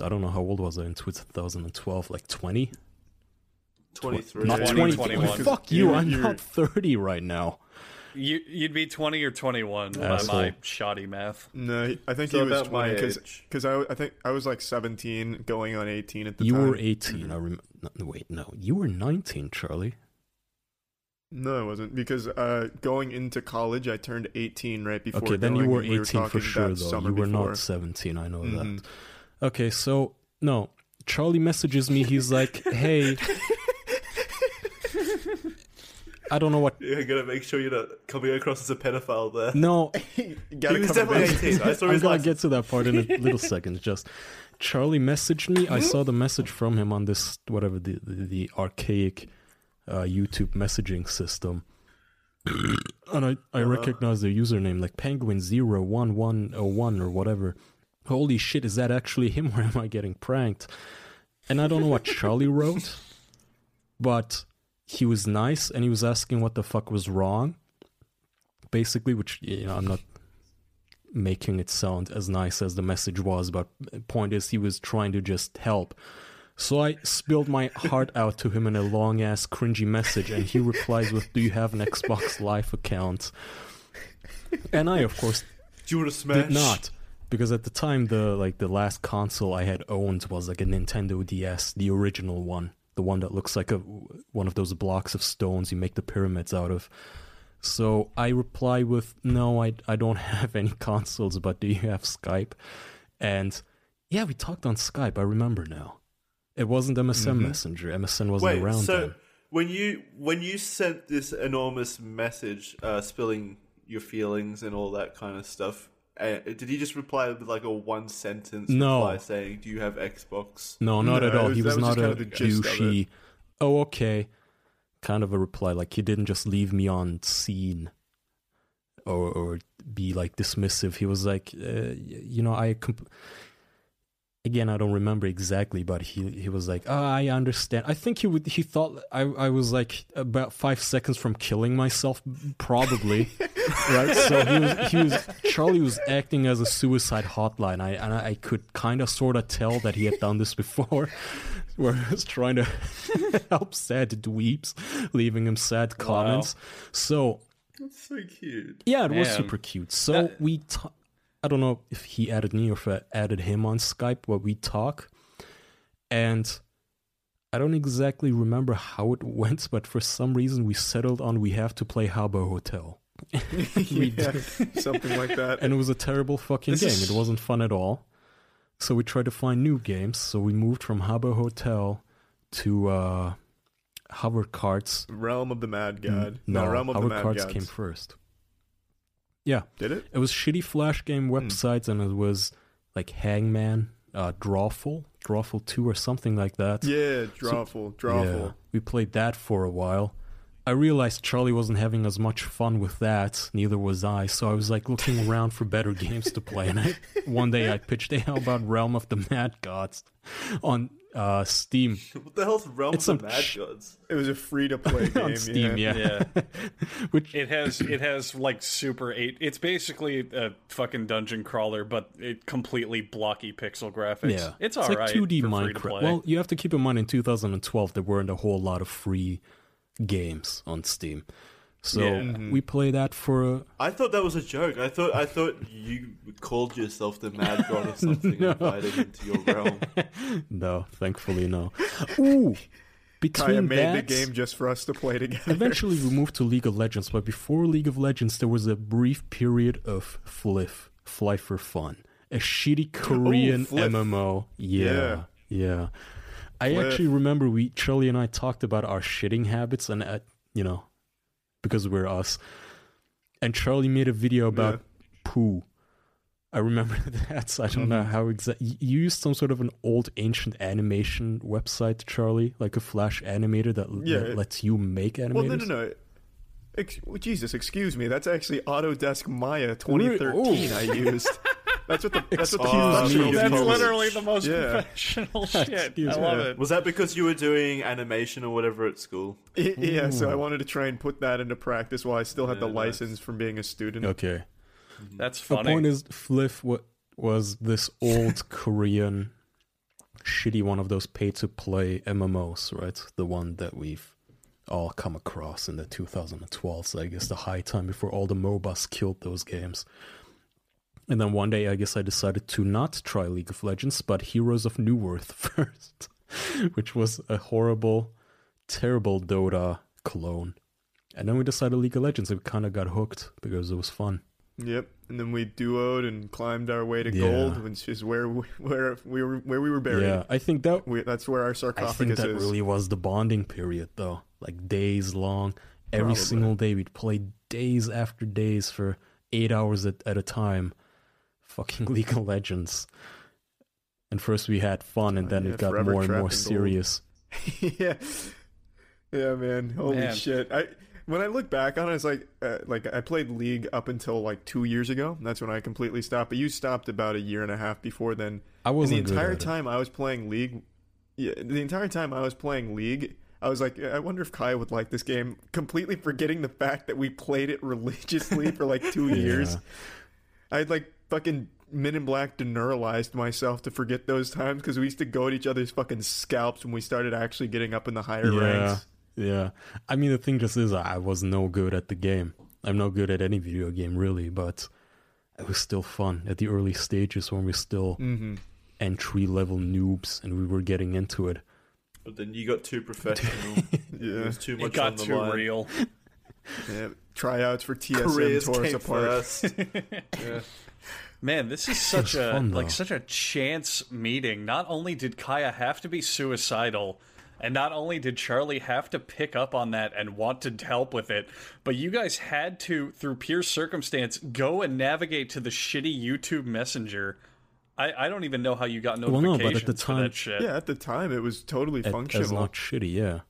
[SPEAKER 5] I don't know how old was I in 2012, like 20?
[SPEAKER 4] 23.
[SPEAKER 5] Not
[SPEAKER 3] 20,
[SPEAKER 5] 20.
[SPEAKER 3] 21.
[SPEAKER 5] Fuck you,
[SPEAKER 3] You're-
[SPEAKER 5] I'm
[SPEAKER 3] you're-
[SPEAKER 5] not 30 right now.
[SPEAKER 3] You, you'd be 20 or 21 by
[SPEAKER 5] Asshole.
[SPEAKER 3] my shoddy math.
[SPEAKER 2] No, I think
[SPEAKER 4] So
[SPEAKER 2] he was
[SPEAKER 4] about my
[SPEAKER 2] twenty because I, I think I was like seventeen, going on eighteen at the
[SPEAKER 5] You
[SPEAKER 2] time.
[SPEAKER 5] were 18, I remember. Wait, no, you were 19, Charlie.
[SPEAKER 2] No, I wasn't because uh, going into college, I turned eighteen right before.
[SPEAKER 5] okay, then you
[SPEAKER 2] going,
[SPEAKER 5] were
[SPEAKER 2] and
[SPEAKER 5] 18
[SPEAKER 2] we
[SPEAKER 5] for
[SPEAKER 2] talking
[SPEAKER 5] sure,
[SPEAKER 2] that
[SPEAKER 5] though.
[SPEAKER 2] summer
[SPEAKER 5] You were
[SPEAKER 2] before.
[SPEAKER 5] not 17, I know
[SPEAKER 2] Mhm.
[SPEAKER 5] that. Okay, so, no, Charlie messages me, he's like, hey, I don't know what
[SPEAKER 4] You're gonna make sure you're not coming across as a pedophile there.
[SPEAKER 5] No,
[SPEAKER 4] he was definitely 18. I saw
[SPEAKER 5] I'm
[SPEAKER 4] his
[SPEAKER 5] gonna
[SPEAKER 4] license.
[SPEAKER 5] get to that part in a little second. Just Charlie messaged me. I saw the message from him on this whatever the the, the archaic uh, YouTube messaging system, and I I
[SPEAKER 4] Uh-huh.
[SPEAKER 5] recognize their username like Penguin Zero One One O One or whatever. Holy shit, is that actually him? Or am I getting pranked? And I don't know what Charlie wrote, but he was nice and he was asking what the fuck was wrong basically, which you know, I'm not making it sound as nice as the message was, but point is he was trying to just help. So I spilled my heart out to him in a long ass cringy message, and he replies with, "Do you have an Xbox Live account?" And I, of course,
[SPEAKER 4] Do you want to smash?
[SPEAKER 5] did not, because at the time the like the last console I had owned was like a Nintendo DS, the original one, the one that looks like a one of those blocks of stones you make the pyramids out of. So I reply with, "No, I I don't have any consoles, but do you have Skype?" And yeah, we talked on Skype. I remember now. It wasn't MSN
[SPEAKER 4] Mhm.
[SPEAKER 5] Messenger. MSN wasn't
[SPEAKER 4] Wait,
[SPEAKER 5] around
[SPEAKER 4] so
[SPEAKER 5] then.
[SPEAKER 4] when you when you sent this enormous message, uh, spilling your feelings and all that kind of stuff, uh, did he just reply with like a one sentence
[SPEAKER 5] No.
[SPEAKER 4] reply saying, "Do you have Xbox?"
[SPEAKER 5] No, not at all. he was, not a
[SPEAKER 4] It.
[SPEAKER 5] douchey. Oh, okay. Kind of a reply. Like he didn't just leave me on scene, or or be like dismissive. He was like, uh, y- you know, I. Comp- Again, I don't remember exactly, but he he was like, oh, I understand. I think he would. He thought I I was like about five seconds from killing myself, probably. right. So he was he was Charlie was acting as a suicide hotline. I and I could kind of sort of tell that he had done this before, where he was trying to help sad dweebs, leaving him sad comments. So
[SPEAKER 4] That's so cute.
[SPEAKER 5] yeah, it was super cute. So we, ta- I don't know if he added me or if I added him on Skype, but we talk, and I don't exactly remember how it went, but for some reason we settled on we have to play Habbo Hotel. We
[SPEAKER 2] Yeah,
[SPEAKER 5] did.
[SPEAKER 2] something like that.
[SPEAKER 5] And it was a terrible fucking
[SPEAKER 2] This
[SPEAKER 5] game.
[SPEAKER 2] is-
[SPEAKER 5] It wasn't fun at all. So we tried to find new games. So we moved from Habbo Hotel to uh, Hover Carts.
[SPEAKER 2] Realm of the Mad God.
[SPEAKER 5] Mm, No,
[SPEAKER 2] no Realm of
[SPEAKER 5] Hover
[SPEAKER 2] the Mad
[SPEAKER 5] Carts
[SPEAKER 2] Gods.
[SPEAKER 5] came first. Yeah.
[SPEAKER 2] Did it? Hmm.
[SPEAKER 5] It was shitty flash game websites, and it was like Hangman, uh, Drawful, Drawful Two, or something like that.
[SPEAKER 2] Yeah,
[SPEAKER 5] So-
[SPEAKER 2] Drawful, Drawful.
[SPEAKER 5] we played that for a while. I realized Charlie wasn't having as much fun with that, neither was I, so I was like looking around for better games to play. And I, one day I pitched, hey, how about Realm of the Mad Gods on uh, Steam?
[SPEAKER 4] What the hell's Realm
[SPEAKER 5] It's
[SPEAKER 4] of the
[SPEAKER 5] some
[SPEAKER 4] Mad
[SPEAKER 5] ch-
[SPEAKER 4] Gods?
[SPEAKER 2] It was a free to play game.
[SPEAKER 5] On Steam, yeah. Which
[SPEAKER 3] it has it has like super eight. It's basically a fucking dungeon crawler, but it completely blocky pixel graphics.
[SPEAKER 5] Yeah,
[SPEAKER 3] it's all
[SPEAKER 5] like
[SPEAKER 3] right
[SPEAKER 5] 2D
[SPEAKER 3] for free to
[SPEAKER 5] Minecraft.
[SPEAKER 3] play.
[SPEAKER 5] Well, you have to keep in mind in 2012 there weren't a whole lot of free games on Steam, so
[SPEAKER 4] Yeah. Mhm.
[SPEAKER 5] we play that for a,
[SPEAKER 4] I thought that was a joke. I thought I thought you called yourself the Mad God or something,
[SPEAKER 5] No.
[SPEAKER 4] invited into your realm.
[SPEAKER 5] no. Thankfully, no. Ooh,
[SPEAKER 2] Kaya
[SPEAKER 5] between
[SPEAKER 2] made the
[SPEAKER 5] that,
[SPEAKER 2] game just for us to play together.
[SPEAKER 5] eventually we moved to League of Legends. But before League of Legends, there was a brief period of Fliff, Fly for Fun, a shitty Korean
[SPEAKER 2] Oh, Fliff.
[SPEAKER 5] MMO.
[SPEAKER 2] Yeah.
[SPEAKER 5] Yeah, yeah. I
[SPEAKER 2] Fliff.
[SPEAKER 5] actually remember we Charlie and I talked about our shitting habits, and uh, you know, because we're us. And Charlie made a video about poo. I remember that. I don't know
[SPEAKER 2] Mm-hmm.
[SPEAKER 5] how exactly. You used some sort of an old ancient animation website, Charlie, like a Flash animator that,
[SPEAKER 2] Yeah.
[SPEAKER 5] that lets you make animators.
[SPEAKER 2] Well, no, no, no. Ex- well, Jesus, excuse me. That's actually Autodesk Maya 2013
[SPEAKER 5] We're-
[SPEAKER 2] I
[SPEAKER 5] oh.
[SPEAKER 2] used. That's what the that's what the
[SPEAKER 4] Excuse me.
[SPEAKER 2] professional
[SPEAKER 4] That's
[SPEAKER 2] people-
[SPEAKER 4] literally
[SPEAKER 3] the most
[SPEAKER 2] yeah.
[SPEAKER 3] professional shit. I love it.
[SPEAKER 4] Was that because you were doing animation or whatever at school?
[SPEAKER 2] Y- Yeah, so I wanted to try and put that into practice while I still had the
[SPEAKER 4] Yeah, nice.
[SPEAKER 2] license from being a student.
[SPEAKER 5] Okay.
[SPEAKER 3] That's
[SPEAKER 5] The point
[SPEAKER 3] funny.
[SPEAKER 5] is, Fliff wa- was this old Korean shitty one of those pay to play MMOs, right? The one that we've all come across in the 2012s, I guess the high time before all the MOBAs killed those games. And then one day, I guess I decided to not try League of Legends, but Heroes of New Earth first, which was a horrible, terrible Dota clone. And then we decided League of Legends, and we kind of got hooked because it was fun.
[SPEAKER 2] Yep. And then we duoed and climbed our way to
[SPEAKER 5] Yeah.
[SPEAKER 2] gold, which is where we, where we were where we were buried.
[SPEAKER 5] Yeah, I think that
[SPEAKER 2] we, that's where our
[SPEAKER 5] I think
[SPEAKER 2] sarcophagus
[SPEAKER 5] that
[SPEAKER 2] is.
[SPEAKER 5] really was the bonding period, though. Like days long, every
[SPEAKER 2] Probably.
[SPEAKER 5] single day we'd play days after days for eight hours at, at a time. Fucking League of Legends. And first we had fun, and then
[SPEAKER 2] Uh, yeah,
[SPEAKER 5] it got
[SPEAKER 2] forever
[SPEAKER 5] more and
[SPEAKER 2] trapped
[SPEAKER 5] more
[SPEAKER 2] in gold.
[SPEAKER 5] serious.
[SPEAKER 2] yeah, yeah, man. Holy
[SPEAKER 3] Man.
[SPEAKER 2] shit! I when I look back on it, it's like uh, like I played League up until like two years ago. That's when I completely stopped. But you stopped about a year and a half before then.
[SPEAKER 5] I wasn't
[SPEAKER 2] And the
[SPEAKER 5] good
[SPEAKER 2] entire
[SPEAKER 5] at it.
[SPEAKER 2] time I was playing League. Yeah, the entire time I was playing League. I was like, I wonder if Kai would like this game. Completely forgetting the fact that we played it religiously for like two years.
[SPEAKER 5] Yeah.
[SPEAKER 2] I'd like fucking Men in Black deneuralized myself to forget those times because we used to go at each other's fucking scalps when we started actually getting up in the higher
[SPEAKER 5] Yeah,
[SPEAKER 2] ranks.
[SPEAKER 5] yeah. I mean, the thing just is, I was no good at the game. I'm no good at any video game really, but it was still fun at the early stages when we're still
[SPEAKER 2] Mm-hmm.
[SPEAKER 4] Mhm.
[SPEAKER 5] entry level noobs and we were getting into it.
[SPEAKER 4] But then you got too professional. yeah. It was too much
[SPEAKER 3] it got
[SPEAKER 4] on the
[SPEAKER 3] too
[SPEAKER 4] line.
[SPEAKER 3] real.
[SPEAKER 2] Yeah. tryouts for TSM
[SPEAKER 4] Careers
[SPEAKER 2] tore us
[SPEAKER 4] came
[SPEAKER 2] apart.
[SPEAKER 4] first.
[SPEAKER 2] Yeah.
[SPEAKER 3] Man, this is such
[SPEAKER 2] It was
[SPEAKER 3] a
[SPEAKER 2] fun, though.
[SPEAKER 3] like such a chance meeting. Not only did Kaya have to be suicidal, and not only did Charlie have to pick up on that and want to help with it, but you guys had to, through pure circumstance, go and navigate to the shitty YouTube Messenger. I, I don't even know how you got
[SPEAKER 5] Well,
[SPEAKER 3] notifications
[SPEAKER 5] no, but at the
[SPEAKER 3] for
[SPEAKER 5] time-
[SPEAKER 3] that shit.
[SPEAKER 2] Yeah, at the time it was totally
[SPEAKER 5] It- It's
[SPEAKER 2] functional.
[SPEAKER 5] not shitty, yeah.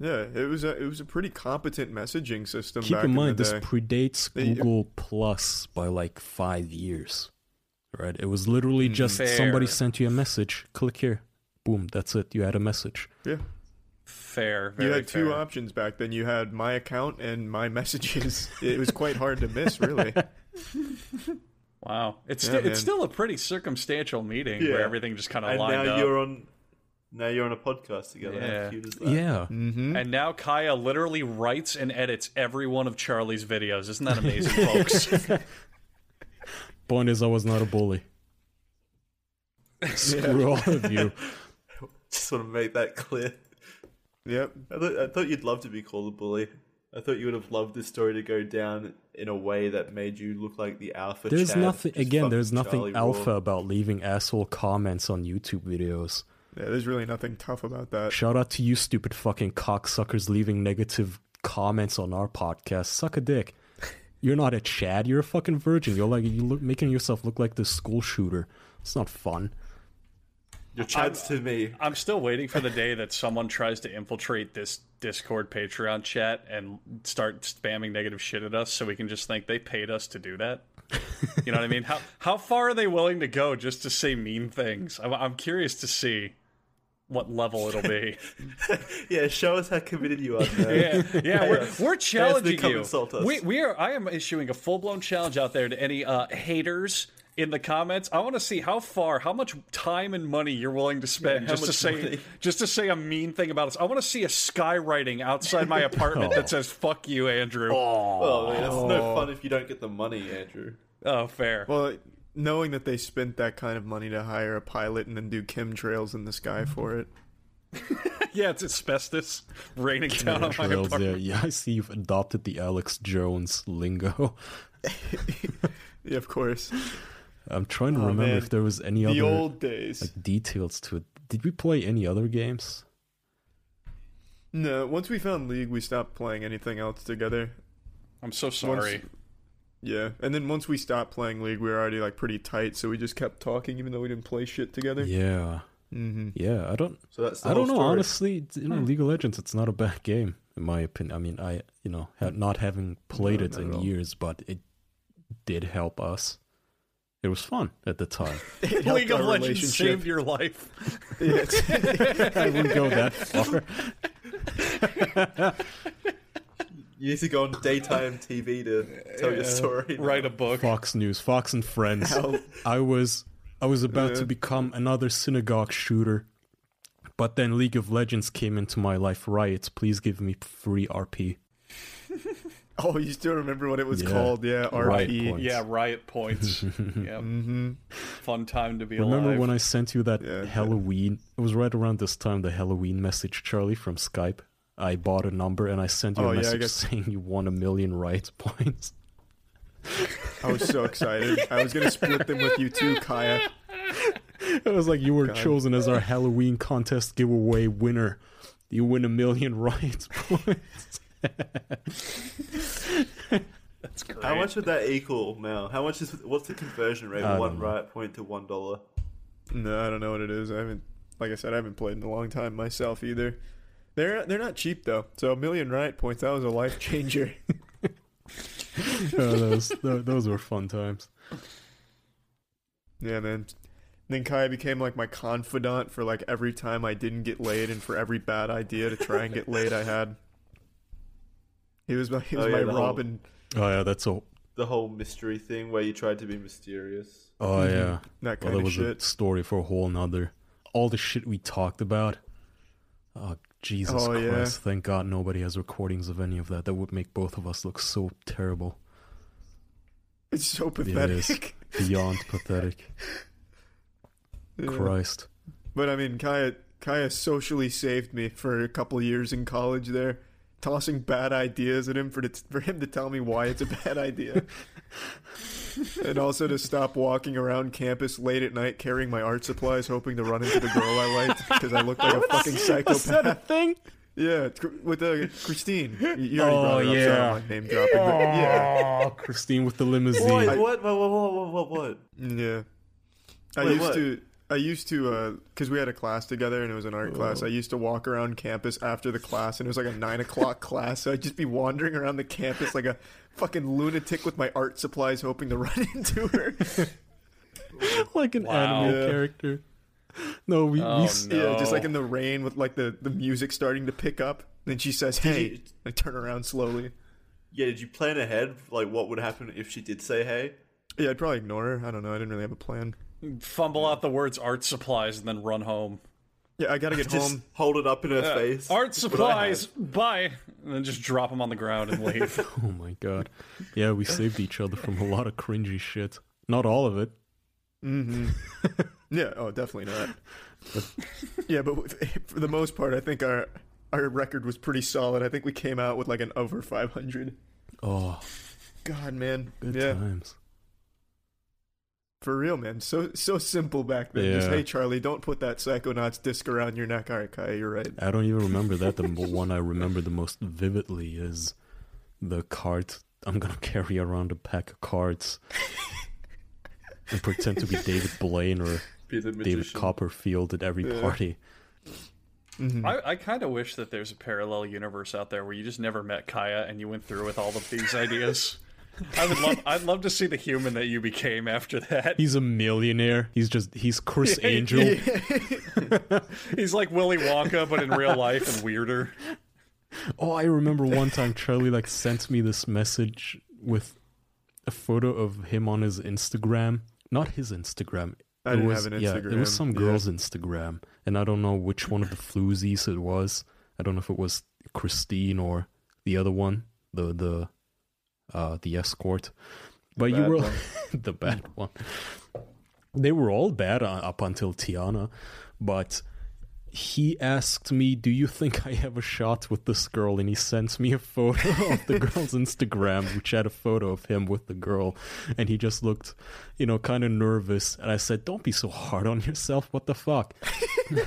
[SPEAKER 2] Yeah, it was a it was a pretty competent messaging system.
[SPEAKER 5] Keep
[SPEAKER 2] back
[SPEAKER 5] in mind,
[SPEAKER 2] the
[SPEAKER 5] this
[SPEAKER 2] day.
[SPEAKER 5] predates
[SPEAKER 2] They-
[SPEAKER 5] Google Plus by like five years, right? It was literally just somebody
[SPEAKER 3] Fair.
[SPEAKER 5] sent you a message. Click here, boom, that's it. You had a message.
[SPEAKER 2] Yeah,
[SPEAKER 3] Fair. Very
[SPEAKER 2] you had two
[SPEAKER 3] fair.
[SPEAKER 2] options back then. You had my account and my messages. it was quite hard to miss, really.
[SPEAKER 3] Wow, it's
[SPEAKER 2] Yeah,
[SPEAKER 3] sti-
[SPEAKER 2] man.
[SPEAKER 3] it's still a pretty circumstantial meeting where
[SPEAKER 4] Yeah.
[SPEAKER 3] everything just kind of
[SPEAKER 4] And
[SPEAKER 3] lined
[SPEAKER 4] now
[SPEAKER 3] up.
[SPEAKER 4] you're on. Now you're on a podcast together. How cute is that?
[SPEAKER 3] And now Kaya literally writes and edits every one of Charlie's videos. Isn't that amazing, folks?
[SPEAKER 5] Point is, I was not a bully. Screw all of you.
[SPEAKER 4] Just want to make that clear.
[SPEAKER 2] Yep.
[SPEAKER 4] I thought, I thought you'd love to be called a bully. I thought you would have loved this story to go down in a way that made you look like the alpha.
[SPEAKER 5] there's
[SPEAKER 4] Chad,
[SPEAKER 5] nothing
[SPEAKER 4] just
[SPEAKER 5] again. There's
[SPEAKER 4] fucking
[SPEAKER 5] nothing
[SPEAKER 4] Charlie Raw.
[SPEAKER 5] alpha about leaving asshole comments on YouTube videos.
[SPEAKER 2] Yeah, there's really nothing tough about that.
[SPEAKER 5] Shout out to you, stupid fucking cocksuckers, leaving negative comments on our podcast. Suck a dick. You're not a Chad. You're a fucking virgin. You're like you look making yourself look like the school shooter. It's not fun.
[SPEAKER 4] Your chance to me.
[SPEAKER 3] I'm still waiting for the day that someone tries to infiltrate this Discord Patreon chat and start spamming negative shit at us, so we can just think they paid us to do that. You know what I mean? How how far are they willing to go just to say mean things? I'm, I'm curious to see what level it'll be.
[SPEAKER 4] Yeah, show us how committed you are.
[SPEAKER 3] yeah, yeah, we're, we're challenging
[SPEAKER 4] come
[SPEAKER 3] you.
[SPEAKER 4] Insult us.
[SPEAKER 3] We, we are. I am issuing a full blown challenge out there to any uh, haters in the comments. I want to see how far, how much time and money you're willing to spend
[SPEAKER 4] Yeah, how
[SPEAKER 3] just to
[SPEAKER 4] much
[SPEAKER 3] say
[SPEAKER 4] money.
[SPEAKER 3] just to say a mean thing about us. I want to see a skywriting outside my apartment that says "fuck you, Andrew."
[SPEAKER 4] Well, I mean, Oh. that's no fun if you don't get the money, Andrew.
[SPEAKER 3] Oh, fair.
[SPEAKER 2] Well, knowing that they spent that kind of money to hire a pilot and then do chemtrails in the sky for it.
[SPEAKER 3] yeah, it's asbestos raining down on my
[SPEAKER 5] Trails
[SPEAKER 3] apartment.
[SPEAKER 5] there. Yeah, I see you've adopted the Alex Jones lingo.
[SPEAKER 2] Yeah, of course.
[SPEAKER 5] I'm trying to
[SPEAKER 2] Oh,
[SPEAKER 5] remember
[SPEAKER 2] man.
[SPEAKER 5] if there was any
[SPEAKER 2] The
[SPEAKER 5] other
[SPEAKER 2] old days.
[SPEAKER 5] like details to it. Did we play any other games?
[SPEAKER 2] No, once we found League, we stopped playing anything else together.
[SPEAKER 3] I'm so
[SPEAKER 2] Once, yeah, and then once we stopped playing League, we were already like pretty tight, so we just kept talking, even though we didn't play shit together.
[SPEAKER 5] Yeah.
[SPEAKER 2] Mm-hmm.
[SPEAKER 5] Yeah, I don't.
[SPEAKER 4] So that's the
[SPEAKER 5] I don't know.
[SPEAKER 4] whole story.
[SPEAKER 5] Honestly, d- you know,
[SPEAKER 4] Hmm.
[SPEAKER 5] League of Legends. It's not a bad game, in my opinion. I mean, I you know, ha- not having played
[SPEAKER 2] No,
[SPEAKER 5] it
[SPEAKER 2] not
[SPEAKER 5] in
[SPEAKER 2] at all.
[SPEAKER 5] years, but it did help us. It was fun at the time.
[SPEAKER 2] It helped
[SPEAKER 3] League of
[SPEAKER 2] our
[SPEAKER 3] Legends
[SPEAKER 2] relationship.
[SPEAKER 3] saved your life.
[SPEAKER 5] I wouldn't go that far.
[SPEAKER 4] You need to go on daytime TV to tell your story.
[SPEAKER 3] Write a book.
[SPEAKER 5] Fox News, Fox and Friends.
[SPEAKER 4] Ow.
[SPEAKER 5] I was I was about
[SPEAKER 4] Yeah.
[SPEAKER 5] to become another synagogue shooter, but then League of Legends came into my life. Riots, please give me free RP.
[SPEAKER 2] Oh, you still remember what it was
[SPEAKER 5] Yeah.
[SPEAKER 2] called? Yeah, RP.
[SPEAKER 5] Riot points.
[SPEAKER 3] Yeah, riot points. yeah,
[SPEAKER 2] Mm-hmm.
[SPEAKER 3] fun time to be alive.
[SPEAKER 5] Remember when I sent you that Halloween? It was right around this time the Halloween message, Charlie, from Skype. I bought a number and I sent you
[SPEAKER 2] Oh,
[SPEAKER 5] a
[SPEAKER 2] yeah, I
[SPEAKER 5] message
[SPEAKER 2] got-
[SPEAKER 5] saying you won a million riot points.
[SPEAKER 2] I was so excited. I was gonna split them with you too, Kaya.
[SPEAKER 5] It was like you were
[SPEAKER 2] God.
[SPEAKER 5] chosen as our Halloween contest giveaway winner. You win a million riot points.
[SPEAKER 3] That's
[SPEAKER 4] How
[SPEAKER 5] Oh,
[SPEAKER 4] much would that equal now? How much is what's the conversion rate?
[SPEAKER 5] I
[SPEAKER 4] of One
[SPEAKER 5] don't know.
[SPEAKER 4] right point to one dollar.
[SPEAKER 2] No, I don't know what it is. I haven't, like I said, I haven't played in a long time myself either. They're they're not cheap though. So a million riot points that was a life changer.
[SPEAKER 5] Oh, those, tho- those were fun times.
[SPEAKER 2] yeah, man. Then Kaya became like my confidant for like every time I didn't get laid and for every bad idea to try and get laid I had. He was my he was
[SPEAKER 4] Oh, yeah,
[SPEAKER 2] my
[SPEAKER 4] the whole-
[SPEAKER 2] Robin.
[SPEAKER 5] Oh yeah, that's all.
[SPEAKER 4] The whole mystery thing where you tried to be mysterious.
[SPEAKER 5] Oh yeah,
[SPEAKER 2] Mm-hmm. That
[SPEAKER 5] Well,
[SPEAKER 2] kind of
[SPEAKER 5] was
[SPEAKER 2] shit.
[SPEAKER 5] a story for a whole nother. All the shit we talked about. Oh Jesus
[SPEAKER 2] Oh, yeah.
[SPEAKER 5] Christ! Thank God nobody has recordings of any of that. That would make both of us look so terrible.
[SPEAKER 2] It's so
[SPEAKER 5] Yeah, it is
[SPEAKER 2] pathetic.
[SPEAKER 5] beyond pathetic.
[SPEAKER 2] Yeah.
[SPEAKER 5] Christ.
[SPEAKER 2] But I mean, Kaya Kaya socially saved me for a couple years in college there. tossing bad ideas at him for, t- for him to tell me why it's a bad idea. and also to stop walking around campus late at night carrying my art supplies, hoping to run into the girl I liked because I looked like a fucking psychopath.
[SPEAKER 1] Was that a thing?
[SPEAKER 2] Yeah, it's cr- with uh, Christine. You- You already
[SPEAKER 5] Oh
[SPEAKER 2] brought her up, so I
[SPEAKER 5] yeah.
[SPEAKER 2] don't like name dropping. But yeah.
[SPEAKER 5] Aw, Christine with the
[SPEAKER 4] Wait,
[SPEAKER 5] limousine.
[SPEAKER 4] what? What? What? What? What? What? what?
[SPEAKER 2] Yeah. I
[SPEAKER 4] Wait,
[SPEAKER 2] used
[SPEAKER 4] what?
[SPEAKER 2] to. I used to, because we had a class together and it was an art
[SPEAKER 4] Oh.
[SPEAKER 2] class. I used to walk around campus after the class, and it was like a nine o'clock class. So I'd just be wandering around the campus like a fucking lunatic with my art supplies, hoping to run into her.
[SPEAKER 5] like an
[SPEAKER 2] Wow. Oh,
[SPEAKER 5] anime
[SPEAKER 2] Yeah.
[SPEAKER 5] character. Oh, No, we, we s-
[SPEAKER 2] Yeah, just like in the rain with like the, the music starting to pick up. Then she says,
[SPEAKER 4] Did
[SPEAKER 2] "Hey,"
[SPEAKER 4] you-
[SPEAKER 2] I turn around slowly.
[SPEAKER 4] Yeah, did you plan ahead? Like, what would happen if she did say hey?
[SPEAKER 2] Yeah, I'd probably ignore her. I don't know. I didn't really have a plan.
[SPEAKER 3] Fumble out the words art supplies and then run home.
[SPEAKER 2] Yeah, I gotta get
[SPEAKER 4] Just
[SPEAKER 2] home.
[SPEAKER 4] Hold it up in her
[SPEAKER 3] Yeah,
[SPEAKER 4] face.
[SPEAKER 3] Art
[SPEAKER 4] That's what I
[SPEAKER 3] supplies, bye. And then just drop them on the ground and leave.
[SPEAKER 5] Oh my god. Yeah, we saved each other from a lot of cringy shit. Not all of it.
[SPEAKER 2] Mm-hmm. yeah. Oh, definitely not. yeah, but with- for the most part, I think our our record was pretty solid. I think we came out with like an over five hundred.
[SPEAKER 5] Oh,
[SPEAKER 2] God, man.
[SPEAKER 5] good
[SPEAKER 2] yeah,
[SPEAKER 5] times.
[SPEAKER 2] for real, man. So so simple back then. Just
[SPEAKER 5] Yeah.
[SPEAKER 2] hey, Charlie, don't put that Psychonauts disc around your neck. All right, Kaya, you're right.
[SPEAKER 5] I don't even remember that. The one I remember the most vividly is the cart. I'm gonna carry around a pack of cards and pretend to be David Blaine or
[SPEAKER 4] Be the
[SPEAKER 5] David
[SPEAKER 4] magician.
[SPEAKER 5] Copperfield at every
[SPEAKER 4] Yeah.
[SPEAKER 5] party. Hmm.
[SPEAKER 3] I, I kind of wish that there's a parallel universe out there where you just never met Kaya and you went through with all of these ideas. I would love, I'd love to see the human that you became after that.
[SPEAKER 5] He's a millionaire. He's just he's Chris
[SPEAKER 3] Yeah,
[SPEAKER 5] Angel.
[SPEAKER 3] yeah. He's like Willy Wonka, but in real life and weirder.
[SPEAKER 5] Oh, I remember one time Charlie like sent me this message with a photo of him on his Instagram. Not his Instagram.
[SPEAKER 2] I
[SPEAKER 5] It
[SPEAKER 2] didn't
[SPEAKER 5] was-
[SPEAKER 2] have an
[SPEAKER 5] Yeah, it was
[SPEAKER 2] Instagram,
[SPEAKER 5] some
[SPEAKER 2] yeah.
[SPEAKER 5] girl's Instagram, and I don't know which one of the floozies it was. I don't know if it was Christine or the other one, the the uh the escort. But you
[SPEAKER 2] bad
[SPEAKER 5] were
[SPEAKER 2] one.
[SPEAKER 5] the bad one. They were all bad uh, up until Tiana, but he asked me, "Do you think I have a shot with this girl?" And he sent me a photo of the girl's Instagram, which had a photo of him with the girl, and he just looked, you know, kind of nervous. And I said, "Don't be so hard on yourself. What the fuck?"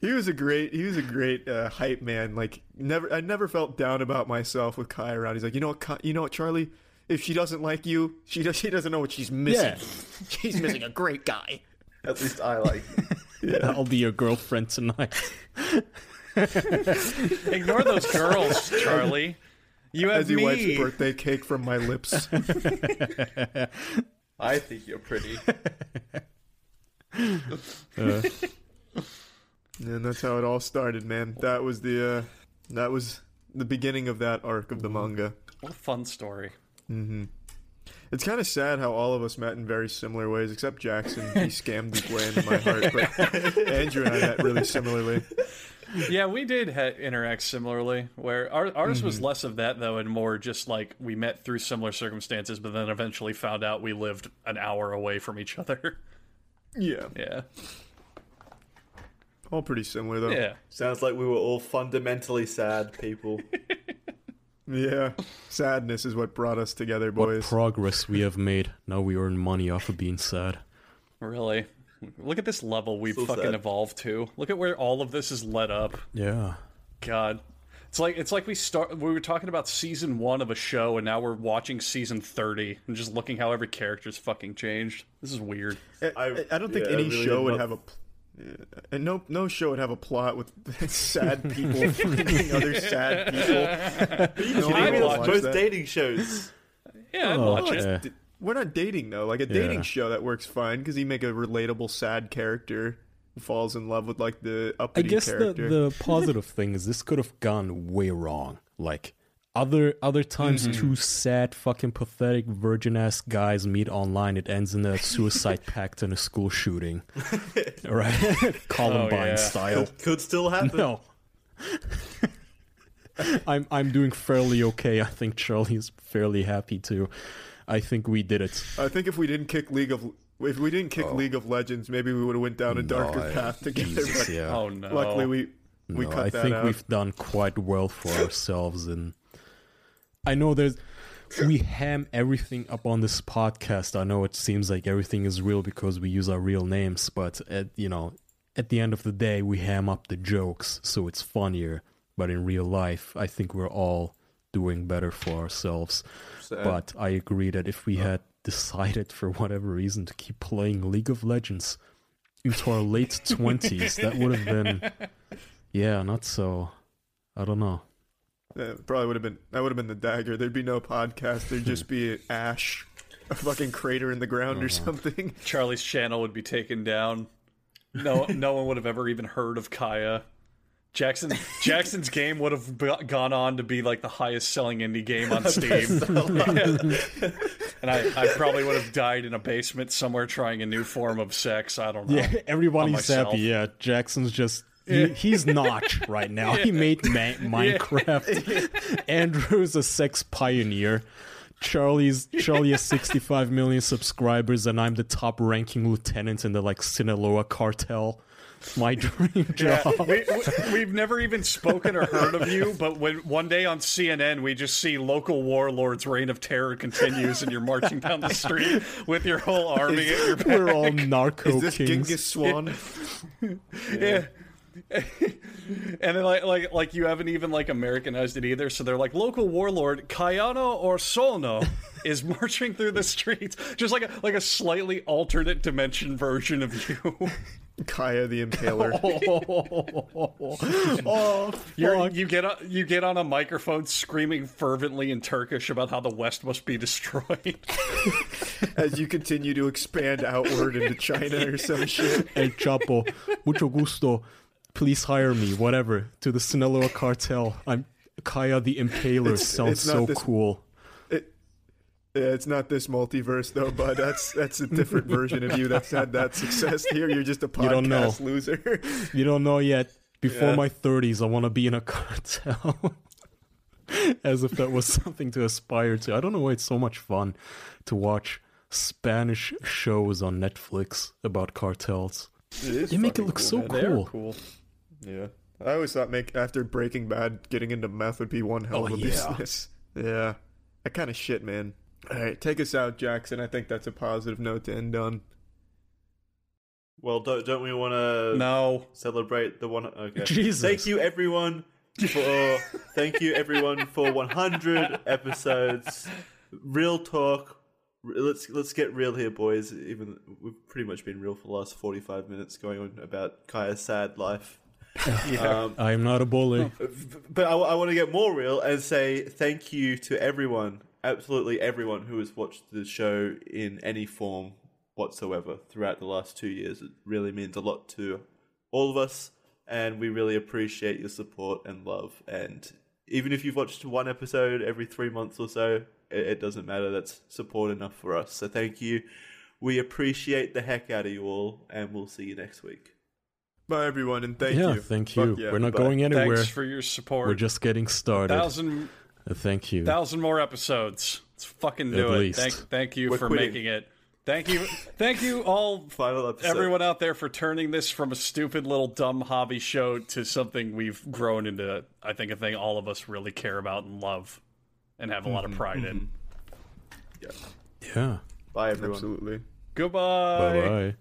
[SPEAKER 2] He was a great, he was a great uh, hype man. Like never, I never felt down about myself with Kai around. He's like, you know what, Kai, you know what, Charlie, if she doesn't like you, she does, she doesn't know what she's missing. she's missing a great guy.
[SPEAKER 4] At least I like.
[SPEAKER 5] I'll be your girlfriend tonight.
[SPEAKER 3] Ignore those girls, Charlie. You have
[SPEAKER 2] As he wipes
[SPEAKER 3] me.
[SPEAKER 2] birthday cake from my lips.
[SPEAKER 4] I think you're pretty.
[SPEAKER 5] Uh,
[SPEAKER 2] and that's how it all started, man. That was the, uh, that was the beginning of that arc of the manga.
[SPEAKER 3] What a fun story.
[SPEAKER 6] Mm-hmm.
[SPEAKER 2] hmm It's kind of sad how all of us met in very similar ways, except Jackson. He scammed his way into my heart, but Andrew and I met really similarly.
[SPEAKER 3] yeah, we did ha- interact similarly. Where our, ours was
[SPEAKER 5] Mm-hmm.
[SPEAKER 2] Mhm.
[SPEAKER 3] less of that though, and more just like we met through similar circumstances, but then eventually found out we lived an hour away from each other.
[SPEAKER 2] Yeah.
[SPEAKER 3] Yeah,
[SPEAKER 2] All pretty similar, though.
[SPEAKER 3] Yeah.
[SPEAKER 4] Sounds like we were all fundamentally sad people.
[SPEAKER 2] Yeah. Sadness is what brought us together,
[SPEAKER 5] what
[SPEAKER 2] boys.
[SPEAKER 5] progress we have made! Now we earn money off of being sad.
[SPEAKER 3] really. Look at this level we've
[SPEAKER 5] So
[SPEAKER 3] fucking
[SPEAKER 5] sad.
[SPEAKER 3] evolved to. Look at where all of this is led up.
[SPEAKER 5] Yeah.
[SPEAKER 3] God. It's like it's like we start we were talking about season 1 of a show and now we're watching season 30 and just looking how every character's fucking changed. This is weird.
[SPEAKER 2] I, I don't think any show would have a. pl- yeah, And no, no show would have a plot with sad people finding other sad people.
[SPEAKER 4] Are you
[SPEAKER 2] No one
[SPEAKER 4] kidding me?
[SPEAKER 2] would
[SPEAKER 4] That's
[SPEAKER 2] watch
[SPEAKER 4] most
[SPEAKER 2] that.
[SPEAKER 4] dating shows.
[SPEAKER 3] Yeah,
[SPEAKER 2] Oh,
[SPEAKER 3] watch
[SPEAKER 2] it's
[SPEAKER 3] it.
[SPEAKER 2] d- We're not dating though. Like a dating
[SPEAKER 3] Yeah.
[SPEAKER 2] show that works fine because you make a relatable sad character who falls in love with like the
[SPEAKER 5] I
[SPEAKER 2] uppity
[SPEAKER 5] guess the,
[SPEAKER 2] character.
[SPEAKER 5] the positive thing is this could have gone way wrong. Like other other times,
[SPEAKER 2] Mhm.
[SPEAKER 5] two sad, fucking pathetic, virgin ass guys meet online. It ends in a suicide pact and a school shooting, All right? Columbine
[SPEAKER 4] Oh, yeah.
[SPEAKER 5] style.
[SPEAKER 4] Could- could still happen.
[SPEAKER 5] No, I'm I'm doing fairly okay. I think Charlie's fairly happy too. I think we did it.
[SPEAKER 2] I think if we didn't kick League of if
[SPEAKER 3] Oh.
[SPEAKER 2] we didn't kick League of Legends, maybe we would have went down a darker
[SPEAKER 5] I-
[SPEAKER 2] path together.
[SPEAKER 5] Jesus,
[SPEAKER 2] but
[SPEAKER 5] yeah. Oh, no.
[SPEAKER 2] Luckily, we We
[SPEAKER 5] No,
[SPEAKER 2] cut
[SPEAKER 5] I
[SPEAKER 2] that
[SPEAKER 5] think
[SPEAKER 2] out.
[SPEAKER 5] we've done quite well for ourselves, and I know there's we ham everything up on this podcast. I know it seems like everything is real because we use our real names, but at you know, at the end of the day, we ham up the jokes so it's funnier. But in real life, I think we're all doing better for ourselves.
[SPEAKER 4] Sad.
[SPEAKER 5] But I agree that if we had decided for whatever reason to keep playing League of Legends into our late twenties, that would have been yeah, not so. I don't know.
[SPEAKER 2] That probably would have been that would have been the dagger. There'd be no podcast. There'd just be ash, a fucking crater in the ground
[SPEAKER 5] Uh-huh.
[SPEAKER 2] or something.
[SPEAKER 3] Charlie's channel would be taken down. No, no one would have ever even heard of Kaya. Jackson Jackson's game would have b- gone on to be like the highest selling indie game on Steam. and I, I probably would have died in a basement somewhere trying a new form of sex. I don't know.
[SPEAKER 5] Yeah,
[SPEAKER 3] On
[SPEAKER 5] everybody's
[SPEAKER 3] myself.
[SPEAKER 5] happy. Yeah, Jackson's just
[SPEAKER 3] Yeah.
[SPEAKER 5] he, he's notch right now. He
[SPEAKER 3] Yeah.
[SPEAKER 5] made Ma- Minecraft. Andrew's a sex pioneer. Charlie's Charlie has 65 million subscribers, and I'm the top ranking lieutenant in the like Sinaloa cartel. My dream
[SPEAKER 3] Yeah,
[SPEAKER 5] job.
[SPEAKER 3] we, we, have never even spoken or heard of you, but when one day on CNN we just see local warlords' reign of terror continues, and you're marching down the street with your whole army at your back.
[SPEAKER 5] We're all narco
[SPEAKER 3] Is this
[SPEAKER 5] kings.
[SPEAKER 3] Genghis Swan? yeah. and then like like like you haven't even like Americanized it either, so they're like local warlord Kayano Orsono is marching through the streets, just like a like a slightly alternate dimension version of you.
[SPEAKER 2] Kaya the Impaler.
[SPEAKER 3] oh, You're, you get on, you get on a microphone screaming fervently in Turkish about how the West must be destroyed.
[SPEAKER 2] As you continue to expand outward into China or some shit.
[SPEAKER 5] El Chapo, mucho gusto. Please hire me, whatever, to the Sinaloa cartel. I'm Kaya the Impaler.
[SPEAKER 2] It's-
[SPEAKER 5] sounds
[SPEAKER 2] it's not
[SPEAKER 5] so
[SPEAKER 2] this-
[SPEAKER 5] cool.
[SPEAKER 2] Yeah, it's not this multiverse though, bud. That's that's a different version of you that's had that success here. You're just a podcast
[SPEAKER 5] You don't know.
[SPEAKER 2] loser.
[SPEAKER 5] You don't know yet. Before
[SPEAKER 2] Yeah.
[SPEAKER 5] my 30s, I want to be in a cartel. As if that was something to aspire to. I don't know why it's so much fun to watch Spanish shows on Netflix about cartels. They make it look so cool.
[SPEAKER 2] Yeah. I always thought make after Breaking Bad, getting into meth would be one hell
[SPEAKER 5] Oh,
[SPEAKER 2] of a
[SPEAKER 5] yeah.
[SPEAKER 2] business. Yeah. That kind of shit, man. All right, take us out, Jackson. I think that's a positive note to end on.
[SPEAKER 4] Well, don't, don't we want to
[SPEAKER 3] no
[SPEAKER 4] celebrate the one? Okay.
[SPEAKER 2] Jesus.
[SPEAKER 4] Thank you, everyone. For thank you, everyone, for 100 episodes. Real talk. R- Let's let's get real here, boys. Even we've pretty much been real for the last 45 minutes, going on about Kaya's sad life. Um,
[SPEAKER 5] I am not a bully.
[SPEAKER 4] but I, want to get more real and say thank you to everyone, absolutely everyone who has watched the show in any form whatsoever throughout the last two years. It really means a lot to all of us, and we really appreciate your support and love. And even if you've watched one episode every three months or so, it, it doesn't matter. That's support enough for us. So thank you. We appreciate the heck out of you all, and we'll see you next week.
[SPEAKER 2] Bye, everyone, and thank
[SPEAKER 5] yeah,
[SPEAKER 2] you.
[SPEAKER 5] thank
[SPEAKER 2] Fuck
[SPEAKER 5] you.
[SPEAKER 2] yeah.
[SPEAKER 5] We're not
[SPEAKER 2] Bye.
[SPEAKER 5] going anywhere.
[SPEAKER 3] Thanks for your support.
[SPEAKER 5] We're just getting started.
[SPEAKER 3] Thousand-
[SPEAKER 5] Uh, Thank you.
[SPEAKER 3] Thousand more episodes. Let's fucking do
[SPEAKER 5] At
[SPEAKER 3] it.
[SPEAKER 5] least.
[SPEAKER 3] Thank thank you
[SPEAKER 5] We're
[SPEAKER 3] for
[SPEAKER 5] quitting.
[SPEAKER 3] making it. Thank you, thank you all,
[SPEAKER 4] Final episode.
[SPEAKER 3] everyone out there for turning this from a stupid little dumb hobby show to something we've grown into. I think a thing all of us really care about and love, and have a lot of
[SPEAKER 4] Mhm.
[SPEAKER 5] Mm-hmm.
[SPEAKER 3] pride
[SPEAKER 2] Mm-hmm.
[SPEAKER 3] in.
[SPEAKER 5] Yeah.
[SPEAKER 4] Bye, everyone.
[SPEAKER 2] Absolutely.
[SPEAKER 3] Goodbye.
[SPEAKER 5] Bye bye.